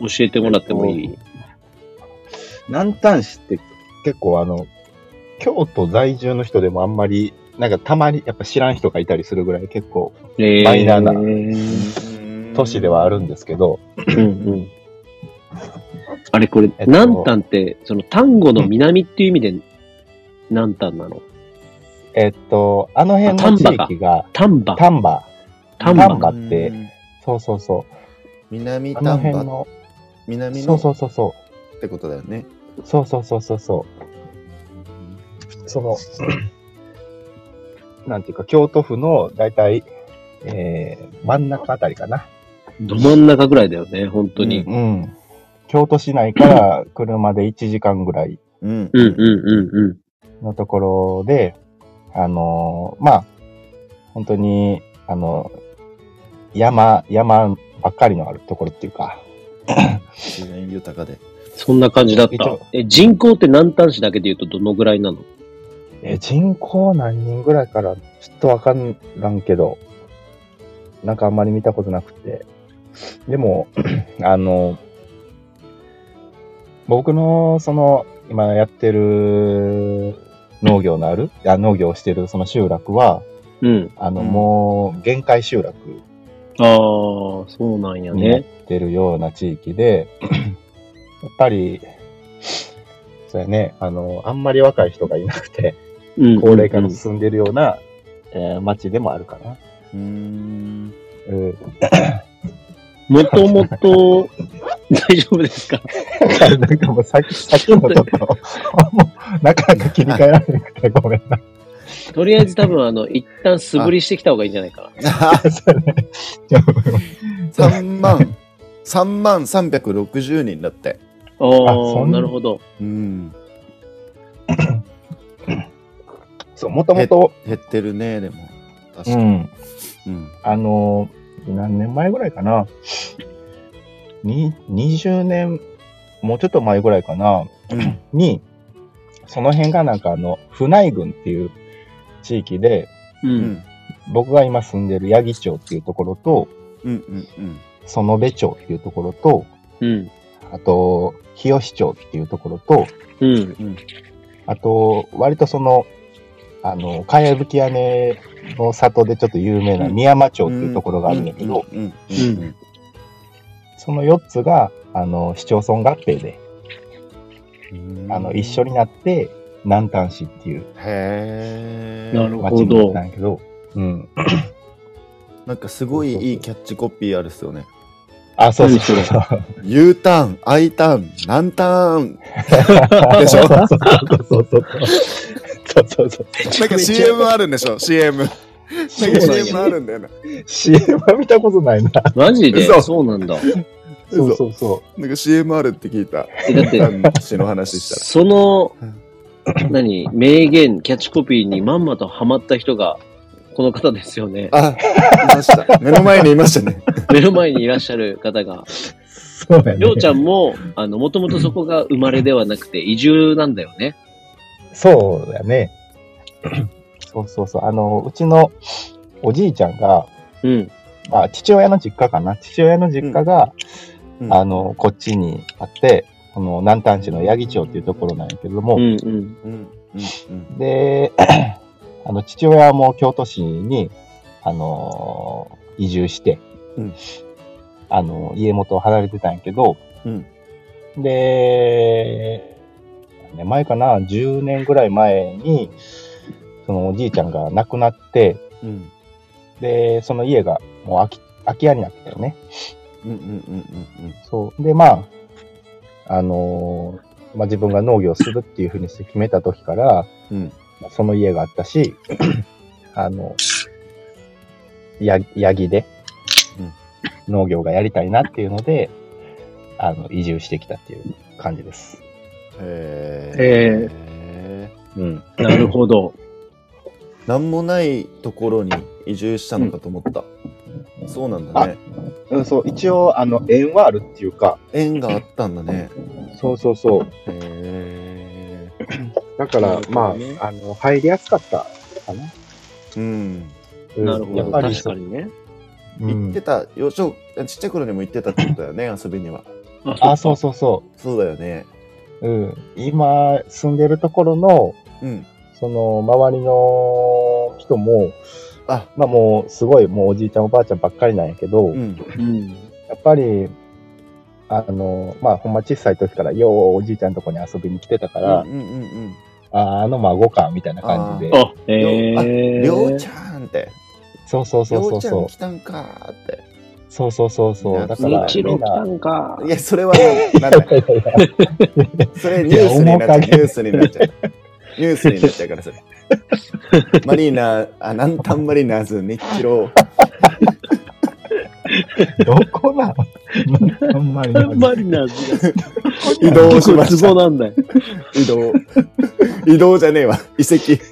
Speaker 6: うん。
Speaker 1: 教えてもらってもいい
Speaker 6: 南丹市って結構あの、京都在住の人でもあんまり、なんかたまにやっぱ知らん人がいたりするぐらい結構
Speaker 1: え
Speaker 6: マイナーな
Speaker 1: うん
Speaker 6: 都市ではあるんですけど、
Speaker 1: うん。あれこれ、
Speaker 6: えっと
Speaker 1: 南丹って、その丹後の南っていう意味で、南丹なの
Speaker 6: えっと、あの辺の地域が
Speaker 1: 丹波。
Speaker 6: 丹波。
Speaker 1: 丹
Speaker 6: 丹
Speaker 1: 波。
Speaker 6: 波って、そうそうそう。
Speaker 4: 南
Speaker 6: あの
Speaker 4: 丹
Speaker 6: 辺
Speaker 4: 波、
Speaker 6: の、
Speaker 4: 南
Speaker 6: そ
Speaker 4: の
Speaker 6: うそうそうそう。
Speaker 4: ってことだよね。
Speaker 6: そうそうそうそうそう。その、 *clears throat* なんていうか、京都府の大体、えー、真ん中あたりかな。
Speaker 1: ど真ん中ぐらいだよね、本当に。
Speaker 6: うん。京都市内から車で1時間ぐらい
Speaker 4: うん。
Speaker 1: うんうんうんうん。
Speaker 6: のところで、あのーまあ、本当に、あの、山、山ばっかりのあるところっていうか、
Speaker 4: 自然豊かで。
Speaker 1: そんな感じだった
Speaker 6: 一応。
Speaker 1: え、人口って南丹市だけで言うとどのぐらいなの
Speaker 6: えー人口何人ぐらいからちょっとわかんらんけど、なん *clears throat* かあんまり見たことなくて。でも、あの、僕の、その、今やってる農業のある、あ農業をしてるその集落は、
Speaker 1: うん。
Speaker 6: あの、
Speaker 4: うん
Speaker 6: もう、限界集落
Speaker 1: ああ、そうなんや
Speaker 6: になっ
Speaker 1: ね。
Speaker 6: てるような地
Speaker 1: *coughs*
Speaker 6: 域で、やっぱり、そうやね、あの、あんまり若い人がいなくて、
Speaker 1: うん。
Speaker 6: 高齢化
Speaker 1: う
Speaker 6: の
Speaker 1: ん
Speaker 6: 進んでるような、えー町でもあるかな。
Speaker 4: うーん。
Speaker 6: うん、 *laughs*
Speaker 1: もと *laughs* もと、大丈夫ですか
Speaker 6: なんかもうさっき、さっきのちょ
Speaker 1: *laughs*
Speaker 6: っと、もうなかなか切り替えられなくてごめんな。 *laughs*
Speaker 1: とりあえず多分、あの、一旦素振りしてきた方がいいんじゃないか
Speaker 6: そうね
Speaker 4: 3万、3万360人だって。
Speaker 1: な。あ
Speaker 6: そ
Speaker 1: あ、
Speaker 6: ん
Speaker 1: なるほど。
Speaker 4: うん。
Speaker 6: そう、もともと、
Speaker 4: 減ってるね、でも。確
Speaker 6: う
Speaker 4: かに。
Speaker 6: ん、
Speaker 4: うん。
Speaker 6: あの、何年前ぐらいかな。に、20年、もうちょっと前ぐらいかな。
Speaker 4: うん。
Speaker 6: に、その辺がなんかあの、府内郡っていう地域で、
Speaker 1: う。
Speaker 4: うんん。
Speaker 6: 僕が今住んでる八木町っていうところと、
Speaker 4: うん。うん。
Speaker 6: 園部町っていうところと、
Speaker 1: うん。
Speaker 6: あと、日吉町っていうところと、
Speaker 1: うん。
Speaker 6: あと、割とその、あの、かやぶき屋根の里でちょっと有名な
Speaker 4: うん
Speaker 6: 宮山町っていうところがあるんだけど、
Speaker 4: うん。うん。
Speaker 6: その4つが、あの、市町村合併で、
Speaker 4: うん
Speaker 6: あの、一緒。になって、南丹市っていう
Speaker 4: へえ。
Speaker 1: なるほど
Speaker 6: 町になったんやけど、うん。
Speaker 4: なんかすごいいいキャッチコピーあるっすよね。
Speaker 6: あ、そうそうそうそう。
Speaker 4: U ターン、I ターン、何ターン。でしょ
Speaker 6: *laughs* そうそうそうそう。そうそうそう。
Speaker 4: なんか CM あるんでしょ ?CM。なんか CM あるんだよな。
Speaker 6: CM は見たことないな。
Speaker 1: マジで
Speaker 4: 嘘
Speaker 1: そうなんだ。
Speaker 6: そう
Speaker 4: 嘘
Speaker 6: そうそ
Speaker 4: なんか CM あるって聞いた。
Speaker 1: えだって、
Speaker 4: 私の話したら。
Speaker 1: その
Speaker 4: うん、
Speaker 1: 何、名言、キャッチコピーにまんまとハマった人が、この方ですよ
Speaker 6: *laughs*
Speaker 1: ね。
Speaker 4: あ、いました。目の前にいましたね。
Speaker 1: 目の前にいらっしゃる方が。
Speaker 6: う。そうやね。
Speaker 1: りょうちゃんも、あの、もともとそこが生まれではなくて、移住なんだよね。
Speaker 6: そうだね。そうそうそう。あの、うちのおじいちゃんが、
Speaker 1: うん。
Speaker 6: あ、父親の実家かな。父親の実家が、
Speaker 4: うん
Speaker 6: あの、こっちにあって、この南丹市の八木町っていうところなんやけども、
Speaker 1: うんうん。
Speaker 4: うん。うん。
Speaker 6: で、 *clears throat* あの、父親も京都市に、あのー移住して、
Speaker 4: うん
Speaker 6: あの、家元を離れてたんやけど、
Speaker 4: うん
Speaker 6: で、何年前かな、10年ぐらい前に、そのおじいちゃんが亡くなって、
Speaker 4: うん。
Speaker 6: で、その家がもう空き空き家になったよね。
Speaker 4: うん。うん。うん。
Speaker 6: そう。で、まあ、あのーまあ、自分が農業するっていうふうにして決めた時から、
Speaker 4: うん
Speaker 6: まあその家があったし、あの、や、ヤギで
Speaker 4: うん、
Speaker 6: 農業がやりたいなっていうので、あの、移住してきたっていう感じです。
Speaker 4: へ
Speaker 1: へ
Speaker 4: え。
Speaker 6: うん。
Speaker 1: なるほど。
Speaker 4: なんもないところに移住したのかと思った。そうなんだね。
Speaker 6: そう、一応、あの、縁はあるっていうか、
Speaker 4: 縁があったんだ
Speaker 6: *laughs*
Speaker 4: ね。
Speaker 6: そうそうそう。
Speaker 4: へえ。
Speaker 6: だか
Speaker 1: なるほどね
Speaker 6: あ、あの、入りやすかったかな。
Speaker 4: うん。
Speaker 6: うん
Speaker 1: なるほ
Speaker 6: やっ
Speaker 1: ど。
Speaker 6: ぱり
Speaker 1: 確かにね。
Speaker 6: う
Speaker 4: 行
Speaker 6: ん
Speaker 4: ってた、幼少、ちっちゃい頃にも行ってたってことだよね、 *laughs* 遊びには。
Speaker 6: あ、そうそうそ
Speaker 4: そうだよね。
Speaker 6: う。うん。今、住んでるところの、
Speaker 4: うん。
Speaker 6: その周りの人も、
Speaker 4: あ、
Speaker 6: まあもうすごいもうおじいちゃんおばあちゃんばっかりなんやけど、
Speaker 4: う
Speaker 6: や
Speaker 4: ん。
Speaker 1: うん。
Speaker 6: っぱり、あの、まあほんま小さい時からようおじいちゃんのとこに遊びに来てたか
Speaker 4: う
Speaker 6: ら、
Speaker 4: んうんうん
Speaker 6: ああ、あの孫か、みたいな感じで。
Speaker 1: あ、え
Speaker 4: うん。
Speaker 1: ー。
Speaker 4: りょうちゃんって。
Speaker 6: そうそう
Speaker 4: り
Speaker 6: そ
Speaker 4: ょ
Speaker 6: うそうう
Speaker 4: ちゃん
Speaker 6: そ
Speaker 4: 来たんかーって。
Speaker 6: う。そうそうそうそう。だから、
Speaker 1: 日
Speaker 6: み
Speaker 1: 露
Speaker 6: んな、
Speaker 1: んか。
Speaker 4: いや、それは
Speaker 6: *laughs*
Speaker 4: な、なんだ。それニュースになっちゃう。ニュースになっちゃう。ニュースになっちゃうから、それ。マリーナ、あ、南端マリーナーズ、日チロー。
Speaker 6: どこ
Speaker 4: *laughs*
Speaker 6: なのあんまりな。
Speaker 1: *laughs* マリナーズが
Speaker 4: 移動しま
Speaker 1: ツ
Speaker 4: し
Speaker 1: ボ
Speaker 4: た。
Speaker 1: なんだよ。
Speaker 4: 移動。移動じゃねえわ。遺跡。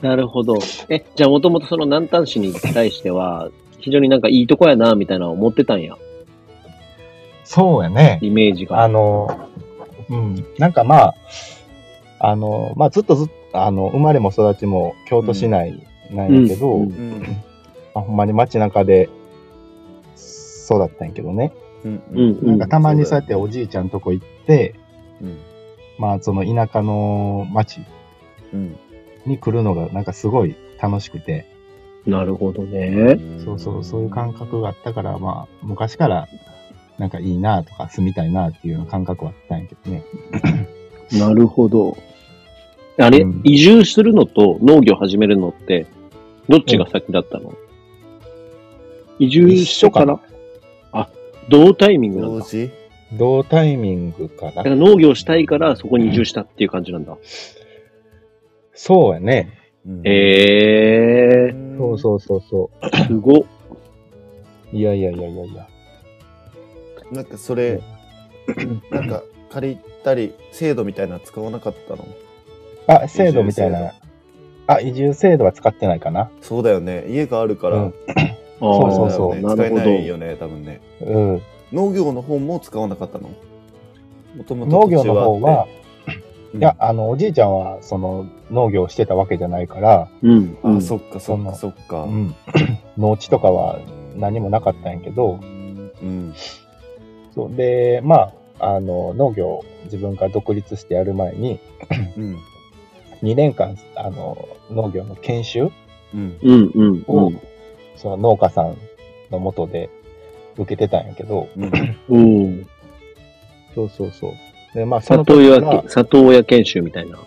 Speaker 1: なるほど。え、じゃあもともとその南丹市に対しては、非常になんかいいとこやな、みたいなのを思ってたんや。
Speaker 6: そうやね。
Speaker 1: イメージ
Speaker 6: あ
Speaker 1: が。
Speaker 6: の、うん。なんかまあ、あの、まあずっとずっと、あの、生まれも育ちも京都市内なんやけど、
Speaker 1: うんうん
Speaker 4: うん。
Speaker 6: まあ、ほんまに街中で育ったんやけどね。
Speaker 4: うん
Speaker 1: うん
Speaker 4: うん
Speaker 1: う
Speaker 6: なん
Speaker 1: ん
Speaker 6: かたまにそうやっておじいちゃんとこ行って、まあその田舎の町
Speaker 4: うん
Speaker 6: に来るのがなんかすごい楽しくて、
Speaker 1: なるほどね。
Speaker 6: そうそう、そういう感覚があったから、まあ昔からなんかいいなとか住みたいなっていうような感覚はあったんやけどね。
Speaker 1: なるほど。あれ、
Speaker 6: うん
Speaker 1: 移住するのと農業始めるのって、どっちが先だったの、移住してからあ、同タイミングなん
Speaker 4: 同
Speaker 1: だ。
Speaker 4: 時
Speaker 6: 同タイミングか
Speaker 1: だ
Speaker 6: な
Speaker 1: から。農業したいからそこに移住したっていう感じなんだ。
Speaker 6: そうやね。
Speaker 1: ええ
Speaker 6: そうそうそうそ
Speaker 1: ー、すごっ。
Speaker 6: う。いやいやいやいやいや。
Speaker 4: うんなんかそれなんか借りたり制度みたいなの使わなかったの
Speaker 6: あ、制度みたい
Speaker 4: 移住
Speaker 6: な。あ、移住制度は使ってないかな。
Speaker 4: そうだよね家があるから、
Speaker 6: うん
Speaker 1: あー
Speaker 6: そうそうそう
Speaker 4: だよ
Speaker 1: な
Speaker 4: ね、
Speaker 1: る
Speaker 4: 使え
Speaker 1: ほ
Speaker 4: ないよ
Speaker 1: ど。
Speaker 4: ね多分ね
Speaker 6: うん。
Speaker 4: 農業の方も使わなかったのもともと
Speaker 6: 農業の方は、
Speaker 4: うん
Speaker 6: いや、あの、おじいちゃんは、その、農業をしてたわけじゃないから、
Speaker 1: うん。
Speaker 4: あ
Speaker 1: うん
Speaker 4: そっかそっかそっか、
Speaker 6: うん、 *clears throat* 農地とかは何もなかったんやけど、
Speaker 4: うん
Speaker 6: そうで、まあ、あの、農業を自分が独立してやる前に、
Speaker 4: うん
Speaker 6: 2年間、あの、農業の研修
Speaker 4: うん
Speaker 1: うんうんう
Speaker 6: を
Speaker 1: ん。、
Speaker 6: その農家さんのもとで受けてたんやけど、
Speaker 4: うん
Speaker 1: うん。
Speaker 6: そうそうそう。で、まあ、その
Speaker 1: 里
Speaker 6: 時
Speaker 1: 親
Speaker 6: は
Speaker 1: け、、里親研修みたいな。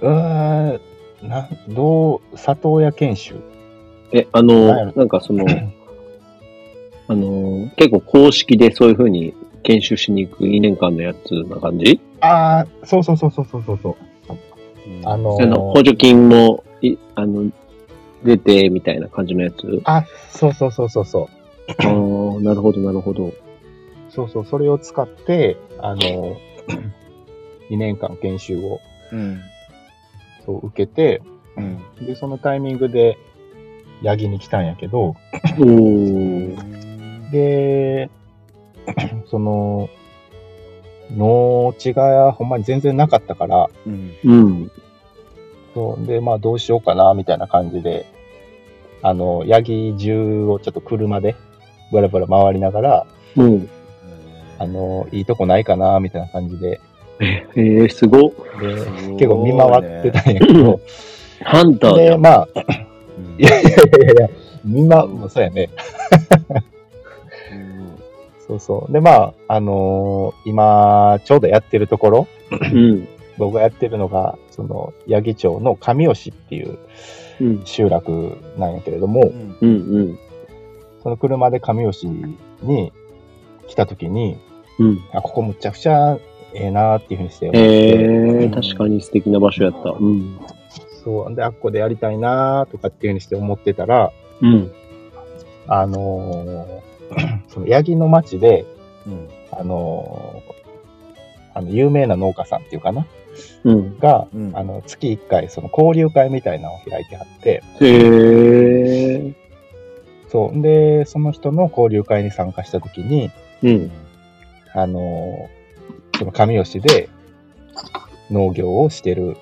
Speaker 6: うーん、なん、どう、里親研修。
Speaker 1: え、あ
Speaker 6: なんや
Speaker 1: の、
Speaker 6: ろ
Speaker 1: なんかその、あの、結構公式でそういうふうに研修しに行く2年間のやつな感じ、
Speaker 6: ああ、そうそうそうそうそうそうそう。あの
Speaker 1: あの、補助金も、いあの、出て、みたいな感じのやつ
Speaker 6: あ、そうそうそうそうそう。
Speaker 1: ああ、なるほど、なるほど。
Speaker 6: そうそう、それを使って、あ *coughs* の、2年間研修を
Speaker 4: うん
Speaker 6: そう受けて、
Speaker 4: うん
Speaker 6: で、そのタイミングで、ヤギに来たんやけど、
Speaker 1: お
Speaker 4: うん
Speaker 1: ー。
Speaker 6: で、 *coughs* その、農地がほんまに全然なかったから、
Speaker 4: うん
Speaker 1: うん。
Speaker 6: そうで、まあどうしようかな、みたいな感じで、あの、ヤギ中をちょっと車で、ブラブラ回りながら、
Speaker 1: もう、
Speaker 6: あの、いいとこないかな、みたいな感じで、
Speaker 1: ええー、すごっ。
Speaker 6: です
Speaker 4: ごいね
Speaker 3: *laughs*
Speaker 6: 結構見回ってたんやけど、
Speaker 1: ハンターじゃ
Speaker 6: で、
Speaker 1: ん。
Speaker 6: まあ、
Speaker 4: うん
Speaker 6: いやいやいやいや、みんな、そうやね。
Speaker 4: うん
Speaker 6: そうそう。で、まあ、あのー今、ちょうどやってるところ、
Speaker 1: うん。
Speaker 6: 僕がやってるのが、その、八木町の上吉っていう
Speaker 1: うん。
Speaker 6: 集落なんやけれども
Speaker 4: う、ん
Speaker 1: うん。うん。
Speaker 6: その車で上吉に来た時に、
Speaker 1: うん。
Speaker 6: あ、ここむちゃくちゃええなっていうふうにして思っ
Speaker 1: え
Speaker 6: て、
Speaker 1: えー、確かに素敵な場所やった。うん。
Speaker 6: そう、で、あっこでやりたいなとかっていうふうにして思ってたら、
Speaker 1: うん。
Speaker 6: あのー *clears throat* その八木の町で、
Speaker 4: うん
Speaker 6: あのーあの、有名な農家さんっていうかな、
Speaker 1: うん。
Speaker 6: が、
Speaker 4: うん
Speaker 6: あの、月1回、その交流会みたいなのを開いてあって、
Speaker 1: ええー。
Speaker 6: そう。で、その人の交流会に参加した時に、
Speaker 1: うん。
Speaker 6: あのーその上吉で農業をしてる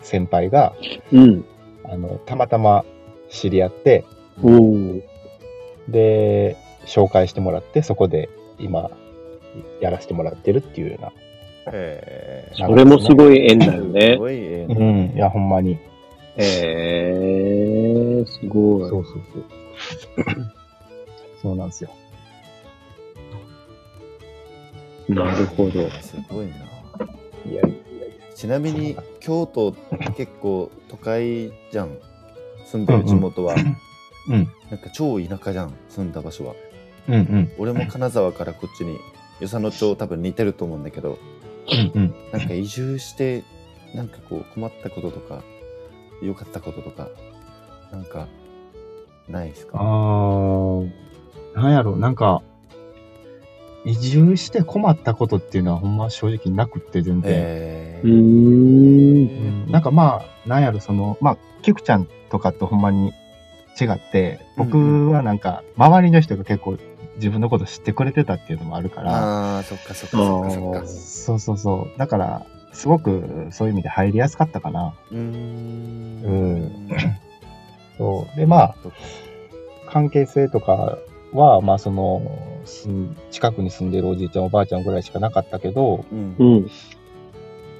Speaker 6: 先輩が、
Speaker 1: うん。
Speaker 6: あの、たまたま知り合って、
Speaker 1: おー。
Speaker 6: で、紹介してもらって、そこで今、やらせてもらってるっていうような。
Speaker 4: へ
Speaker 1: それもすごい縁だよ
Speaker 4: ーす
Speaker 1: ね。
Speaker 4: ごいええ
Speaker 6: うん。いや、ほんまに。
Speaker 1: ええー、すごい。
Speaker 6: うそうそう。そうなんですよ。
Speaker 1: なるほど。
Speaker 4: すごいない
Speaker 6: や、
Speaker 4: ちなみに京都結構都会じゃん住んでる地元は
Speaker 6: うん。
Speaker 4: なんか超田舎じゃん住んだ場所は
Speaker 6: うんうん。
Speaker 4: 俺も金沢からこっちに与謝野町多分似てると思うんだけど
Speaker 6: うんうん。
Speaker 4: なんか移住してなんかこう困ったこととか良かったこととかなんかないです
Speaker 6: あ
Speaker 4: か
Speaker 6: ー、なんやろ、なんか、移住して困ったことっていうのはほんま正直なくって全然。
Speaker 4: え
Speaker 1: うーん。
Speaker 6: うんなんかまあ、なんやろ、その、まあ、キクちゃんとかとほんまに違って、
Speaker 4: うん
Speaker 6: 僕はなんか、周りの人が結構自分のこと知ってくれてたっていうのもあるから、
Speaker 4: ああーそっかそっかそっかそっ
Speaker 1: あー
Speaker 4: か
Speaker 6: そうそうそう。だから、すごくそういう意味で入りやすかったかな。
Speaker 4: うーん
Speaker 6: うんそう。で、まあ、
Speaker 4: そっか
Speaker 6: 関係性とかは、まあ、その、の住ん近くに住んでるおじいちゃんおばあちゃんぐらいしかなかったけど
Speaker 4: うん
Speaker 1: う。ん。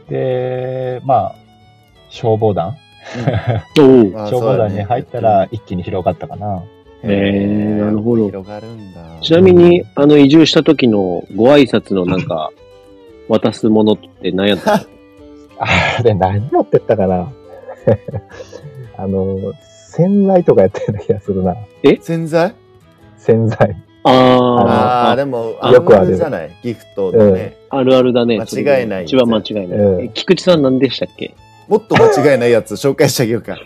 Speaker 6: でまあ消防団
Speaker 1: おう
Speaker 4: あ
Speaker 6: 消防団に入った、
Speaker 4: そうだ
Speaker 6: ら
Speaker 4: ね
Speaker 6: 一気に広がったかな。
Speaker 1: えーなるほど
Speaker 4: 広がるんだ。
Speaker 1: ちなみに、あの、移住した時のご挨拶のなんか、渡すものって何や *laughs* った
Speaker 6: あれ、何持ってったかな *laughs* あの、洗剤とかやったような気がするな。
Speaker 4: 洗剤
Speaker 6: 洗剤。
Speaker 4: あ
Speaker 1: あ
Speaker 4: あ、
Speaker 1: ー
Speaker 4: でも、あ
Speaker 6: よくある
Speaker 4: るじゃないギフトでね。
Speaker 1: あ、あるあるだね。
Speaker 4: 間違いない
Speaker 1: 一番間違いない。
Speaker 6: うん
Speaker 1: え菊池さん何でしたっけ
Speaker 4: もっと間違いな
Speaker 1: *laughs*
Speaker 4: いやつ紹介してあげようか。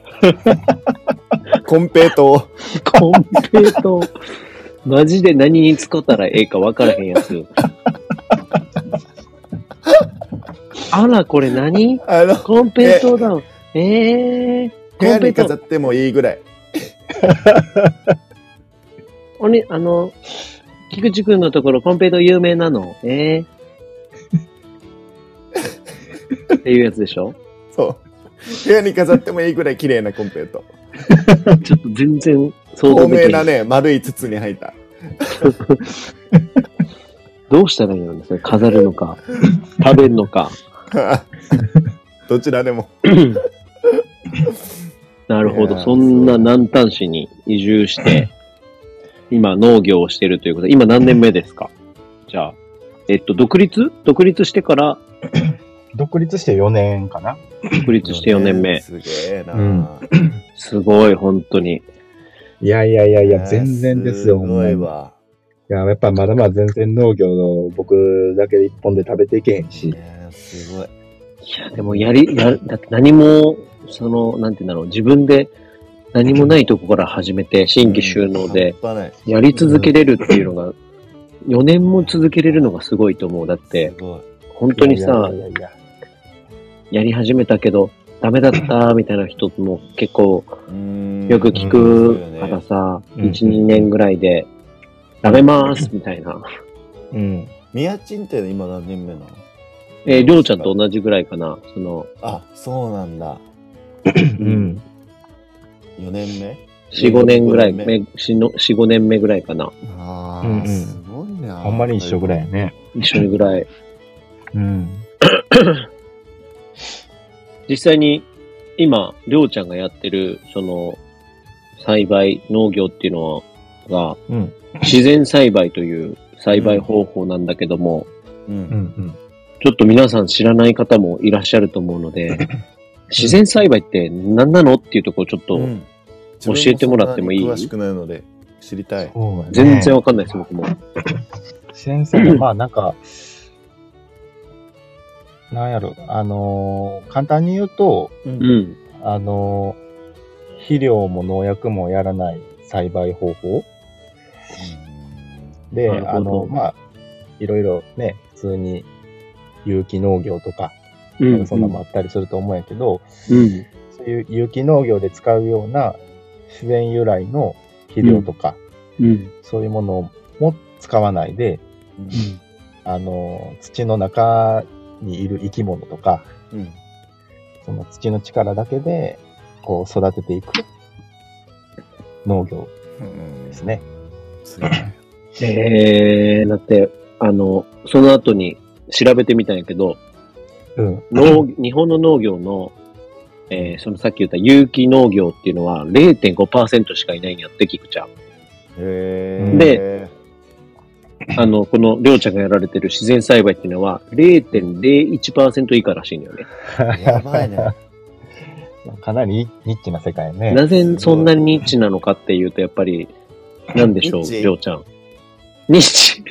Speaker 4: コンペイトー。
Speaker 1: コンペイト。マジで何に使ったらええか分からへんやつ。あら、これ何
Speaker 4: あの、
Speaker 1: コンペイトだ。ええー。
Speaker 4: 部
Speaker 1: コ
Speaker 4: 屋
Speaker 1: ンペイ
Speaker 4: に飾
Speaker 1: ト。
Speaker 4: ってもいいぐらい。
Speaker 1: おね、あの、菊池くんのところコンペイト有名なの。ええー。っていうやつでしょ
Speaker 4: そう。部屋に飾ってもいいぐらい綺麗なコンペイトー。
Speaker 1: ちょっと全然想
Speaker 4: 透
Speaker 1: 像で
Speaker 4: 明
Speaker 1: きな。
Speaker 4: ないね、丸い筒に入った。
Speaker 1: どうしたらいいのそれ飾るのか、食べるのか。
Speaker 4: どちらでも。
Speaker 1: なるほ
Speaker 4: い
Speaker 1: ど。
Speaker 4: やー
Speaker 1: そんな南丹市に移住して、今農業をしてるということで、今何年目ですかじゃあ、えっと、独立独立してから、
Speaker 6: 独立して4年かな。
Speaker 1: 独立して4年目。
Speaker 4: すげえな。
Speaker 6: うん
Speaker 1: すごい、本当に。
Speaker 6: いやいやいやいや、全然ですよ、
Speaker 4: す
Speaker 6: ほん
Speaker 4: ご
Speaker 6: ま
Speaker 4: い
Speaker 6: に。い
Speaker 4: わ。
Speaker 6: や、やっぱまだまだ全然農業の僕だけで一本で食べていけへんし。
Speaker 4: ねすごい。
Speaker 1: いや、でもやり、や、だって何も、その、なんて言うんだろう、自分で何もないとこから始めて、新規収納で、
Speaker 4: 半端ない。
Speaker 1: やり続けれるっていうのが、4年も続けれるのがすごいと思う。だって
Speaker 4: す、ごい。
Speaker 1: 本当にさ
Speaker 6: い、やいやいやいや
Speaker 1: やり始めたけど、ダメだった、みたいな人も結構
Speaker 4: うーん
Speaker 1: よく聞
Speaker 4: そう
Speaker 1: く
Speaker 4: よね
Speaker 1: からさ、
Speaker 6: うん
Speaker 1: 1、2年ぐらいで、ダメます、みたいな。
Speaker 6: うん。
Speaker 4: ミヤチンって今何年目なの
Speaker 1: えーりょうちゃんと同じぐらいかな。その、
Speaker 4: あ、そうなんだ。
Speaker 6: うん。
Speaker 4: 4年目
Speaker 1: 4、5年ぐらい、
Speaker 4: 四五
Speaker 1: めしの4、5年目ぐらいかな。
Speaker 4: あ
Speaker 6: うんうん
Speaker 4: あ、すごいな。
Speaker 6: ほんまに一緒ぐらいや。ね。
Speaker 1: 一緒にぐらい。
Speaker 6: うん。
Speaker 1: 実際に、今、りょうちゃんがやってる、その、栽培、農業っていうのが、
Speaker 6: うん。
Speaker 1: 自然栽培という栽培方法なんだけども、
Speaker 4: う。
Speaker 6: うんん。
Speaker 1: ちょっと皆さん知らない方もいらっしゃると思うので、
Speaker 6: *laughs*
Speaker 1: 自然栽培って何なのっていうところちょっと
Speaker 4: うん
Speaker 1: 教えてもらってもいい
Speaker 4: 自分そんなに詳しくないので、知りたい。
Speaker 6: そうやね
Speaker 1: 全然わかんないです、僕も。
Speaker 6: 先生が、まあなんか、なんやろ、あのー簡単に言うと、
Speaker 1: うん。
Speaker 6: あのー肥料も農薬もやらない栽培方法で、
Speaker 1: なる
Speaker 6: あ
Speaker 1: ほど
Speaker 6: の、まあ、いろいろね、普通に有機農業とか、
Speaker 1: う
Speaker 6: なんかそんなのもあったりすると思うんやけど、
Speaker 1: うん。
Speaker 6: そういう有機農業で使うような自然由来の肥料とか、
Speaker 1: うん。
Speaker 6: そういうものも使わないで、あの、土の中にいる生き物とか、
Speaker 4: うん
Speaker 6: その土の力だけで、こう育てていく農業
Speaker 4: うん
Speaker 6: ですね。
Speaker 4: すごい
Speaker 1: えー、だって、あの、その後に調べてみたんやけど、
Speaker 6: うん。
Speaker 1: 農、日本の農業の、えー、そのさっき言った有機農業っていうのは0.5%しかいないんやって、菊ち
Speaker 6: *laughs*
Speaker 1: ゃん。
Speaker 4: へー
Speaker 1: で、あの、この、りょうちゃんがやられてる自然栽培っていうのは0.01%以下らしいんだよね。
Speaker 4: やばいね。
Speaker 6: かなりニッチな世界ね。
Speaker 1: なぜそんなにニッチなのかっていうと、やっぱり、なんでしょう、
Speaker 4: ニッチ
Speaker 1: りょうちゃん。ニッチ。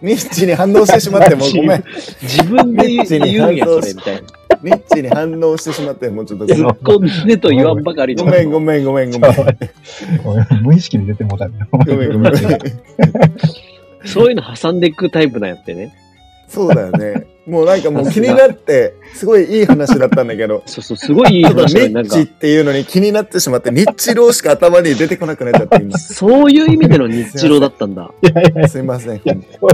Speaker 4: ニッチに反応してしまっ
Speaker 1: *laughs*
Speaker 4: て、もうごめん。
Speaker 1: 自分で言う言うんや、それ、みたいな。
Speaker 4: ニッチに反応してしまって、もうちょっ
Speaker 1: *laughs*
Speaker 4: とずっ
Speaker 1: 突っ込んでと言わんばかり
Speaker 4: ごめん、ご
Speaker 1: ん。
Speaker 4: めん、ごめん、ごめん。
Speaker 6: *laughs* 無意識に出てもらうた
Speaker 4: ごめん、ごめん。
Speaker 1: そういうの挟んでいくタイプなんやってね。
Speaker 4: そうだよ *laughs* ね。もうなんかもう気になって、すごいいい話だったんだけど、
Speaker 1: そうそう、すごいいい
Speaker 4: ちょっとニ
Speaker 1: 話
Speaker 4: *laughs*
Speaker 1: だよなん
Speaker 4: ッ
Speaker 1: か
Speaker 4: チっ、ていうのに気になってしまって、ニッチローしか頭に出てこなくなっちゃって、 *laughs* 今。
Speaker 1: そういう意味での日郎だったんだ。
Speaker 4: すいません。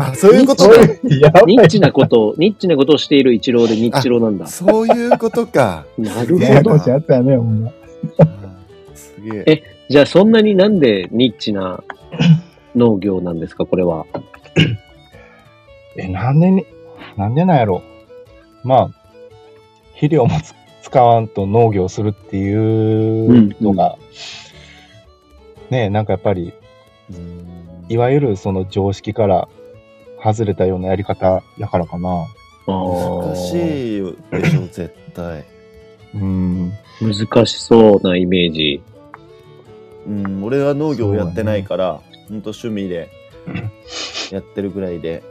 Speaker 4: あ、
Speaker 6: い
Speaker 4: そういうことか。
Speaker 6: やばい
Speaker 1: ニッチなことを、ニッチなことをしている一郎で日郎なんだ。
Speaker 4: そういうことか。
Speaker 1: なる
Speaker 4: ね
Speaker 1: ほ
Speaker 4: ど
Speaker 1: ど。
Speaker 6: やったよね、ほんま。
Speaker 4: すげえ。
Speaker 1: えじゃあそんなになんでニッチな農業なんですか、これは。
Speaker 6: え、何年に、何年なんやろまあ、肥料もつ使わんと農業するっていうのが、ね、なんかやっぱり、いわゆるその常識から外れたようなやり方やからかな。
Speaker 1: あ
Speaker 4: 難しいでしょ、絶対。
Speaker 6: うん。
Speaker 1: あ、難しそうなイメージ。
Speaker 4: うん、俺は農業やってないから、ほんと趣味でやってるぐらいで、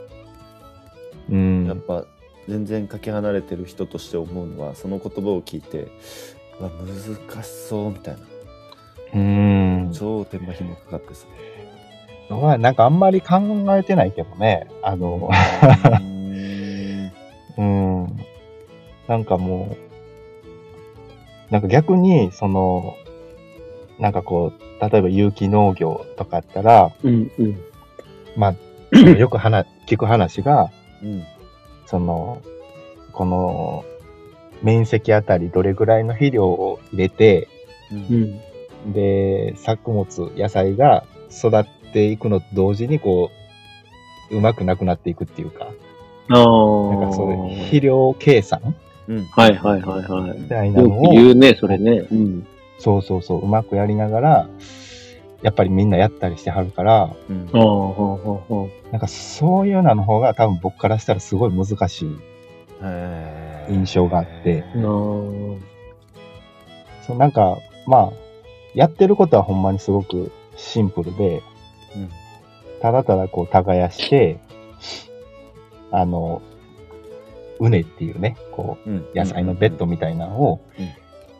Speaker 6: う
Speaker 4: やっ
Speaker 6: ん。
Speaker 4: ぱ全然かけ離れてる人として思うのは、その言葉を聞いて、うわ、難しそうみたいな。
Speaker 6: うん。
Speaker 4: 超手間暇かかってさ。
Speaker 6: まあ、なんかあんまり考えてないけどね。あの、
Speaker 4: うん
Speaker 6: *laughs* うん。なんかもう、なんか逆に、その、なんかこう、例えば有機農業とかあった *laughs* ら、
Speaker 1: うんうん。
Speaker 6: まあ、よく話、聞く話が、
Speaker 4: うん。
Speaker 6: その、この、面積あたりどれぐらいの肥料を入れて、
Speaker 4: うん
Speaker 1: うん。
Speaker 6: で、作物、野菜が育っていくのと同時に、こう、うまくなくなっていくっていうか、
Speaker 1: あ
Speaker 6: なん
Speaker 1: あ。
Speaker 6: かそういう肥料計算
Speaker 4: うん。
Speaker 1: はいはいはいはい。
Speaker 6: みたいな
Speaker 1: よ
Speaker 6: の
Speaker 1: く
Speaker 6: を、
Speaker 1: 言うね、それね。うん。
Speaker 6: そうそうそう、うまくやりながら、やっぱりみんなやったりしてはるから、
Speaker 4: うん
Speaker 1: ああ、ほうほうほ
Speaker 6: なんかそういうのの方が多分僕からしたらすごい難しい。
Speaker 4: へー
Speaker 6: 印象があって
Speaker 1: う。あ
Speaker 6: そうなんか、まあ、やってることはほんまにすごくシンプルで、
Speaker 4: うん
Speaker 6: ただただこう耕して、あの、うねっていうね、こ
Speaker 4: うん
Speaker 6: う、野菜のベッドみたいなのを
Speaker 4: うん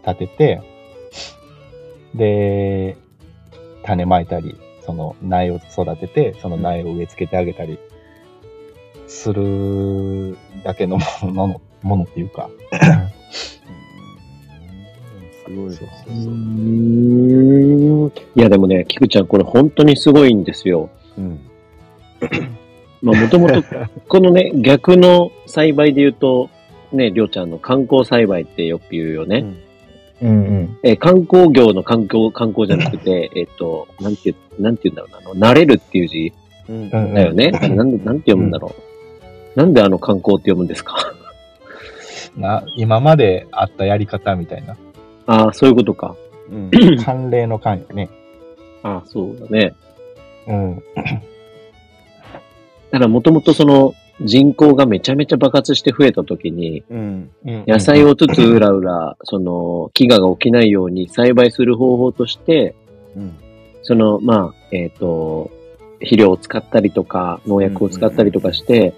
Speaker 6: 立てて、で、種まいたり、その苗を育てて、その苗を植え付けてあげたりするだけのもの *laughs* の、ものっていうか、
Speaker 4: うんすごい
Speaker 1: あ。うーん。いやでもね、菊ちゃん、これ本当にすごいんですよ。
Speaker 4: うん
Speaker 1: まあ、もともと、このね、逆の栽培で言うと、ね、りょうちゃんの観光栽培ってよく言うよね。
Speaker 6: うんうん。
Speaker 1: えー観光業の観光、観光じゃなくて、えっと、なんて、なんて言うんだろうな、あの、慣れるっていう字
Speaker 4: うん
Speaker 6: うん
Speaker 1: だよね。あれなんで、なんて読むんだろう。なんであの観光って読むんですか *laughs*
Speaker 6: な今まであったやり方み
Speaker 4: *laughs*
Speaker 6: たいな
Speaker 1: ああ、そういうことか。
Speaker 4: うん
Speaker 6: 慣例の慣やね。
Speaker 1: ああ、そうだね。
Speaker 6: うん。
Speaker 1: だからもともとその人口がめちゃめちゃ爆発して増えた時に、
Speaker 4: うん
Speaker 1: 野菜をつつうらうら、その、飢餓が起きないように栽培する方法として、
Speaker 4: うん
Speaker 1: その、まあ、えっ、と、肥料を使ったりとか、農薬を使ったりとかして、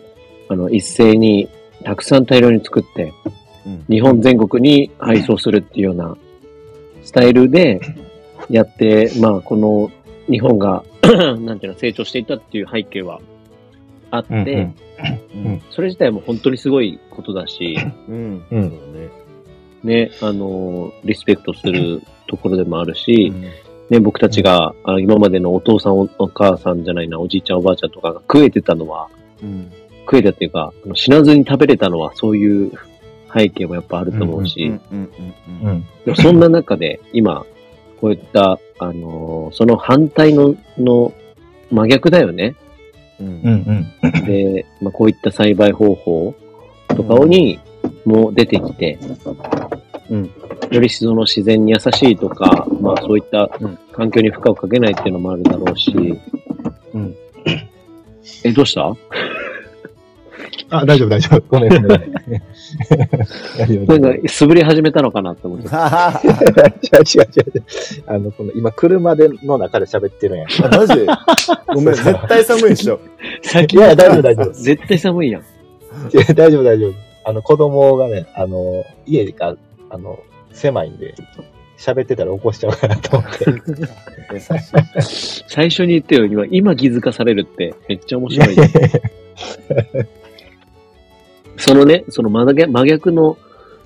Speaker 1: あの、一斉にたくさん大量に作って、
Speaker 4: うん
Speaker 1: 日本全国に配送するっていうようなスタイルでやって、まあ、この日本が、 *clears throat* なんていうの、成長していったっていう背景はあって、
Speaker 6: うんうん
Speaker 4: うん
Speaker 1: それ自体も本当にすごいことだ
Speaker 6: *laughs*
Speaker 1: し、
Speaker 4: うん
Speaker 6: う
Speaker 4: そ
Speaker 6: ん
Speaker 4: うだね
Speaker 1: ね、あの、リスペクトするところでもあるし、
Speaker 4: うん
Speaker 1: ね、僕たちが、あ今までのお父さんお、お母さんじゃないな、おじいちゃん、おばあちゃんとかが食えてたのは、
Speaker 4: うん
Speaker 1: 食えたっていうか、あの死なずに食べれたのは、そういう背景もやっぱあると思うし、
Speaker 4: うんうんうん
Speaker 6: う
Speaker 4: うん
Speaker 6: ん。
Speaker 1: でもそんな中で、今、こういった、あのーその反対の、の、真逆だよ
Speaker 6: *laughs*
Speaker 1: ね。
Speaker 4: うん
Speaker 6: うんうん。
Speaker 1: で、まあ、こういった栽培方法とかにも出てきて、
Speaker 6: うん
Speaker 1: よりその自然に優しいとか、まあそういった環境に負荷をかけないっていうのもあるだろうし、
Speaker 6: うん
Speaker 1: え、どうした
Speaker 6: あ、大丈夫大丈夫。ごめんごめ *laughs* ん。
Speaker 1: なんか
Speaker 6: 大丈夫。*laughs* 違う違う
Speaker 1: 素振り始めたのかなって
Speaker 6: *laughs*
Speaker 1: 思って。
Speaker 4: あ
Speaker 6: 違う違う。あの、この今、車での中で喋ってるんや。
Speaker 4: マジごめん、絶対寒いでしょ。
Speaker 1: 最
Speaker 6: いや、大丈夫大丈夫。
Speaker 1: 絶対寒いやん。
Speaker 6: *laughs* いや大丈夫大丈夫。あの、子供がね、あの、家が、あの、狭いんで、喋ってたら起こしちゃうかなと思って。
Speaker 4: 優しい。
Speaker 1: 最初に言ってよ、今、今気づかされるって、めっちゃ面白い。
Speaker 6: *laughs*
Speaker 1: そのね、その真逆真逆の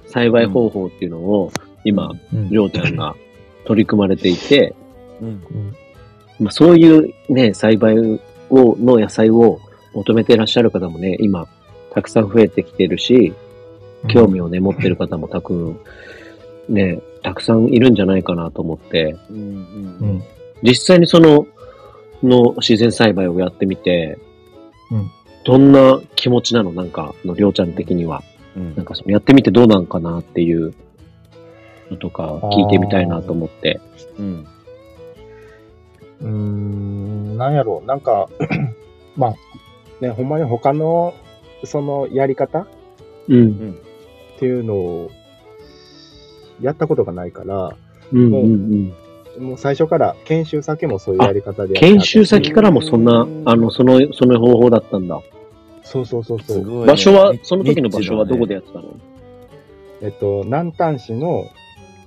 Speaker 1: 栽培方法っていうのを、今、りょうちゃんが取り組まれていて、
Speaker 4: うん
Speaker 1: まあ、そういうね、栽培を、の野菜を求めていらっしゃる方もね、今、たくさん増えてきてるし、興味をね、持ってる方もたく、ね、たくさんいるんじゃないかなと思って、
Speaker 4: うん
Speaker 6: うん。
Speaker 1: 実際にその、の自然栽培をやってみて、
Speaker 6: うん
Speaker 1: どんな気持ちなのなんか、あのりょうちゃん的には。
Speaker 4: うん
Speaker 1: なんかそのやってみてどうなんかなっていうのとか聞いてみたいなと思って。
Speaker 4: うん
Speaker 6: うーん、なんやろう、なんか、まあ、ね、ほんまに他の、その、やり方っ
Speaker 1: うん。
Speaker 6: ていうのを、やったことがないから、
Speaker 1: うんうんうん。
Speaker 6: もう最初から研修先もそういうやり方でや
Speaker 1: 研修
Speaker 6: 先
Speaker 1: 先からもそんな、あの、その、その方法だったんだ。
Speaker 6: そうそうそうそ
Speaker 4: す
Speaker 6: う。
Speaker 4: ごいね
Speaker 1: 場所は、その時の場所はどこでやってたの
Speaker 6: えっと、南丹市の、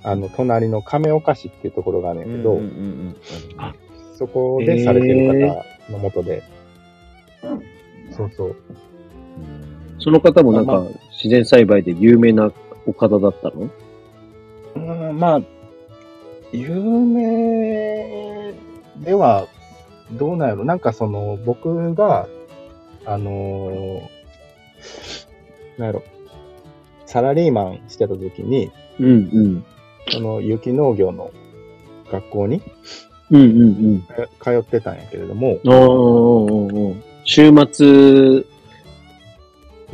Speaker 6: あの、隣の亀岡市っていうところがあるんやけど、
Speaker 4: うんうんうんうん
Speaker 6: そこでされてる方のもとで、そうそう。
Speaker 1: その方もなんか
Speaker 6: あ
Speaker 1: 自然栽培で有名なお方だったの
Speaker 6: うん、まあ、有名では、どうなんやろなんかその、僕が、あのーなんやろ、サラリーマンしてた時に、
Speaker 1: うんうん。
Speaker 6: その、雪農業の学校に
Speaker 1: うんうんうん。
Speaker 6: え通ってたんやけれども、
Speaker 1: おーおーおーおー週末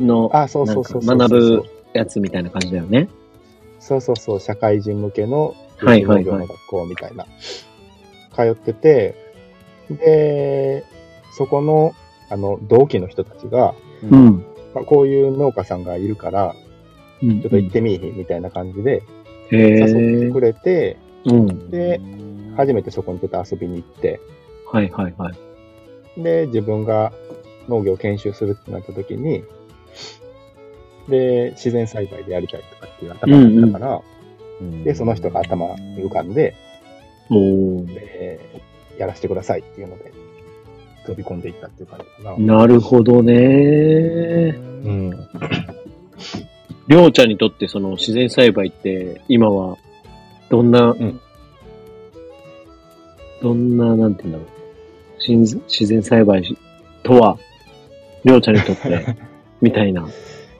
Speaker 1: の
Speaker 6: あ、そうそうそうそう。
Speaker 1: なんか学ぶ。やつみたいな感じだよね。
Speaker 6: そうそうそう、社会人向けの
Speaker 1: はい
Speaker 6: 雪
Speaker 1: は
Speaker 6: 農
Speaker 1: い
Speaker 6: 業
Speaker 1: はい
Speaker 6: の学校みたいな。通ってて、で、そこの、あの、同期の人たちが、
Speaker 1: うん。
Speaker 6: まあ、こういう農家さんがいるから、
Speaker 1: ちょ
Speaker 6: ちょっと行ってみいひんみたいな感じで、
Speaker 1: へ
Speaker 6: 誘って
Speaker 1: ー
Speaker 6: くれて、
Speaker 1: うん。
Speaker 6: で、初めてそこに出た遊びに行って、
Speaker 1: はいはいはい。
Speaker 6: で、自分が農業研修するってなった時に、で、自然栽培でやりたいとかっていう頭だったから、
Speaker 4: うん
Speaker 6: で、その人が頭に浮かんで、
Speaker 1: おー
Speaker 6: えーやらせてくださいっていうので、飛び込んでいったっていう感じかな。
Speaker 1: なるほどね。
Speaker 6: うん。
Speaker 1: りょうちゃんにとってその自然栽培って今はどんな、
Speaker 6: ん
Speaker 1: どんな、なんて言うんだろう。しん自然栽培しとは、りょうちゃんにとって、みたいな。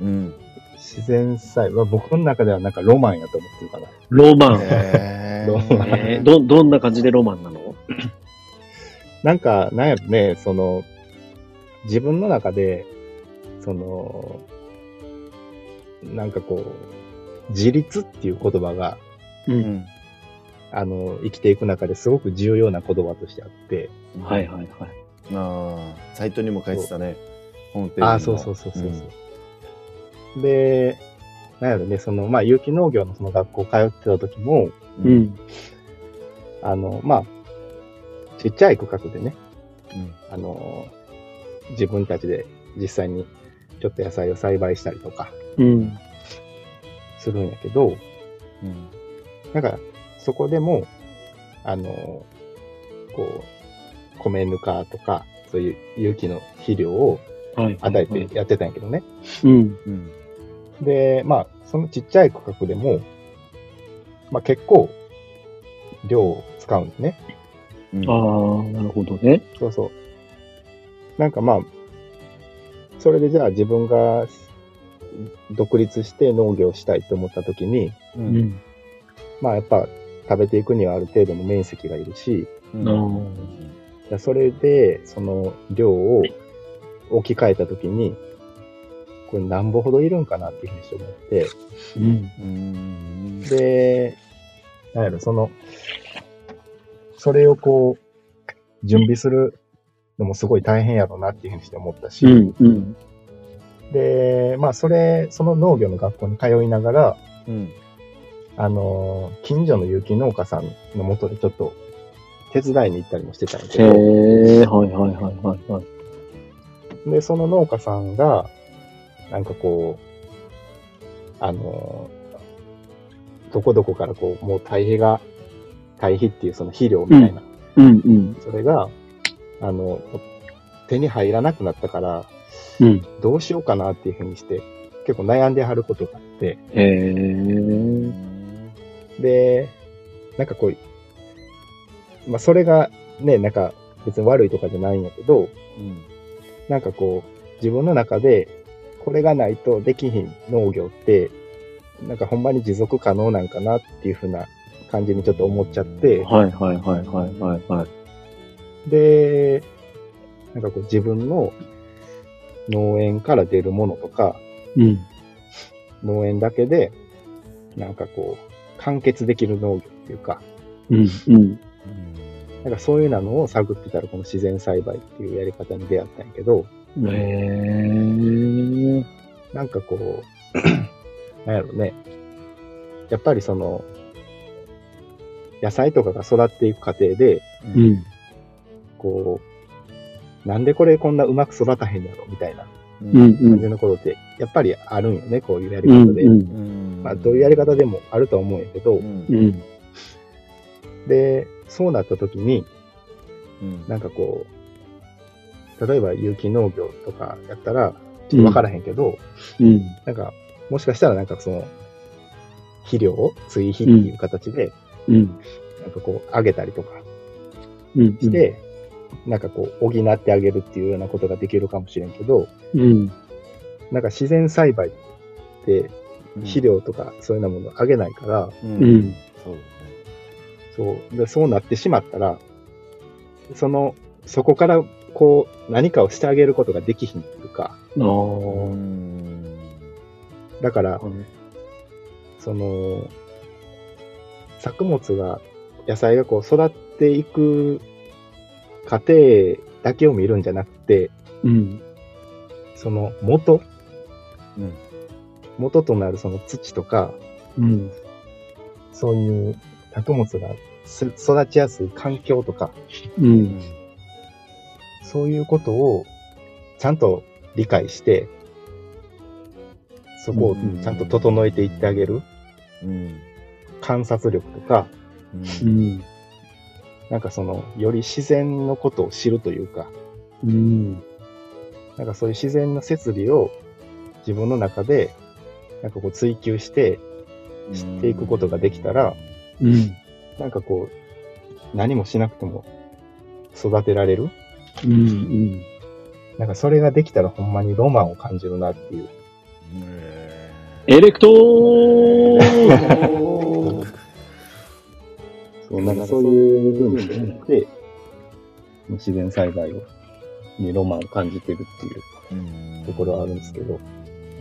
Speaker 4: うん
Speaker 6: 自然栽培、僕の中ではなんかロマンやと思ってるかな。
Speaker 1: ロマン。
Speaker 4: へ
Speaker 6: どう
Speaker 4: ー
Speaker 1: えーど、どんな感じでロマンなの
Speaker 6: なんか、なんやろね、その、自分の中で、その、なんかこう、自立っていう言葉が、
Speaker 1: う
Speaker 4: う。ん
Speaker 6: あの、生きていく中ですごく重要な言葉としてあって、
Speaker 1: はいはいはい。
Speaker 4: ああ、サイトにも書いてたね。ホームページにも
Speaker 6: ああ、そうそうそうそうそう、で、なんやろね、その、まあ、有機農業のその学校通ってた時も、
Speaker 4: う。
Speaker 1: うんん。
Speaker 6: あの、まあ、ちっちゃい区画でね、
Speaker 4: うん
Speaker 6: あの、自分たちで実際にちょっと野菜を栽培したりとか
Speaker 1: うん。
Speaker 6: するんやけど、
Speaker 4: うん
Speaker 6: なんか、そこでも、あの、こう、米ぬかとか、そういう有機の肥料を
Speaker 1: はい。
Speaker 6: 与えてやってたんやけどね。
Speaker 1: うん。
Speaker 4: うん
Speaker 6: で、まあ、そのちっちゃい区画でも、まあ結構、量を使うんですね。
Speaker 4: うん
Speaker 1: ああ、なるほどね。
Speaker 6: そうそう。なんかまあ、それでじゃあ自分が独立して農業したいと思った時に、
Speaker 4: う
Speaker 1: うんん。
Speaker 6: まあやっぱ食べていくにはある程度の面積がいるし、
Speaker 4: うん
Speaker 1: あ
Speaker 6: じゃあそれでその量を置き換えた時に、これ何歩ほどいるんかなっていうふうにして思って、
Speaker 1: うん。
Speaker 4: うん
Speaker 6: で、なんやろ、その、それをこう、準備するのもすごい大変やろうなっていうふうにして思ったし、
Speaker 1: うん。うん。
Speaker 6: で、まあ、それ、その農業の学校に通いながら、
Speaker 4: うん
Speaker 6: あのー近所の有機農家さんのもとでちょっと手伝いに行ったりもしてたんです
Speaker 1: へ
Speaker 6: けど、
Speaker 1: え、はいはいはいはいはい。
Speaker 6: で、その農家さんが、なんかこう、あのーどこどこからこう、もう堆肥が、堆肥っていうその肥料みたいな、
Speaker 1: うんうん。
Speaker 6: それが、あの、手に入らなくなったから、
Speaker 1: うん。
Speaker 6: どうしようかなっていうふうにして、結構悩んではることがあって、
Speaker 1: へえ。
Speaker 6: で、なんかこう、まあそれがね、なんか別に悪いとかじゃないんやけど、
Speaker 4: うん
Speaker 6: なんかこう、自分の中で、これがないとできひん農業って、なんかほんまに持続可能なんかなっていうふうな感じにちょっと思っちゃって、
Speaker 1: はいはいはいはいはいはい。
Speaker 6: で、なんかこう自分の農園から出るものとか、
Speaker 1: うん。
Speaker 6: 農園だけで、なんかこう、完結できる農業っていうか、
Speaker 1: うん。うん。
Speaker 6: なんかそういうのを探ってたら、この自然栽培っていうやり方に出会ったんやけど、
Speaker 1: へえ。
Speaker 6: なんかこう、 *clears throat* なんやろね。やっぱりその、野菜とかが育っていく過程で、
Speaker 1: うん。
Speaker 6: こう、なんでこれこんなうまく育たへんやろみたいな
Speaker 1: うん。う
Speaker 6: 感
Speaker 1: ん。
Speaker 6: じのことって、やっぱりあるんよね、こういうやり方で。
Speaker 1: うん。
Speaker 4: ん
Speaker 6: まあ、どういうやり方でもあるとは思うんやけど
Speaker 4: う、ん
Speaker 1: う。ん。
Speaker 6: で、そうなった時に、
Speaker 4: うん
Speaker 6: なんかこう、例えば有機農業とかやったら、ちょっとわからへんけど、
Speaker 1: うん。
Speaker 6: なんか、もしかしたらなんかその、肥料を追肥っていう形で、
Speaker 1: うん。
Speaker 6: なんかこう、上げたりとか
Speaker 1: うん。
Speaker 6: して、なんかこう、補ってあげるっていうようなことができるかもしれんけど、
Speaker 1: うん。
Speaker 6: なんか自然栽培って、肥料とかそういうようなものあげないから、
Speaker 4: うん
Speaker 1: うん。
Speaker 4: そう
Speaker 6: そう、でそうなってしまったら、その、そこからこう、何かをしてあげることができひんっていう
Speaker 1: あ
Speaker 6: か、
Speaker 4: だね
Speaker 1: あ。
Speaker 6: だから、その、作物が、野菜がこう育っていく過程だけを見るんじゃなくて、
Speaker 1: うん。
Speaker 6: その元、
Speaker 4: うん
Speaker 6: 元となるその土とか、
Speaker 1: うん。
Speaker 6: そういう作物がす育ちやすい環境とか、
Speaker 1: うん。
Speaker 6: そういうことをちゃんと理解して、そこをちゃんと整えていってあげる
Speaker 4: うん
Speaker 6: 観察力とか、
Speaker 4: うん
Speaker 1: うん。
Speaker 6: なんかその、より自然のことを知るというか、
Speaker 1: うん。
Speaker 6: なんかそういう自然の摂理を自分の中で、なんかこう追求して、知っていくことができたら、
Speaker 1: うん。
Speaker 6: なんかこう、何もしなくても育てられる。
Speaker 1: うん。
Speaker 6: なんかそれができたらほんまにロマンを感じるなっていう。
Speaker 1: エレクトーン
Speaker 6: そう、なんかそういう部分によって、自然栽培をにロマンを感じてるっていう
Speaker 4: うん
Speaker 6: ところはあるんですけど、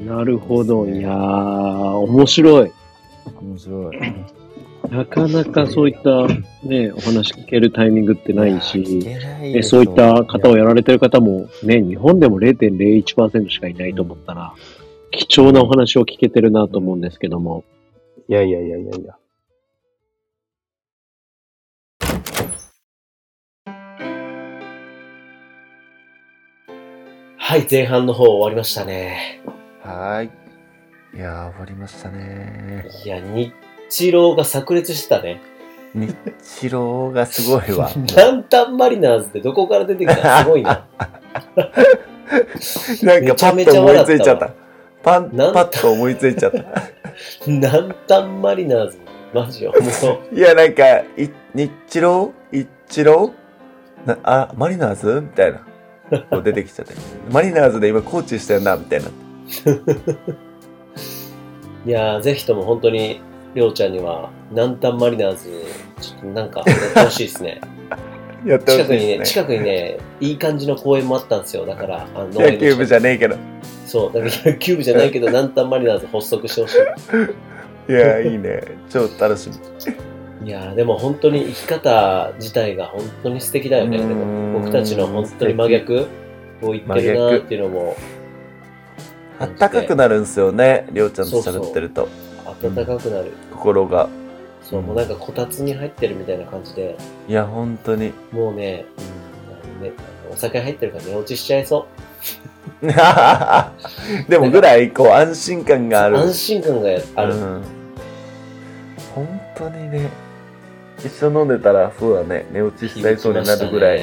Speaker 1: なるほど。いやー、面白い。
Speaker 4: 面白い。
Speaker 1: なかなかそういったね、お話聞けるタイミングってない
Speaker 4: 聞
Speaker 1: し、
Speaker 4: けな
Speaker 1: えそういった方を
Speaker 4: や
Speaker 1: やられてる方もね、日本でも0.01%しかいないと思ったら、貴重なお話を聞けてるなと思うんですけども。
Speaker 6: いやいやいやいやいや。
Speaker 2: はい、前半の方終わりましたね。
Speaker 3: はーい。いやー、終わりましたね。
Speaker 2: いや、日郎が炸裂してたね。
Speaker 3: 日郎がすごい
Speaker 2: *laughs*
Speaker 3: わ。
Speaker 2: ランタンマリナーズってどこから出てきたのすごいな。
Speaker 3: なんかパッと思いついちゃった。パン、
Speaker 2: なん
Speaker 3: パッと思いついちゃった。
Speaker 2: ランタンマリナーズ、マジよ。も
Speaker 3: いや、なんか、い、日郎一郎なあ、マリナーズみたいな。こう出てきち
Speaker 2: *laughs*
Speaker 3: ゃって。マリナーズで今コーチしてんな、みたいな。
Speaker 2: ういやー、ぜひとも本当に、りょうちゃんには、ランタンマリナーズ、ちょっとなんか、やってほしい
Speaker 3: *laughs*
Speaker 2: ですね。
Speaker 3: やってほし
Speaker 2: 近
Speaker 3: い
Speaker 2: くにね、
Speaker 3: ですね。
Speaker 2: 近くにね、いい感じの公園もあったんですよ。だから、あの農園の
Speaker 3: 野
Speaker 2: 近く
Speaker 3: 球部じゃねえけど。
Speaker 2: そう、だから野球部じゃないけど、ランタンマリナーズ発足してほしい。
Speaker 3: いや、いい
Speaker 2: *laughs*
Speaker 3: ね。超楽しみ。
Speaker 2: いやー、でも本当に生き方自体が本当に素敵だよね。で
Speaker 3: うーん
Speaker 2: も僕たちの本当に真逆を言ってるなーっていうのも、
Speaker 3: あったかくなるんすよね。りょうちゃんと喋ってると。
Speaker 2: 暖かくなる。
Speaker 3: 心が。
Speaker 2: そう、もうなんかこたつに入ってるみたいな感じで、
Speaker 3: いや、本当
Speaker 2: *laughs*
Speaker 3: に。
Speaker 2: もうね、うんねお酒入ってるから寝落ちしちゃいそう。
Speaker 3: でもぐらい、こう、安心感がある。
Speaker 2: 安心感がある。
Speaker 3: うん、本当にね一緒に飲んでたらそうだね寝落ちしちゃいそうになるぐらい
Speaker 2: い。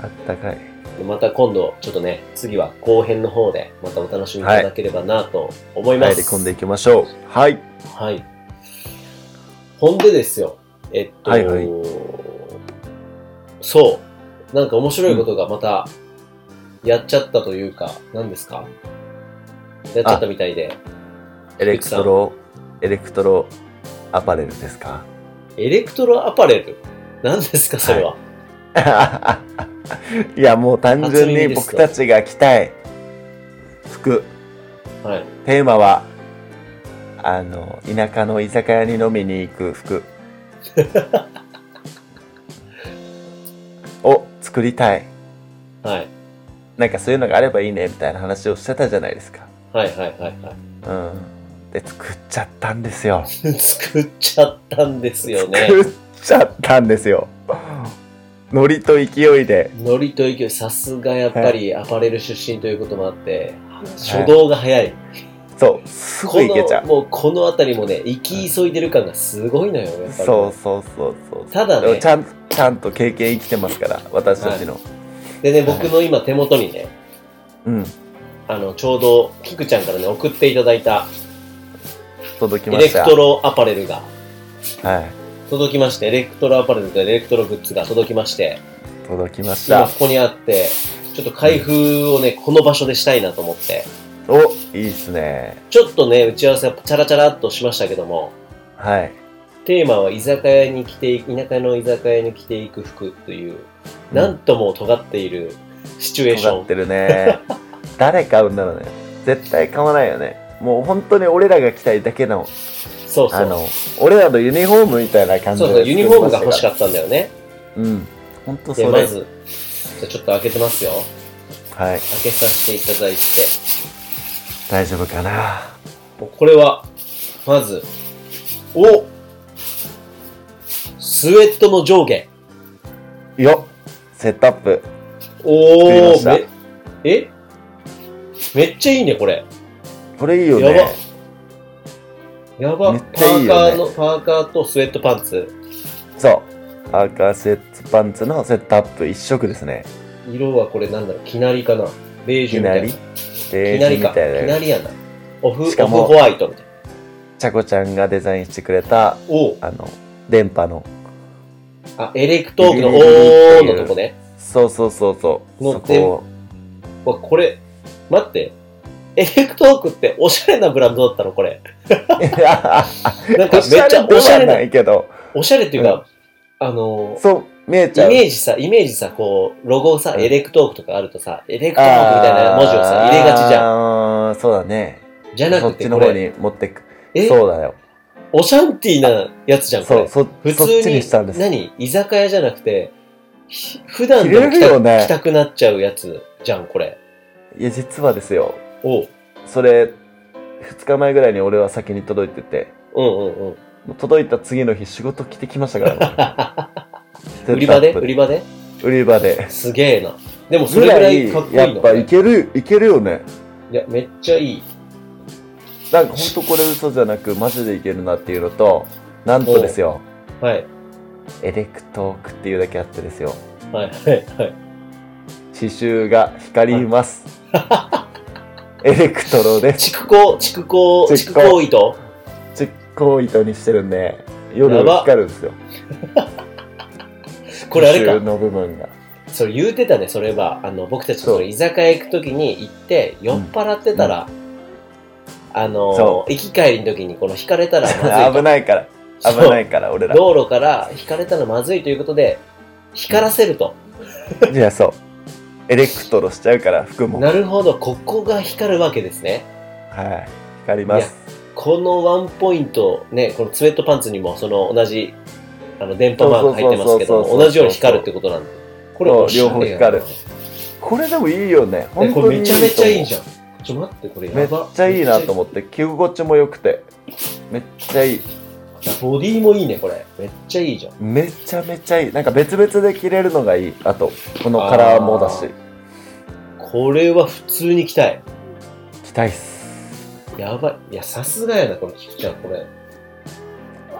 Speaker 3: あったかい、
Speaker 2: また今度、ちょっとね、次は後編の方で、またお楽しみいただければなと思いま
Speaker 3: 入
Speaker 2: す。
Speaker 3: り込んでいきましょうはい
Speaker 2: はい。ほんでですよ、えっと、
Speaker 3: はいはい
Speaker 2: そう、なんか面白いことがまた、やっちゃったというか、何ですかやっちゃったみたいで、
Speaker 3: エレクトロエレクトロアパレルですか *laughs*
Speaker 2: エレクトロアパレル何ですか、それは。
Speaker 3: いやもう単純
Speaker 2: 初耳
Speaker 3: に
Speaker 2: です
Speaker 3: 僕たちが着たい服。
Speaker 2: はい。
Speaker 3: テーマは、あの、田舎の居酒屋に飲みに行く
Speaker 2: *laughs*
Speaker 3: 服。を作りたい。
Speaker 2: はい。
Speaker 3: なんかそういうのがあればいいね、みたいな話をしてたじゃないですか。
Speaker 2: はいはいはいは
Speaker 3: うん。で、作っちゃったんですよ。
Speaker 2: い。作っちゃったんですよね。
Speaker 3: 作っちゃったんですよ。ノリと勢いで。
Speaker 2: ノリと勢い、さすがやっぱりアパレル出身ということもあって、初動が早い。
Speaker 3: そう、すぐ行けちゃ
Speaker 2: この
Speaker 3: う。
Speaker 2: もうこの辺りもね、行き急いでる感がすごいのよ、やっぱり。
Speaker 3: そうそうそうそう。
Speaker 2: ただね
Speaker 3: ちゃん、ちゃんと経験生きてますから、私たちの。
Speaker 2: でね、僕の今手元にね、
Speaker 3: うん。
Speaker 2: あの、ちょうど、キクちゃんからね、送っていただいた、
Speaker 3: 届き
Speaker 2: エ
Speaker 3: ま
Speaker 2: レ
Speaker 3: した。
Speaker 2: クトロアパレルが
Speaker 3: はい。
Speaker 2: 届きまして、エレクトロアパレルとエレクトログッズが届きまして、
Speaker 3: 届きまし
Speaker 2: 今
Speaker 3: た
Speaker 2: こ。こにあって、ちょっと開封をね、この場所でしたいなと思って、
Speaker 3: お、いいっすね。
Speaker 2: ちょっとね、打ち合わせはチャラチャラっとしましたけども、
Speaker 3: はい。
Speaker 2: テーマは居酒屋に来てい、田舎の居酒屋に着ていく服という、なんとも尖っているシチュエーシ
Speaker 3: 尖
Speaker 2: ョ
Speaker 3: っ
Speaker 2: ン
Speaker 3: て。るね。 *laughs* 誰買うんだろうね。絶対買わないよね。もう本当に俺らが着たいだけの、
Speaker 2: そうそ
Speaker 3: あ
Speaker 2: う。
Speaker 3: の、俺らのユニフォームみたいな感じ
Speaker 2: そ
Speaker 3: で
Speaker 2: うそう、ユニフォームが欲し
Speaker 3: っ
Speaker 2: かったんだよね。
Speaker 3: た。うん。本当
Speaker 2: で、
Speaker 3: そ
Speaker 2: ま
Speaker 3: れ。
Speaker 2: ず、じゃあちょっと開けてますよ。
Speaker 3: はい。
Speaker 2: 開けさせていただいて。
Speaker 3: 大丈夫かな。
Speaker 2: もうこれは、まず、おスウェットの上下。
Speaker 3: よっセットアップ。作りま
Speaker 2: お
Speaker 3: した
Speaker 2: ーめえめっちゃいいね、これ。
Speaker 3: これいいよ
Speaker 2: やば
Speaker 3: ね。
Speaker 2: やば。
Speaker 3: めっ
Speaker 2: パ
Speaker 3: ちゃいい
Speaker 2: ー
Speaker 3: よ
Speaker 2: カ
Speaker 3: ね
Speaker 2: ーの、パーカーとスウェットパンツ。
Speaker 3: そう。パーカーセットパンツのセットアップ一色ですね。
Speaker 2: 色はこれなんだろう、きなりかな。ベー
Speaker 3: い
Speaker 2: ジュ
Speaker 3: き
Speaker 2: みた
Speaker 3: ない
Speaker 2: な。
Speaker 3: り
Speaker 2: き。
Speaker 3: ベー
Speaker 2: な
Speaker 3: ジュ
Speaker 2: りか。
Speaker 3: み
Speaker 2: き
Speaker 3: たいな
Speaker 2: な
Speaker 3: や
Speaker 2: りやな。オフ、オ
Speaker 3: しか
Speaker 2: フ
Speaker 3: も
Speaker 2: ホワイトみたいな。
Speaker 3: つ。ちゃこちゃんがデザインしてくれた、
Speaker 2: おー
Speaker 3: あの、電波の。
Speaker 2: あ、エレクトークの
Speaker 3: ギリギリ
Speaker 2: お
Speaker 3: ってい
Speaker 2: ー
Speaker 3: う
Speaker 2: のとこね。
Speaker 3: そうそうそうそう。
Speaker 2: の
Speaker 3: そこ
Speaker 2: *laughs*
Speaker 3: を。
Speaker 2: わ、これ、待って。エレクトークっておしゃれなブランドだったのこれ。
Speaker 3: いや
Speaker 2: なんかめっちゃお
Speaker 3: お
Speaker 2: し
Speaker 3: し
Speaker 2: ゃ
Speaker 3: ゃ
Speaker 2: れ
Speaker 3: れ
Speaker 2: な
Speaker 3: ないけど、
Speaker 2: おしゃれっていうか、あの、
Speaker 3: そう、見えち
Speaker 2: イ
Speaker 3: ゃう。
Speaker 2: メージさ、イメージさ、こう、ロゴさ、
Speaker 3: うん
Speaker 2: エレクトークとかあるとさ、エレクトークみたいな文字をさ、入れがちじゃん。
Speaker 3: ゃん。そうだね。
Speaker 2: じゃな
Speaker 3: そ
Speaker 2: く、
Speaker 3: ってち
Speaker 2: こ
Speaker 3: の方
Speaker 2: れ、
Speaker 3: に持ってく。
Speaker 2: え、
Speaker 3: そうだよ。
Speaker 2: オシャンティーなやつじゃん、こ
Speaker 3: そう、
Speaker 2: れ。
Speaker 3: そ
Speaker 2: 普
Speaker 3: そっ
Speaker 2: 通
Speaker 3: ち
Speaker 2: に
Speaker 3: にしたんで、す。
Speaker 2: 何居酒屋じゃなくて、ひ普段でも
Speaker 3: 着れる
Speaker 2: 着た,、
Speaker 3: よね
Speaker 2: 着たくなっちゃうやつじゃん、これ。
Speaker 3: いや、実はですよ。
Speaker 2: おう。
Speaker 3: それ、2日前ぐらいに俺は先に届いてて、
Speaker 2: うんうんうん。
Speaker 3: 届いた次の日仕事着てきましたから
Speaker 2: *laughs*
Speaker 3: ね
Speaker 2: 売り場で売
Speaker 3: 売
Speaker 2: り
Speaker 3: り
Speaker 2: 場で
Speaker 3: 売り場で。
Speaker 2: すげえな。でもそれぐらいかっこいいの。
Speaker 3: やっぱいける、いけるよね。
Speaker 2: いや、めっちゃいい。
Speaker 3: なんか本当これ嘘じゃなくマジでいけるなっていうのと、なんとですよ、
Speaker 2: はい。
Speaker 3: エレクトークっていうだけあってですよ。
Speaker 2: はいはいはい。
Speaker 3: 刺繍が光り
Speaker 2: *laughs*
Speaker 3: ます。エレクトロです。
Speaker 2: 蓄光、蓄光、
Speaker 3: 蓄
Speaker 2: 蓄
Speaker 3: 光
Speaker 2: 光糸
Speaker 3: 蓄光糸にしてるんで、夜
Speaker 2: やば
Speaker 3: 光るんですよ。
Speaker 2: これあれか
Speaker 3: 刺繍の部分が。
Speaker 2: それ言うてたね、それは。あの、僕たちその
Speaker 3: そう
Speaker 2: 居酒屋行くときに行って、酔っ払ってたら、あの
Speaker 3: そ、
Speaker 2: 行き帰りの時にこの引かれたらまずい
Speaker 3: *laughs*
Speaker 2: と。
Speaker 3: 危ないから、
Speaker 2: そう
Speaker 3: 危ないから、俺ら。
Speaker 2: 道路から引かれたらまずいということで、光らせると。
Speaker 3: いや、そう。エレクトロしちゃうから、服も。は
Speaker 2: なるほど、ここが光るわけですね。
Speaker 3: い。光ります。
Speaker 2: このワンポイント、ね、このスウェットパンツにもその同じ、あの、電波マーク入ってますけど
Speaker 3: そうそうそうそ
Speaker 2: も、
Speaker 3: うそう
Speaker 2: 同じように光るってことなんだ。これ
Speaker 3: そう
Speaker 2: おしゃれやな
Speaker 3: 両方光るこれでもいいよね。
Speaker 2: え
Speaker 3: 本
Speaker 2: こ
Speaker 3: 当
Speaker 2: れ
Speaker 3: に
Speaker 2: めちゃめちゃいいじ
Speaker 3: ゃ
Speaker 2: ゃん。ちょ、待って、これ
Speaker 3: め
Speaker 2: や
Speaker 3: っ
Speaker 2: ば。
Speaker 3: ちゃいいなと
Speaker 2: っ
Speaker 3: 思って、着心地も良くて。めっちゃいい。
Speaker 2: て。ボディもいいね、これ。めっちゃいいじゃん。
Speaker 3: めちゃめちゃいい。なんか別々で着れるのがいい。あと、このカラーもだし。
Speaker 2: これは普通に着たい。
Speaker 3: 着たいっす。
Speaker 2: やばい。いや、さすがやな、このキクちゃん、これ。
Speaker 3: あ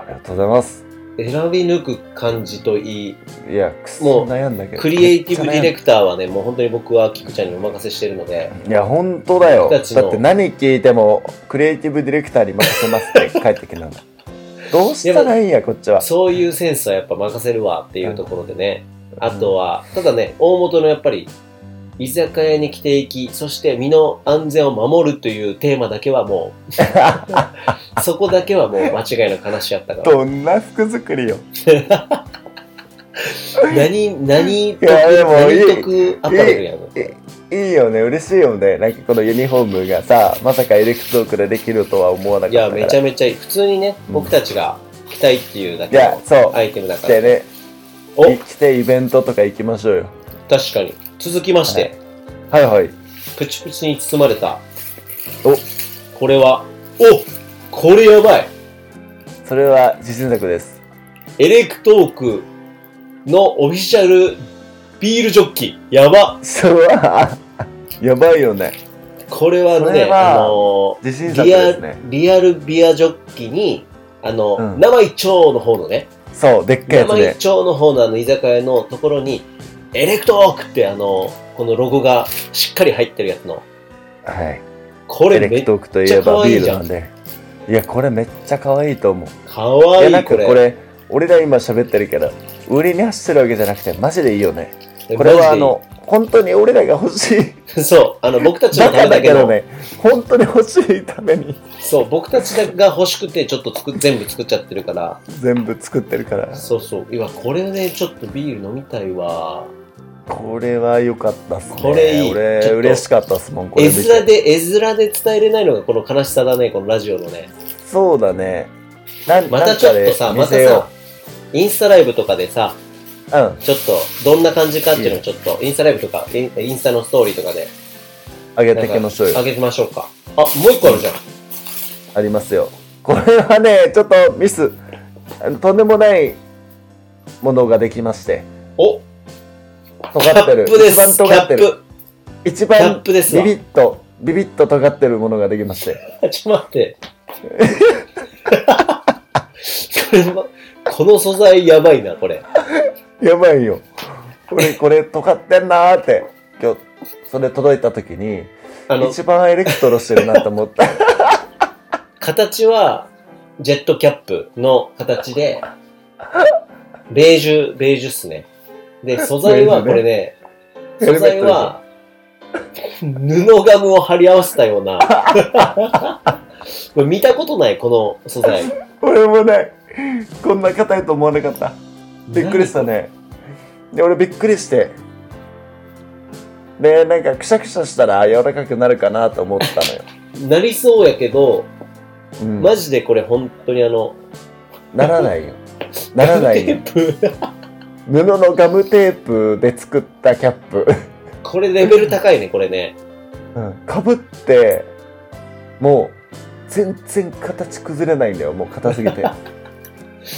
Speaker 3: りがとうございます。
Speaker 2: 選び抜く感じといい。
Speaker 3: いや、くす
Speaker 2: もう
Speaker 3: 悩んだけど。
Speaker 2: クリエイティブディレ
Speaker 3: ク
Speaker 2: クターはね、もう本当に僕はキクちゃんにお任せしてるので、
Speaker 3: いや、本当だよ。
Speaker 2: 僕
Speaker 3: だ
Speaker 2: たちの
Speaker 3: って何聞いても、クリエイティブディレクターに任せますって帰ってきたの。どうしたらいいんや、こっちは。
Speaker 2: そういうセンスはやっぱ任せるわっていうところでね。あとは、ただね、大元のやっぱり、居酒屋に着ていき、そして身の安全を守るというテーマだけはも
Speaker 3: *laughs*
Speaker 2: う、そこだけはもう間違いなく話し合ったから。
Speaker 3: どんな服作りよ。
Speaker 2: 何、何得、
Speaker 3: いやでもいい
Speaker 2: 何得アパレルやの。
Speaker 3: いいよね、嬉しいよね。なんかこのユニフォームがさ、まさかエレクトークでできるとは思わなかっ
Speaker 2: い
Speaker 3: た
Speaker 2: や、
Speaker 3: から。
Speaker 2: めちゃめちゃいい。普通にね、
Speaker 3: うん
Speaker 2: 僕たちが着たいっていうだ
Speaker 3: い
Speaker 2: け
Speaker 3: や
Speaker 2: の、
Speaker 3: そう。
Speaker 2: アイテムだ
Speaker 3: 来
Speaker 2: から。
Speaker 3: てね。
Speaker 2: お
Speaker 3: 来てイベントとか行きましょうよ。
Speaker 2: 確かに。続きまして、
Speaker 3: はいはい。
Speaker 2: プチプチに包まれた。
Speaker 3: お
Speaker 2: これは、おこれやばい
Speaker 3: それは自信作です。
Speaker 2: エレクトークのオフィシャルビールジョッキ。やば
Speaker 3: それは、 *laughs* やばいよね。
Speaker 2: これは
Speaker 3: これ
Speaker 2: ね、
Speaker 3: は
Speaker 2: あの
Speaker 3: 自信
Speaker 2: ー
Speaker 3: 作
Speaker 2: リ
Speaker 3: で
Speaker 2: ア
Speaker 3: すね。
Speaker 2: リアルビアジョッキに、あの、
Speaker 3: うん
Speaker 2: 生一丁の方のね、
Speaker 3: そう、でっかいやつ
Speaker 2: 生
Speaker 3: ね
Speaker 2: 一。丁の方のあの居酒屋のところに、エレクトークってあの、このロゴがしっかり入ってるやつの、
Speaker 3: はい。
Speaker 2: こ
Speaker 3: エ
Speaker 2: れ
Speaker 3: レ
Speaker 2: め
Speaker 3: ク
Speaker 2: っちゃ
Speaker 3: トークといえ
Speaker 2: 可
Speaker 3: ば
Speaker 2: 愛
Speaker 3: ビ
Speaker 2: い
Speaker 3: ール
Speaker 2: じゃ
Speaker 3: なんんで。いや、これめっちゃ可愛いと思う。
Speaker 2: かわい
Speaker 3: や、ないんか
Speaker 2: これ。
Speaker 3: これ、俺ら今喋ってるけど、売りに走ってるわけじゃなくて、マジでいいよね。
Speaker 2: え
Speaker 3: これはあ
Speaker 2: マ
Speaker 3: の、本当に俺らが欲しい。
Speaker 2: ジでいい *laughs* そう、あの、僕たち
Speaker 3: バ
Speaker 2: のた
Speaker 3: カ
Speaker 2: めだ
Speaker 3: だ
Speaker 2: け
Speaker 3: け
Speaker 2: の、
Speaker 3: どね、本当に欲しいために
Speaker 2: そう、僕たちが欲しくて、ちょっと作っ全部作っちゃってるから、
Speaker 3: 全部作ってるから。
Speaker 2: そうそう、いや、これね、ちょっとビール飲みたいわ。
Speaker 3: これは良かったっすね。
Speaker 2: これいい
Speaker 3: 俺
Speaker 2: ちょっと
Speaker 3: 嬉しかったっすもん、これ
Speaker 2: 絵
Speaker 3: 見て
Speaker 2: 面で、絵面で伝えれないのがこの悲しさだね、このラジオのね。
Speaker 3: そうだね。なん
Speaker 2: またちょっとさ、またさ、、インスタライブとかでさ、
Speaker 3: なんかで見せよううん、
Speaker 2: ちょっと、どんな感じかっていうのをちょっと、インスタライブとか、インインスタのストーリーとかで、
Speaker 3: あげ
Speaker 2: な
Speaker 3: て
Speaker 2: ん
Speaker 3: いきましょう
Speaker 2: か
Speaker 3: よ
Speaker 2: 上。げてましょうか。あ、もう一個あるじゃん。
Speaker 3: ありますよ。これはね、ちょっとミス、あのとんでもないものができまして、
Speaker 2: お、キャ
Speaker 3: 尖ってる。
Speaker 2: ップで
Speaker 3: 一番
Speaker 2: す。キ
Speaker 3: 尖
Speaker 2: ャ
Speaker 3: って
Speaker 2: ッ
Speaker 3: る。
Speaker 2: プ。
Speaker 3: 一
Speaker 2: キャッ
Speaker 3: 番
Speaker 2: プです
Speaker 3: ビ
Speaker 2: わ。
Speaker 3: ビッと、ビビッと尖ってるものができまして。
Speaker 2: *laughs* ちょっと待って。これは、この素材やばいな、これ。
Speaker 3: やばいよ。これ、これ尖ってんなーって、今日、それ届いた時に、
Speaker 2: あの、
Speaker 3: 一番エレクトロしてるなと思
Speaker 2: *laughs*
Speaker 3: った。
Speaker 2: 形は、ジェットキャップの形で、ベージュ、ベージュっすね。で、素材はこ
Speaker 3: ベージ
Speaker 2: れ
Speaker 3: ュ
Speaker 2: ね、
Speaker 3: ヘ
Speaker 2: 素
Speaker 3: ルメットでしょ
Speaker 2: 材は、布ガムを貼り合わせたような、 *laughs* これ見たことない、この素材。
Speaker 3: 俺もね、こんな硬いと思わなかった。びっくりしたね。で、俺びっくりして。で、なんかくしゃくしゃしたら柔らかくなるかなと思ったのよ。
Speaker 2: なりそうやけど、
Speaker 3: うん、
Speaker 2: マジでこれ本当にあの、
Speaker 3: ならないよ。ならない
Speaker 2: *laughs*
Speaker 3: よ。
Speaker 2: テープ
Speaker 3: 布のガムテープで作ったキャップ。
Speaker 2: これレベル高いね、これね。
Speaker 3: うんかぶって、もう、全然形崩れないんだよ。もう硬すぎて。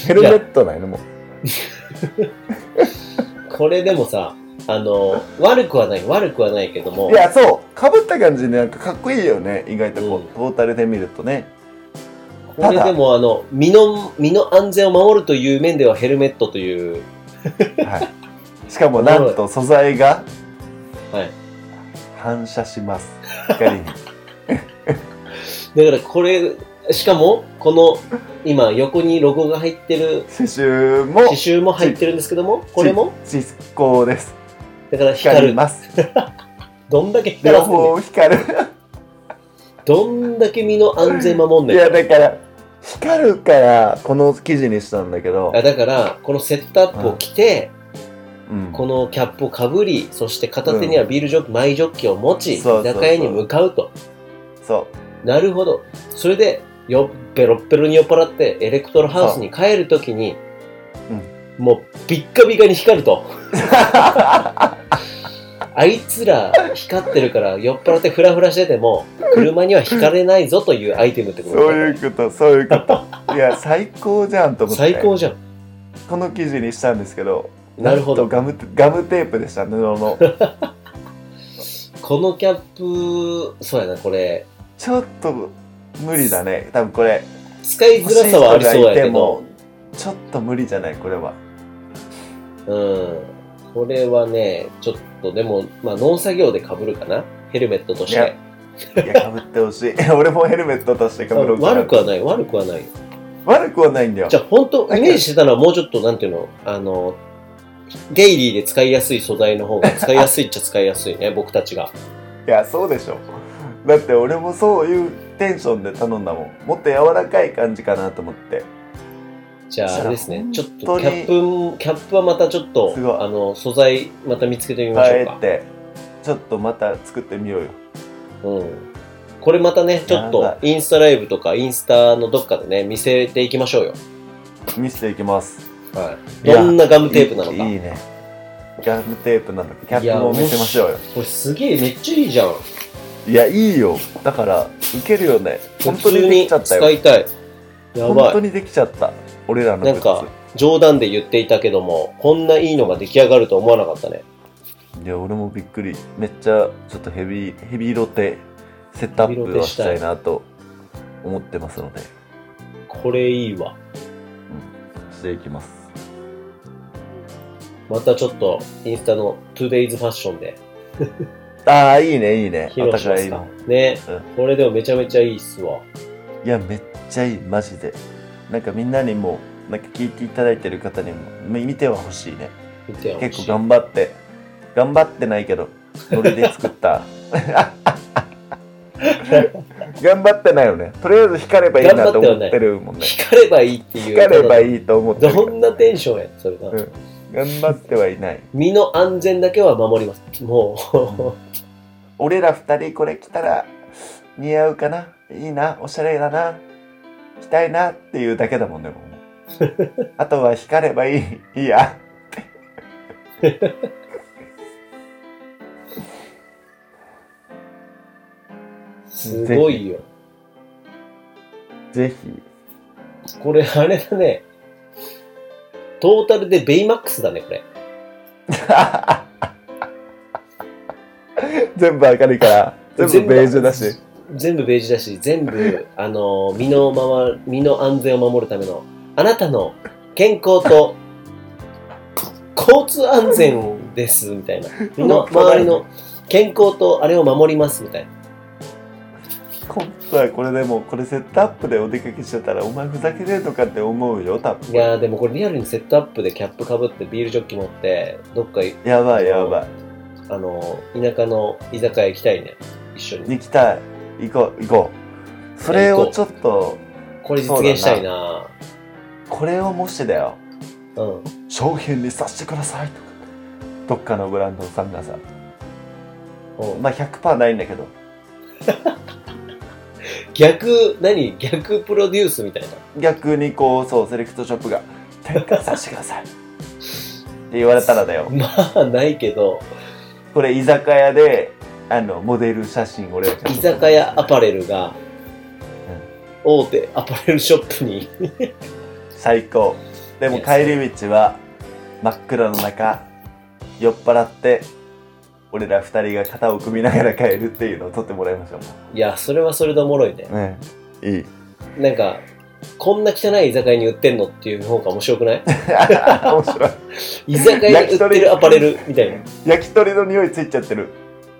Speaker 3: ヘルメットないのもう。
Speaker 2: これでもさ、あの、悪くはない、悪くはないけども
Speaker 3: い、やそうかぶった感じでなんかかっこいいよね意外とこう、
Speaker 2: うん
Speaker 3: トータルで見るとね
Speaker 2: これでもあの、身の、身の安全を守るという面ではヘルメットという、
Speaker 3: しかもなんと素材が
Speaker 2: はい
Speaker 3: 反射します光に
Speaker 2: だからこれ、しかも、この、今横にロゴが入ってる、
Speaker 3: 刺繍
Speaker 2: *laughs*
Speaker 3: も
Speaker 2: 刺繍も入ってるんですけども、これも、
Speaker 3: 実行です
Speaker 2: だから
Speaker 3: 光
Speaker 2: 光
Speaker 3: り
Speaker 2: る。
Speaker 3: ます
Speaker 2: どんだけ光
Speaker 3: 両
Speaker 2: らせてんねん
Speaker 3: 方光る
Speaker 2: どんだけ身の安全守ん
Speaker 3: い
Speaker 2: ねん。
Speaker 3: やだから光るからこの記事にしたんだけど
Speaker 2: あ、だから、このセットアップを着て、
Speaker 3: うん
Speaker 2: このキャップをかぶり、そして片手にはビールジョッキ、マイジョッキを持ち、居
Speaker 3: そうそうそう
Speaker 2: 酒屋に向かうと。
Speaker 3: そ
Speaker 2: なるほど。それで、よっぺろっぺろに酔っ払って、エレクトロハウスに帰るときに、もう、ビッカビカに光ると。 *laughs* あいつら光ってるから酔っ払ってフラフラしてても車には引かれないぞというアイテムって
Speaker 3: う
Speaker 2: こと
Speaker 3: そういうことそういうこといや最高じゃんと思って
Speaker 2: 最高じゃん
Speaker 3: この記事にしたんですけど
Speaker 2: なるほど
Speaker 3: んとガムガムテープでした布の
Speaker 2: このキャップそうやなこれ
Speaker 3: ちょっと無理だね。多分これ。
Speaker 2: 使いづらさはありそう
Speaker 3: 欲しい
Speaker 2: や
Speaker 3: 人がいて
Speaker 2: けど
Speaker 3: もちょっと無理じゃない、これは。
Speaker 2: うんこれはねちょっとでもまあ農作業でかぶるかなヘルメットとし
Speaker 3: いや
Speaker 2: て
Speaker 3: いや、かぶってほしい。 *laughs* 俺もヘルメットとしてかぶろうかな
Speaker 2: 悪くはない悪くはない
Speaker 3: 悪くはないんだよ
Speaker 2: じ。ゃあ本当
Speaker 3: なんか
Speaker 2: イメージしてたのはもうちょっとなんていうのあのデイリーで使いやすい素材の
Speaker 3: *laughs*
Speaker 2: 方が使いやすいっちゃ使いやすいね僕たちが
Speaker 3: いや、そうでしょ。だって俺もそういうテンションで頼んだもん。もっと柔らかい感じかなと思って。
Speaker 2: じゃあ、あれですね。ちょっ
Speaker 7: 本
Speaker 2: と、
Speaker 7: 当
Speaker 2: キ
Speaker 7: に
Speaker 2: ャップ、キャップはまたちょっと
Speaker 3: すごい、
Speaker 2: あの、素材、また見つけてみましょう
Speaker 3: 帰
Speaker 2: か
Speaker 3: っ。て、ちょっとまた作ってみようよ。
Speaker 2: うん。これまたね、ちょっ
Speaker 3: や
Speaker 2: と
Speaker 3: ば、
Speaker 2: インスタライブとか、インスタのどっかでね、見せていきましょうよ。
Speaker 3: 見せていきます。
Speaker 2: はい。
Speaker 6: いや
Speaker 2: どんなガムテープなのか。
Speaker 3: いいいね。ガムテープなのか、キャップも見せましょうよ。
Speaker 2: これすげえ、めっちゃいいじゃん。
Speaker 3: いや、いいよ。だから、受けるよね。本当にできちゃった
Speaker 2: 普通
Speaker 3: よ。
Speaker 2: に使いたい。や
Speaker 3: 本
Speaker 2: ば
Speaker 3: 当
Speaker 2: い。
Speaker 3: にできちゃった。俺らの
Speaker 2: なんか冗談で言っていたけども、こんないいのが出来上がると思わなかったね。
Speaker 3: いや、俺もびっくり。めっちゃ、ちょっとヘビー、ヘビーロテ、セットアップはしたいなと思ってますので、
Speaker 2: これいいわ。
Speaker 3: していきます。
Speaker 2: またちょっと、インスタの 2days ファッションで
Speaker 3: ああ、いいね、いいね。
Speaker 2: 披露しま
Speaker 3: い
Speaker 2: すか。ね。
Speaker 3: うん
Speaker 2: これでもめちゃめちゃいいっすわ。
Speaker 3: いや、めっちゃいい、マジで。なんかみんなにも、なんか聞いていただいてる方にも、み見てはほしいね。
Speaker 2: 見てよ。
Speaker 3: 結構頑張って、頑張ってないけど、ノリで作った。 *laughs* 頑張ってないよね。とりあえず光ればいいなと思ってるもんね。
Speaker 2: 光ればいいっていう。
Speaker 3: 光れば
Speaker 2: い。
Speaker 3: いいと思ってるか
Speaker 2: ど
Speaker 3: ら
Speaker 2: んなテンションやんそれな。
Speaker 3: うん頑張ってはいない。
Speaker 2: 身の安全だけは守ります。も
Speaker 3: 俺ら二人これ着たら似合うかないいなおしゃれだな着たいなっていうだけだもんねも *laughs* うあとは光ればいいいいや
Speaker 2: う、すごいよ。
Speaker 3: ぜひ
Speaker 2: これ、あれだね。トータルでベイマックスだね、これ。
Speaker 3: 全部明るいから全部ベージュだし
Speaker 2: 全部ベージュだし、全部、あの、身のまま、身の安全を守るための、あなたの健康と、交通安全です、みたいな。身
Speaker 3: *laughs*
Speaker 2: の周りの健康と、あれを守ります、みたいな。
Speaker 3: 今度はこれでもうこれセットアップでお出かけしてたらお前ふざけてるのかって思うよ多
Speaker 2: い
Speaker 3: 分
Speaker 2: やー、でもこれリアルにセットアップでキャップかぶって、ビールジョッキ持って、どっか、
Speaker 3: やばいやば
Speaker 2: あの、田舎の居酒屋行きたいね。一緒
Speaker 3: い
Speaker 2: に。
Speaker 3: 行きたい行こう行こうそれをちょっと
Speaker 2: これ実現したいな
Speaker 3: これをもしだよ
Speaker 2: うん。
Speaker 3: 商品にさせてくださいとかどっかのブランドさんがさ
Speaker 2: うん
Speaker 3: まあ100%ないんだけど
Speaker 2: 逆、何逆プロデュースみたいな。
Speaker 3: 逆にこうそうセレクトショップが「展開させてください」って言われたらだよ
Speaker 2: まあ、ない *laughs* けど、
Speaker 3: これ居酒屋であのモデル写真俺が
Speaker 2: 居酒屋アパレルが大手アパレルショップに
Speaker 3: 最高でも帰り道は真っ暗の中酔っ払って俺ら二人が肩を組みながら帰るっていうのを撮ってもらいましょ
Speaker 2: いやそれはそれでおもろいね
Speaker 3: うね *laughs* いい
Speaker 2: なんかこんな汚い居酒屋に売ってんのっていう方が面白くな
Speaker 3: *laughs*
Speaker 2: い
Speaker 3: 面白い
Speaker 2: 居酒屋に売ってるアパレルみたいな
Speaker 3: *laughs* 焼き鳥の匂いついちゃってる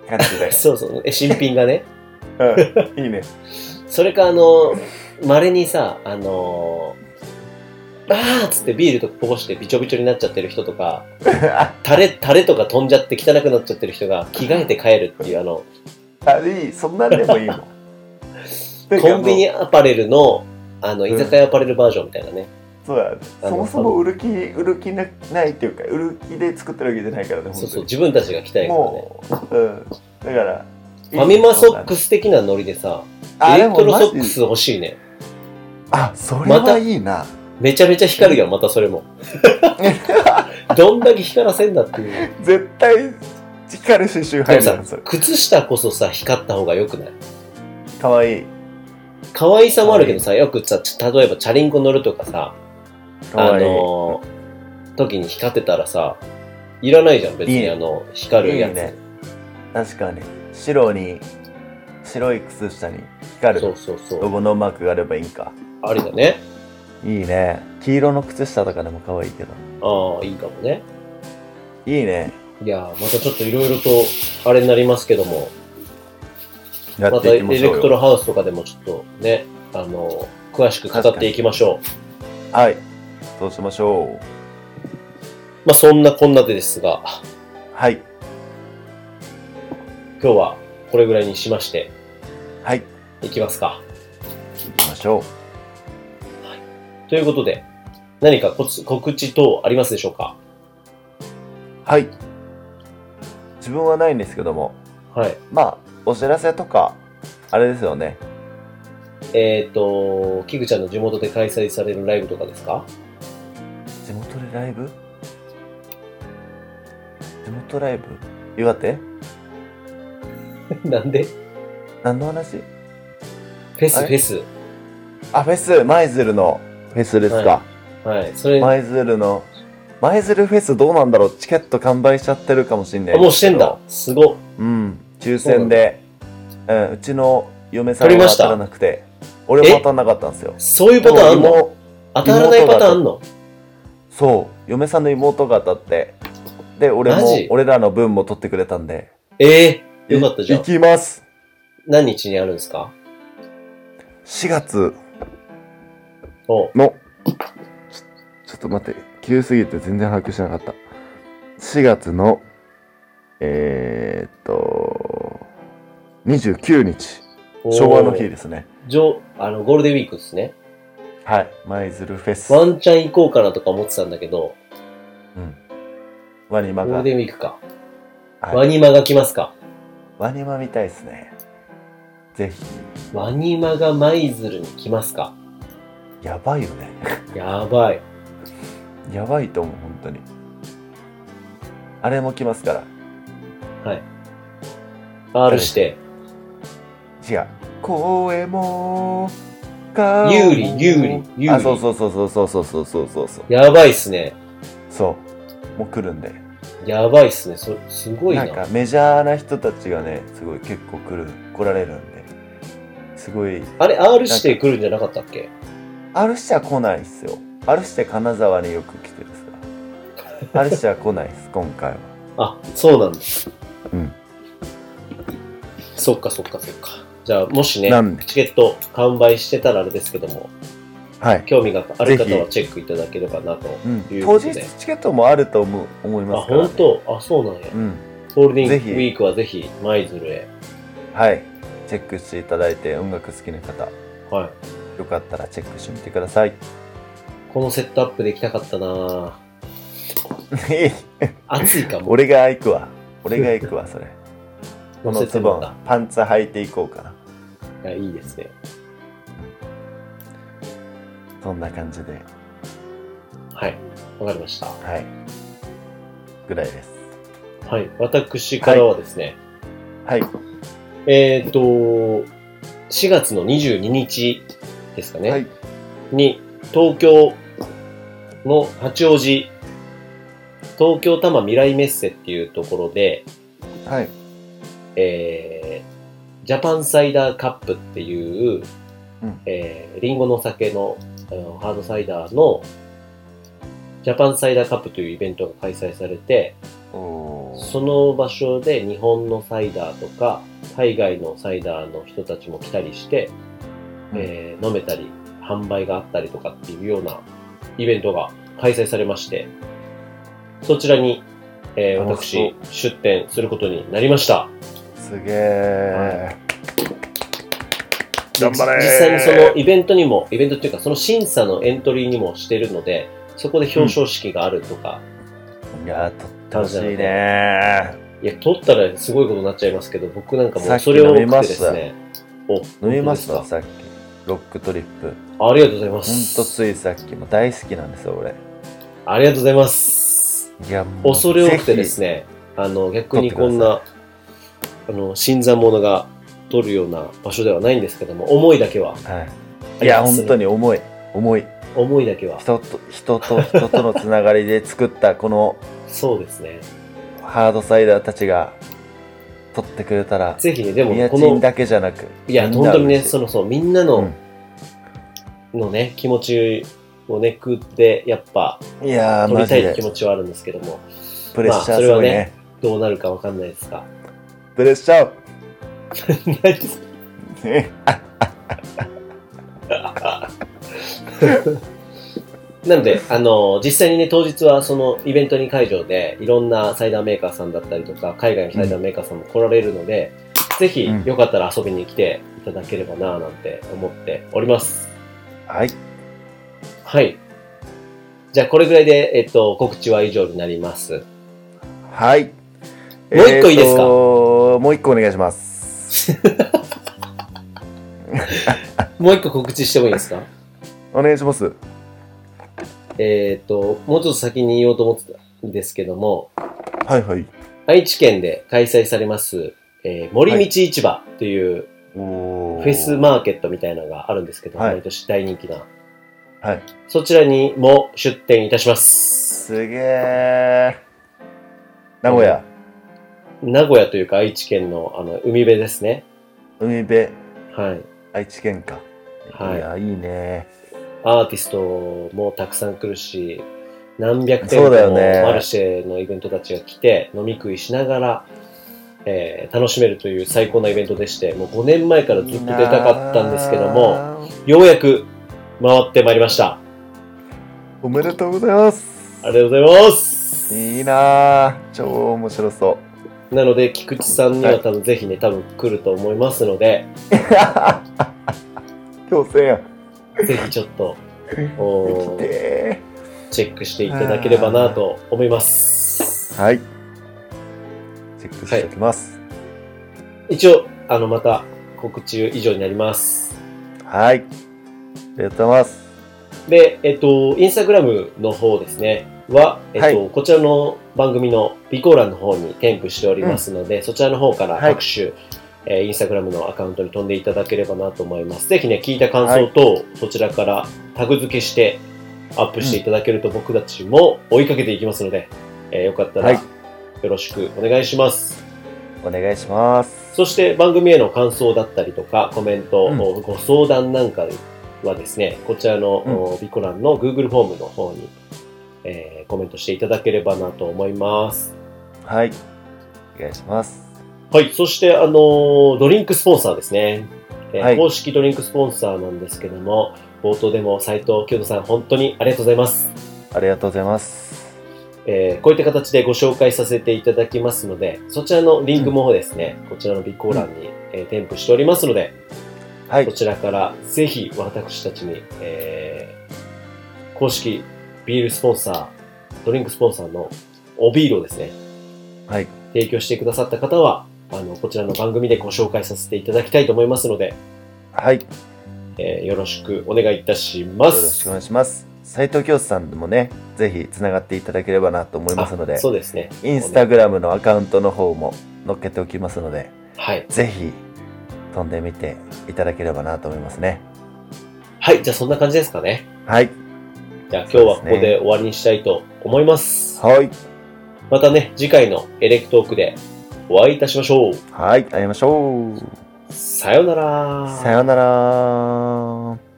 Speaker 3: 感じで
Speaker 2: そうそうえ新品がね
Speaker 3: *laughs* うんいいね。
Speaker 2: それかあのまれにさあのあーっつってビールとかこぼしてびちょびちょになっちゃってる人とかタレタレとか飛んじゃって汚くなっちゃってる人が着替えて帰るっていうあの
Speaker 3: あ、いい、そんなんでもいい *laughs* もん。
Speaker 2: コンビニアパレルのあの居酒屋アパレルバージョンみたいなね、
Speaker 3: そうだね。
Speaker 2: あの
Speaker 3: そもそも売る気、売る気なないっていうか、売る気で作ってるわけじゃないからね、
Speaker 2: そう
Speaker 3: 本
Speaker 2: そ
Speaker 3: 当
Speaker 2: う
Speaker 3: に。
Speaker 2: 自分たちが着たいからね
Speaker 3: もう、うん。だから、
Speaker 2: ファミマソックス的なノリでさ、
Speaker 3: あ
Speaker 2: エ
Speaker 3: で
Speaker 2: レク
Speaker 3: も
Speaker 2: トロソック
Speaker 3: マ
Speaker 2: ス
Speaker 3: ジ
Speaker 2: 欲しいね。
Speaker 3: あ、それはいいな。
Speaker 2: めちゃめちゃ光るやん、またそれ
Speaker 3: *laughs*
Speaker 2: も。どんだけ光らせんだっていう。
Speaker 3: 絶対、光る刺繍
Speaker 2: で
Speaker 3: 入
Speaker 2: も
Speaker 3: るな、そ
Speaker 2: さ
Speaker 3: れ、。
Speaker 2: 靴下こそさ、光った方が良くない
Speaker 3: かわいい。
Speaker 2: 可愛さもあるけどさ、よくさ、ち例えばチャリンコ乗るとかさ、
Speaker 3: か
Speaker 2: あ
Speaker 3: わいい。
Speaker 2: のー、時に光ってたらさ、いらないじゃん、別
Speaker 3: いい
Speaker 2: に
Speaker 3: ね
Speaker 2: あの、光
Speaker 3: い
Speaker 2: る
Speaker 3: い
Speaker 2: やつ。
Speaker 3: ね。確かに。白に、白い靴下に光
Speaker 2: そ
Speaker 3: る
Speaker 2: うそうそ
Speaker 3: ロ
Speaker 2: う。
Speaker 3: ゴのマークがあればいいんか。
Speaker 2: ありだね。
Speaker 3: いいね。黄色の靴下とかでも可愛いけど。
Speaker 2: ああ、いいかもね。
Speaker 3: いいね。
Speaker 2: いやーまたちょっといろいろと、あれになりますけども、
Speaker 3: や
Speaker 2: ま
Speaker 3: ったてい
Speaker 2: エ
Speaker 3: きまし
Speaker 2: レ
Speaker 3: ょ
Speaker 2: ク
Speaker 3: う
Speaker 2: ト
Speaker 3: よ。
Speaker 2: ロハウスとかでもちょっとね、あの、詳しく語っていきましょう。
Speaker 3: はい。そうしましょう。
Speaker 2: まあそんなこんなでですが、
Speaker 3: はい。
Speaker 2: 今日はこれぐらいにしまして、
Speaker 3: はい。い
Speaker 2: いきますか。
Speaker 3: きましょ
Speaker 2: ということで、何かコツ告知等ありますでしょうか
Speaker 3: はい。自分はないんですけども、
Speaker 2: はい。
Speaker 3: まあ、お知らせとか、あれですよね。
Speaker 2: えっ、と、キグちゃんの地元で開催されるライブとかですか *laughs*
Speaker 3: 地元でライブ地元ライブ岩手
Speaker 2: なんでフ
Speaker 3: 何の話
Speaker 2: ェス、
Speaker 3: あ
Speaker 2: フ
Speaker 3: れ
Speaker 2: ェス。
Speaker 3: あ、フェス、舞鶴のフェスですか。
Speaker 2: はい。それ、あ
Speaker 3: 舞鶴の、舞鶴フェスどうなんだろうチケット完売しちゃってるかもしんない。
Speaker 2: もうしてんだ。。すごっ。
Speaker 3: うん。抽選で、うん、うちの嫁さん
Speaker 2: 取り
Speaker 3: は
Speaker 2: ま
Speaker 3: 当
Speaker 2: した
Speaker 3: たらなくて、俺も当たんなかったんですよ。
Speaker 2: そういうパターンあんの
Speaker 3: もう
Speaker 2: 当たらないパターンあんの
Speaker 3: そう、嫁さんの妹が当たって、で、俺
Speaker 2: マ
Speaker 3: も
Speaker 2: ジ、
Speaker 3: 俺らの分も取ってくれたんで、
Speaker 2: ええよかったじゃん
Speaker 3: 行。きます
Speaker 2: 何日にあるんですか
Speaker 3: !4 月
Speaker 2: おう
Speaker 3: の、ちょっと待って、急すぎて全然把握してなかった。4月の、えー、っと、29日、昭和の日。ですね。
Speaker 2: じょあの、ゴールデンウィークですね。
Speaker 3: はい、舞鶴フェス。
Speaker 2: ワンチャン行こうかなとか思ってたんだけど、
Speaker 3: うん、ワニ
Speaker 2: ゴ
Speaker 3: マ
Speaker 2: ール
Speaker 3: が、
Speaker 2: デンウィークか。
Speaker 3: はい
Speaker 2: ワニマが来ますか。
Speaker 3: ワニマみたいですね。ぜひ、
Speaker 2: ワニマが舞鶴に来ますか。
Speaker 3: やばいよね。
Speaker 2: やばい。
Speaker 3: やばいと思う、本当に。あれも来ますから。
Speaker 2: R して、
Speaker 3: 違う。声も、顔も
Speaker 2: 有利有利有利
Speaker 3: あ、そうそうそうそうそうそうそうそうそう。
Speaker 2: やばいっすね。
Speaker 3: そう。もう来るんで。
Speaker 2: やばいっすね。そすごいな。
Speaker 3: なんかメジャーな人たちがね、すごい結構来る、来られるんで。すごい。
Speaker 2: あれ、R して来るんじゃなかったっけ
Speaker 3: ある人は来ないっすよ。ある人は金沢によく来てるっす
Speaker 2: *laughs*
Speaker 3: が。ある人は来ないっす、今回は。
Speaker 2: あ、そうなんだ。
Speaker 3: うん。
Speaker 2: そっかそっかそっか。じゃあ、もしね
Speaker 3: なん、で
Speaker 2: チケット完売してたらあれですけども、
Speaker 3: はい。
Speaker 2: 興味がある方
Speaker 3: ぜ
Speaker 2: は
Speaker 3: ひ
Speaker 2: チェックいただければなと。
Speaker 3: うん
Speaker 2: というこ
Speaker 3: 当
Speaker 2: とで
Speaker 3: 日チケットもあると思う思い
Speaker 2: あ、
Speaker 3: ますから、ね。
Speaker 2: 本当あ、そうなんや。
Speaker 3: うん。
Speaker 2: ゴールデンウ
Speaker 3: ぜひ
Speaker 2: ィークはぜひ、舞鶴へ。
Speaker 3: はい。チェックしていただいて、音楽好きな方、
Speaker 2: はい。
Speaker 3: よかったらチェックしてみてください。 *laughs*
Speaker 2: このセットアップできたかったなぁ暑いかも。
Speaker 3: 俺が行くわ。俺が行くわ、それ。 *laughs* この
Speaker 2: *laughs* 乗せ
Speaker 3: ズ
Speaker 2: て
Speaker 3: ボ
Speaker 2: も
Speaker 3: ン
Speaker 2: らっ、
Speaker 3: パンツ履いていこうかな。
Speaker 2: たいや、いいですね。
Speaker 3: そんな感じで、
Speaker 2: はい。わかりました。
Speaker 3: はい。ぐらいです。
Speaker 2: はい。私からはですね、
Speaker 3: はい。
Speaker 2: えっ、と、4月の22日ですかね。
Speaker 3: はい
Speaker 2: に、東京の八王子、東京多摩未来メッセっていうところで、
Speaker 3: はい。
Speaker 2: えージャパンサイダーカップっていう、
Speaker 3: うん
Speaker 2: えーリンゴの酒の、あのハードサイダーの、ジャパンサイダーカップというイベントが開催されて、
Speaker 3: おー
Speaker 2: その場所で日本のサイダーとか、海外のサイダーの人たちも来たりして、
Speaker 3: うん
Speaker 2: えー飲めたり、販売があったりとかっていうようなイベントが開催されまして、そちらに、えー
Speaker 3: 楽し
Speaker 2: 私、出店することになりました。
Speaker 3: すげえ。
Speaker 2: で
Speaker 7: 頑張れー
Speaker 2: 実際にそのイベントにも、イベントっていうかその審査のエントリーにもしてるので、そこで表彰式があるとか、
Speaker 3: いやー、とってほしいね
Speaker 2: いや、取ったらすごいことになっちゃいますけど、僕なんかも
Speaker 3: さ
Speaker 2: う
Speaker 3: っき
Speaker 2: それを
Speaker 3: 飲み
Speaker 2: 多
Speaker 3: ま
Speaker 2: くて
Speaker 3: し
Speaker 2: で
Speaker 3: た
Speaker 2: すね。お、
Speaker 3: 飲みました、
Speaker 2: 本当です
Speaker 3: さっき。ロックトリップ。
Speaker 2: かありがとうございま
Speaker 3: ほん
Speaker 2: す。
Speaker 3: とついさっきも大好きなんですよ、俺。
Speaker 2: ありがとうございます。
Speaker 3: いや、もう
Speaker 2: 恐れ多くてです
Speaker 3: ね。
Speaker 2: ね、あの、逆にこんな、あの、新参者が取るような場所ではないんですけども、思いだけは、
Speaker 3: はい。いや、本当に重い。重い。
Speaker 2: 思いだけは、
Speaker 3: 人と人と人とのつながりで作ったこの
Speaker 2: そうですね。
Speaker 3: ハードサイダーたちが取ってくれたら、
Speaker 2: ぜひ *laughs* ね、でも
Speaker 3: ニア
Speaker 2: こ
Speaker 3: チン
Speaker 2: の、
Speaker 3: だけじゃなく、
Speaker 2: いや、
Speaker 3: みんな
Speaker 2: 本当にね、
Speaker 3: 嬉しい
Speaker 2: そのそう、みんなの、
Speaker 3: うん
Speaker 2: のね、気持ちをね、食って、やっぱ、
Speaker 3: いやー、
Speaker 2: 取
Speaker 3: マ
Speaker 2: り
Speaker 3: ジ
Speaker 2: たいって
Speaker 3: で
Speaker 2: 気持ちはあるんですけども、
Speaker 3: プレッシャーす
Speaker 2: まあそれは
Speaker 3: ごいね。
Speaker 2: ねどうなるかわかん *laughs* ないですが。
Speaker 3: プレッシャ
Speaker 2: 何ですか
Speaker 3: ー、ね、 *laughs*
Speaker 2: なので、あの、実際にね、当日はそのイベントに会場で、いろんなサイダーメーカーさんだったりとか、海外のサイダーメーカーさんも来られるので、ぜひ
Speaker 3: うん、
Speaker 2: よかったら遊びに来ていただければなぁなんて思っております。
Speaker 3: はい。
Speaker 2: はい。じゃあ、これぐらいで、えっと、告知は以上になります。
Speaker 3: はい。も
Speaker 2: う一個いいですか
Speaker 3: もう一個お願いします。
Speaker 2: もう一個告知してもいいですか
Speaker 3: お願いします。
Speaker 2: えっと、もうちょっと先に言おうと思ってたんですけども、
Speaker 3: はいはい。
Speaker 2: 愛知県で開催されます、えー森道市場という
Speaker 3: お
Speaker 2: フェスマーケットみたいなのがあるんですけど、
Speaker 3: はい
Speaker 2: 毎年大人気な。
Speaker 3: はい。
Speaker 2: そちらにも出店いたします。
Speaker 3: すげえ。名古屋、
Speaker 2: 名古屋というか愛知県のあの海辺ですね。
Speaker 3: 海辺、
Speaker 2: はい。
Speaker 3: 愛知県か。
Speaker 2: はい
Speaker 3: いや、いいね。
Speaker 2: アーティストもたくさん来るし、何百店
Speaker 3: そ
Speaker 2: 舗
Speaker 3: うだよ
Speaker 2: の
Speaker 3: ね
Speaker 2: マルシェのイベントたちが来て、飲み食いしながら、えー楽しめるという最高なイベントでして、もう5年前からずっと出たかったんですけど
Speaker 3: いい
Speaker 2: も、
Speaker 3: なあ。
Speaker 2: ようやく回ってまいりました。
Speaker 3: おめでとうございます。
Speaker 2: ありがとうございます。
Speaker 3: いいなあ。超面白そう。
Speaker 2: なので、菊池さんには多分ぜひね、多分来ると思いますので、
Speaker 3: 強制やん。
Speaker 2: ぜひちょっ
Speaker 3: *laughs*
Speaker 2: と、
Speaker 3: 来
Speaker 2: おー
Speaker 3: て
Speaker 2: チェックしていただければなと思います。
Speaker 3: ー。はい。チェックしておきます。
Speaker 2: 一応、あの、また告知以上になります。
Speaker 3: はい。ありがとうございます。
Speaker 2: で、えっと、インスタグラムの方ですね、は、えっと、
Speaker 3: はい
Speaker 2: こちらの番組の備考欄の方に添付しておりますので、そちらの方から
Speaker 3: はい
Speaker 2: 各種、えーインスタグラムのアカウントに飛んでいただければなと思います。ぜひね、聞いた感想等、そちらからタグ付けしてアップしていただけると僕たちも追いかけていきますので、えーよかったら
Speaker 3: はい
Speaker 2: よろしくお願いします。
Speaker 3: お願いします。
Speaker 2: そして番組への感想だったりとか、コメント、
Speaker 3: うん
Speaker 2: ご相談なんかはですね、こちらの、
Speaker 3: うん
Speaker 2: おビコランの Google フォームの方に、えーコメントしていただければなと思います。
Speaker 3: はい。お願いします。
Speaker 2: はい、そして、あのードリンクスポンサーですね、えー
Speaker 3: はい
Speaker 2: 公式ドリンクスポンサーなんですけども、冒頭でも斉藤清人さん、本当にありがとうございます。
Speaker 3: ありがとうございます。
Speaker 2: えーこういった形でご紹介させていただきますので、そちらのリンクもですね、こちらの備考欄に、えー添付しておりますので、
Speaker 3: はい
Speaker 2: こ。ちらからぜひ私たちに、えー公式ビールスポンサー、ドリンクスポンサーのおビールをですね、
Speaker 3: はい。
Speaker 2: 提供してくださった方は、あの、こちらの番組でご紹介させていただきたいと思いますので、
Speaker 3: はい。よ
Speaker 2: えーよろしくお願いいたしま
Speaker 3: ろ
Speaker 2: す。
Speaker 3: しくお願いします。斉藤京さんもね、ぜひつながっていただければなと思いますので
Speaker 2: あ、そうですね。
Speaker 3: インスタグラムのアカウントの方も載っけておきますので、
Speaker 2: はい。
Speaker 3: ぜひ飛んでみていただければなと思いますね。
Speaker 2: はい、じゃあそんな感じですかね。
Speaker 3: はい。
Speaker 2: じゃあ今日はこ
Speaker 3: そう
Speaker 2: こ
Speaker 3: ですね
Speaker 2: で終わりにしたいと思います。
Speaker 3: はい。
Speaker 2: またね、次回のエレクトークでお会いいたしましょう。
Speaker 3: はい。会いましょう。
Speaker 2: さようなら。
Speaker 3: さようなら。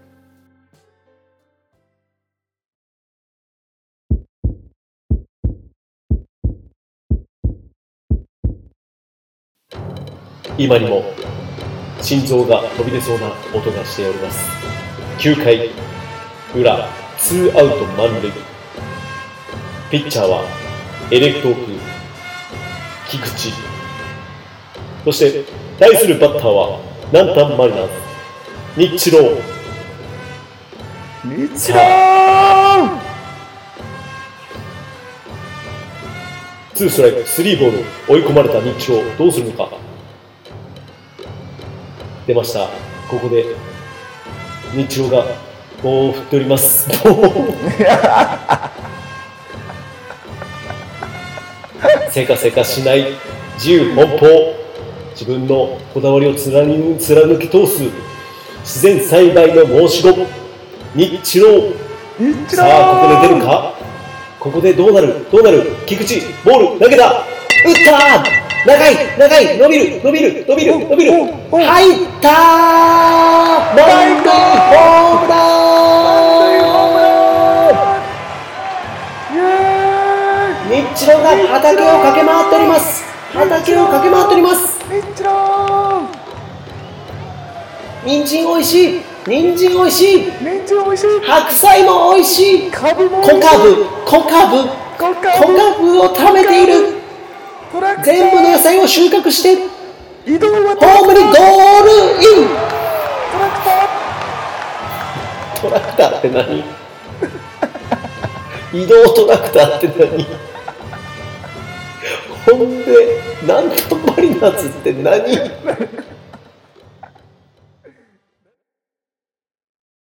Speaker 2: 今にも心臓が飛び出そうな音がしております9回裏ツーアウト満塁ピッチャーはエレクトーク菊池そして対するバッターは南丹マリナーズ日露
Speaker 3: 日
Speaker 2: 露ツーストライクスリーボール追い込まれた日露どうするのか出ましたここで日露が棒を振っておりますせかせかしない自由奔放自分のこだわりを貫貫き通す自然栽培の申し子日露さあここで出るかここでどうなるどうなる菊池ボール投げた打ったー長い長い伸びる伸びる伸びる伸びる入ったー満塁ホームラン日露が畑を駆け回っております畑を駆け回っております人参おいしい人参おいしい白菜もおいしい小カブ小カブ小カブを食べている全部の野菜を収穫してホームにゴールイントラクターって何 *laughs* 移動トラクターって何ほんで、なんとマリナーズって何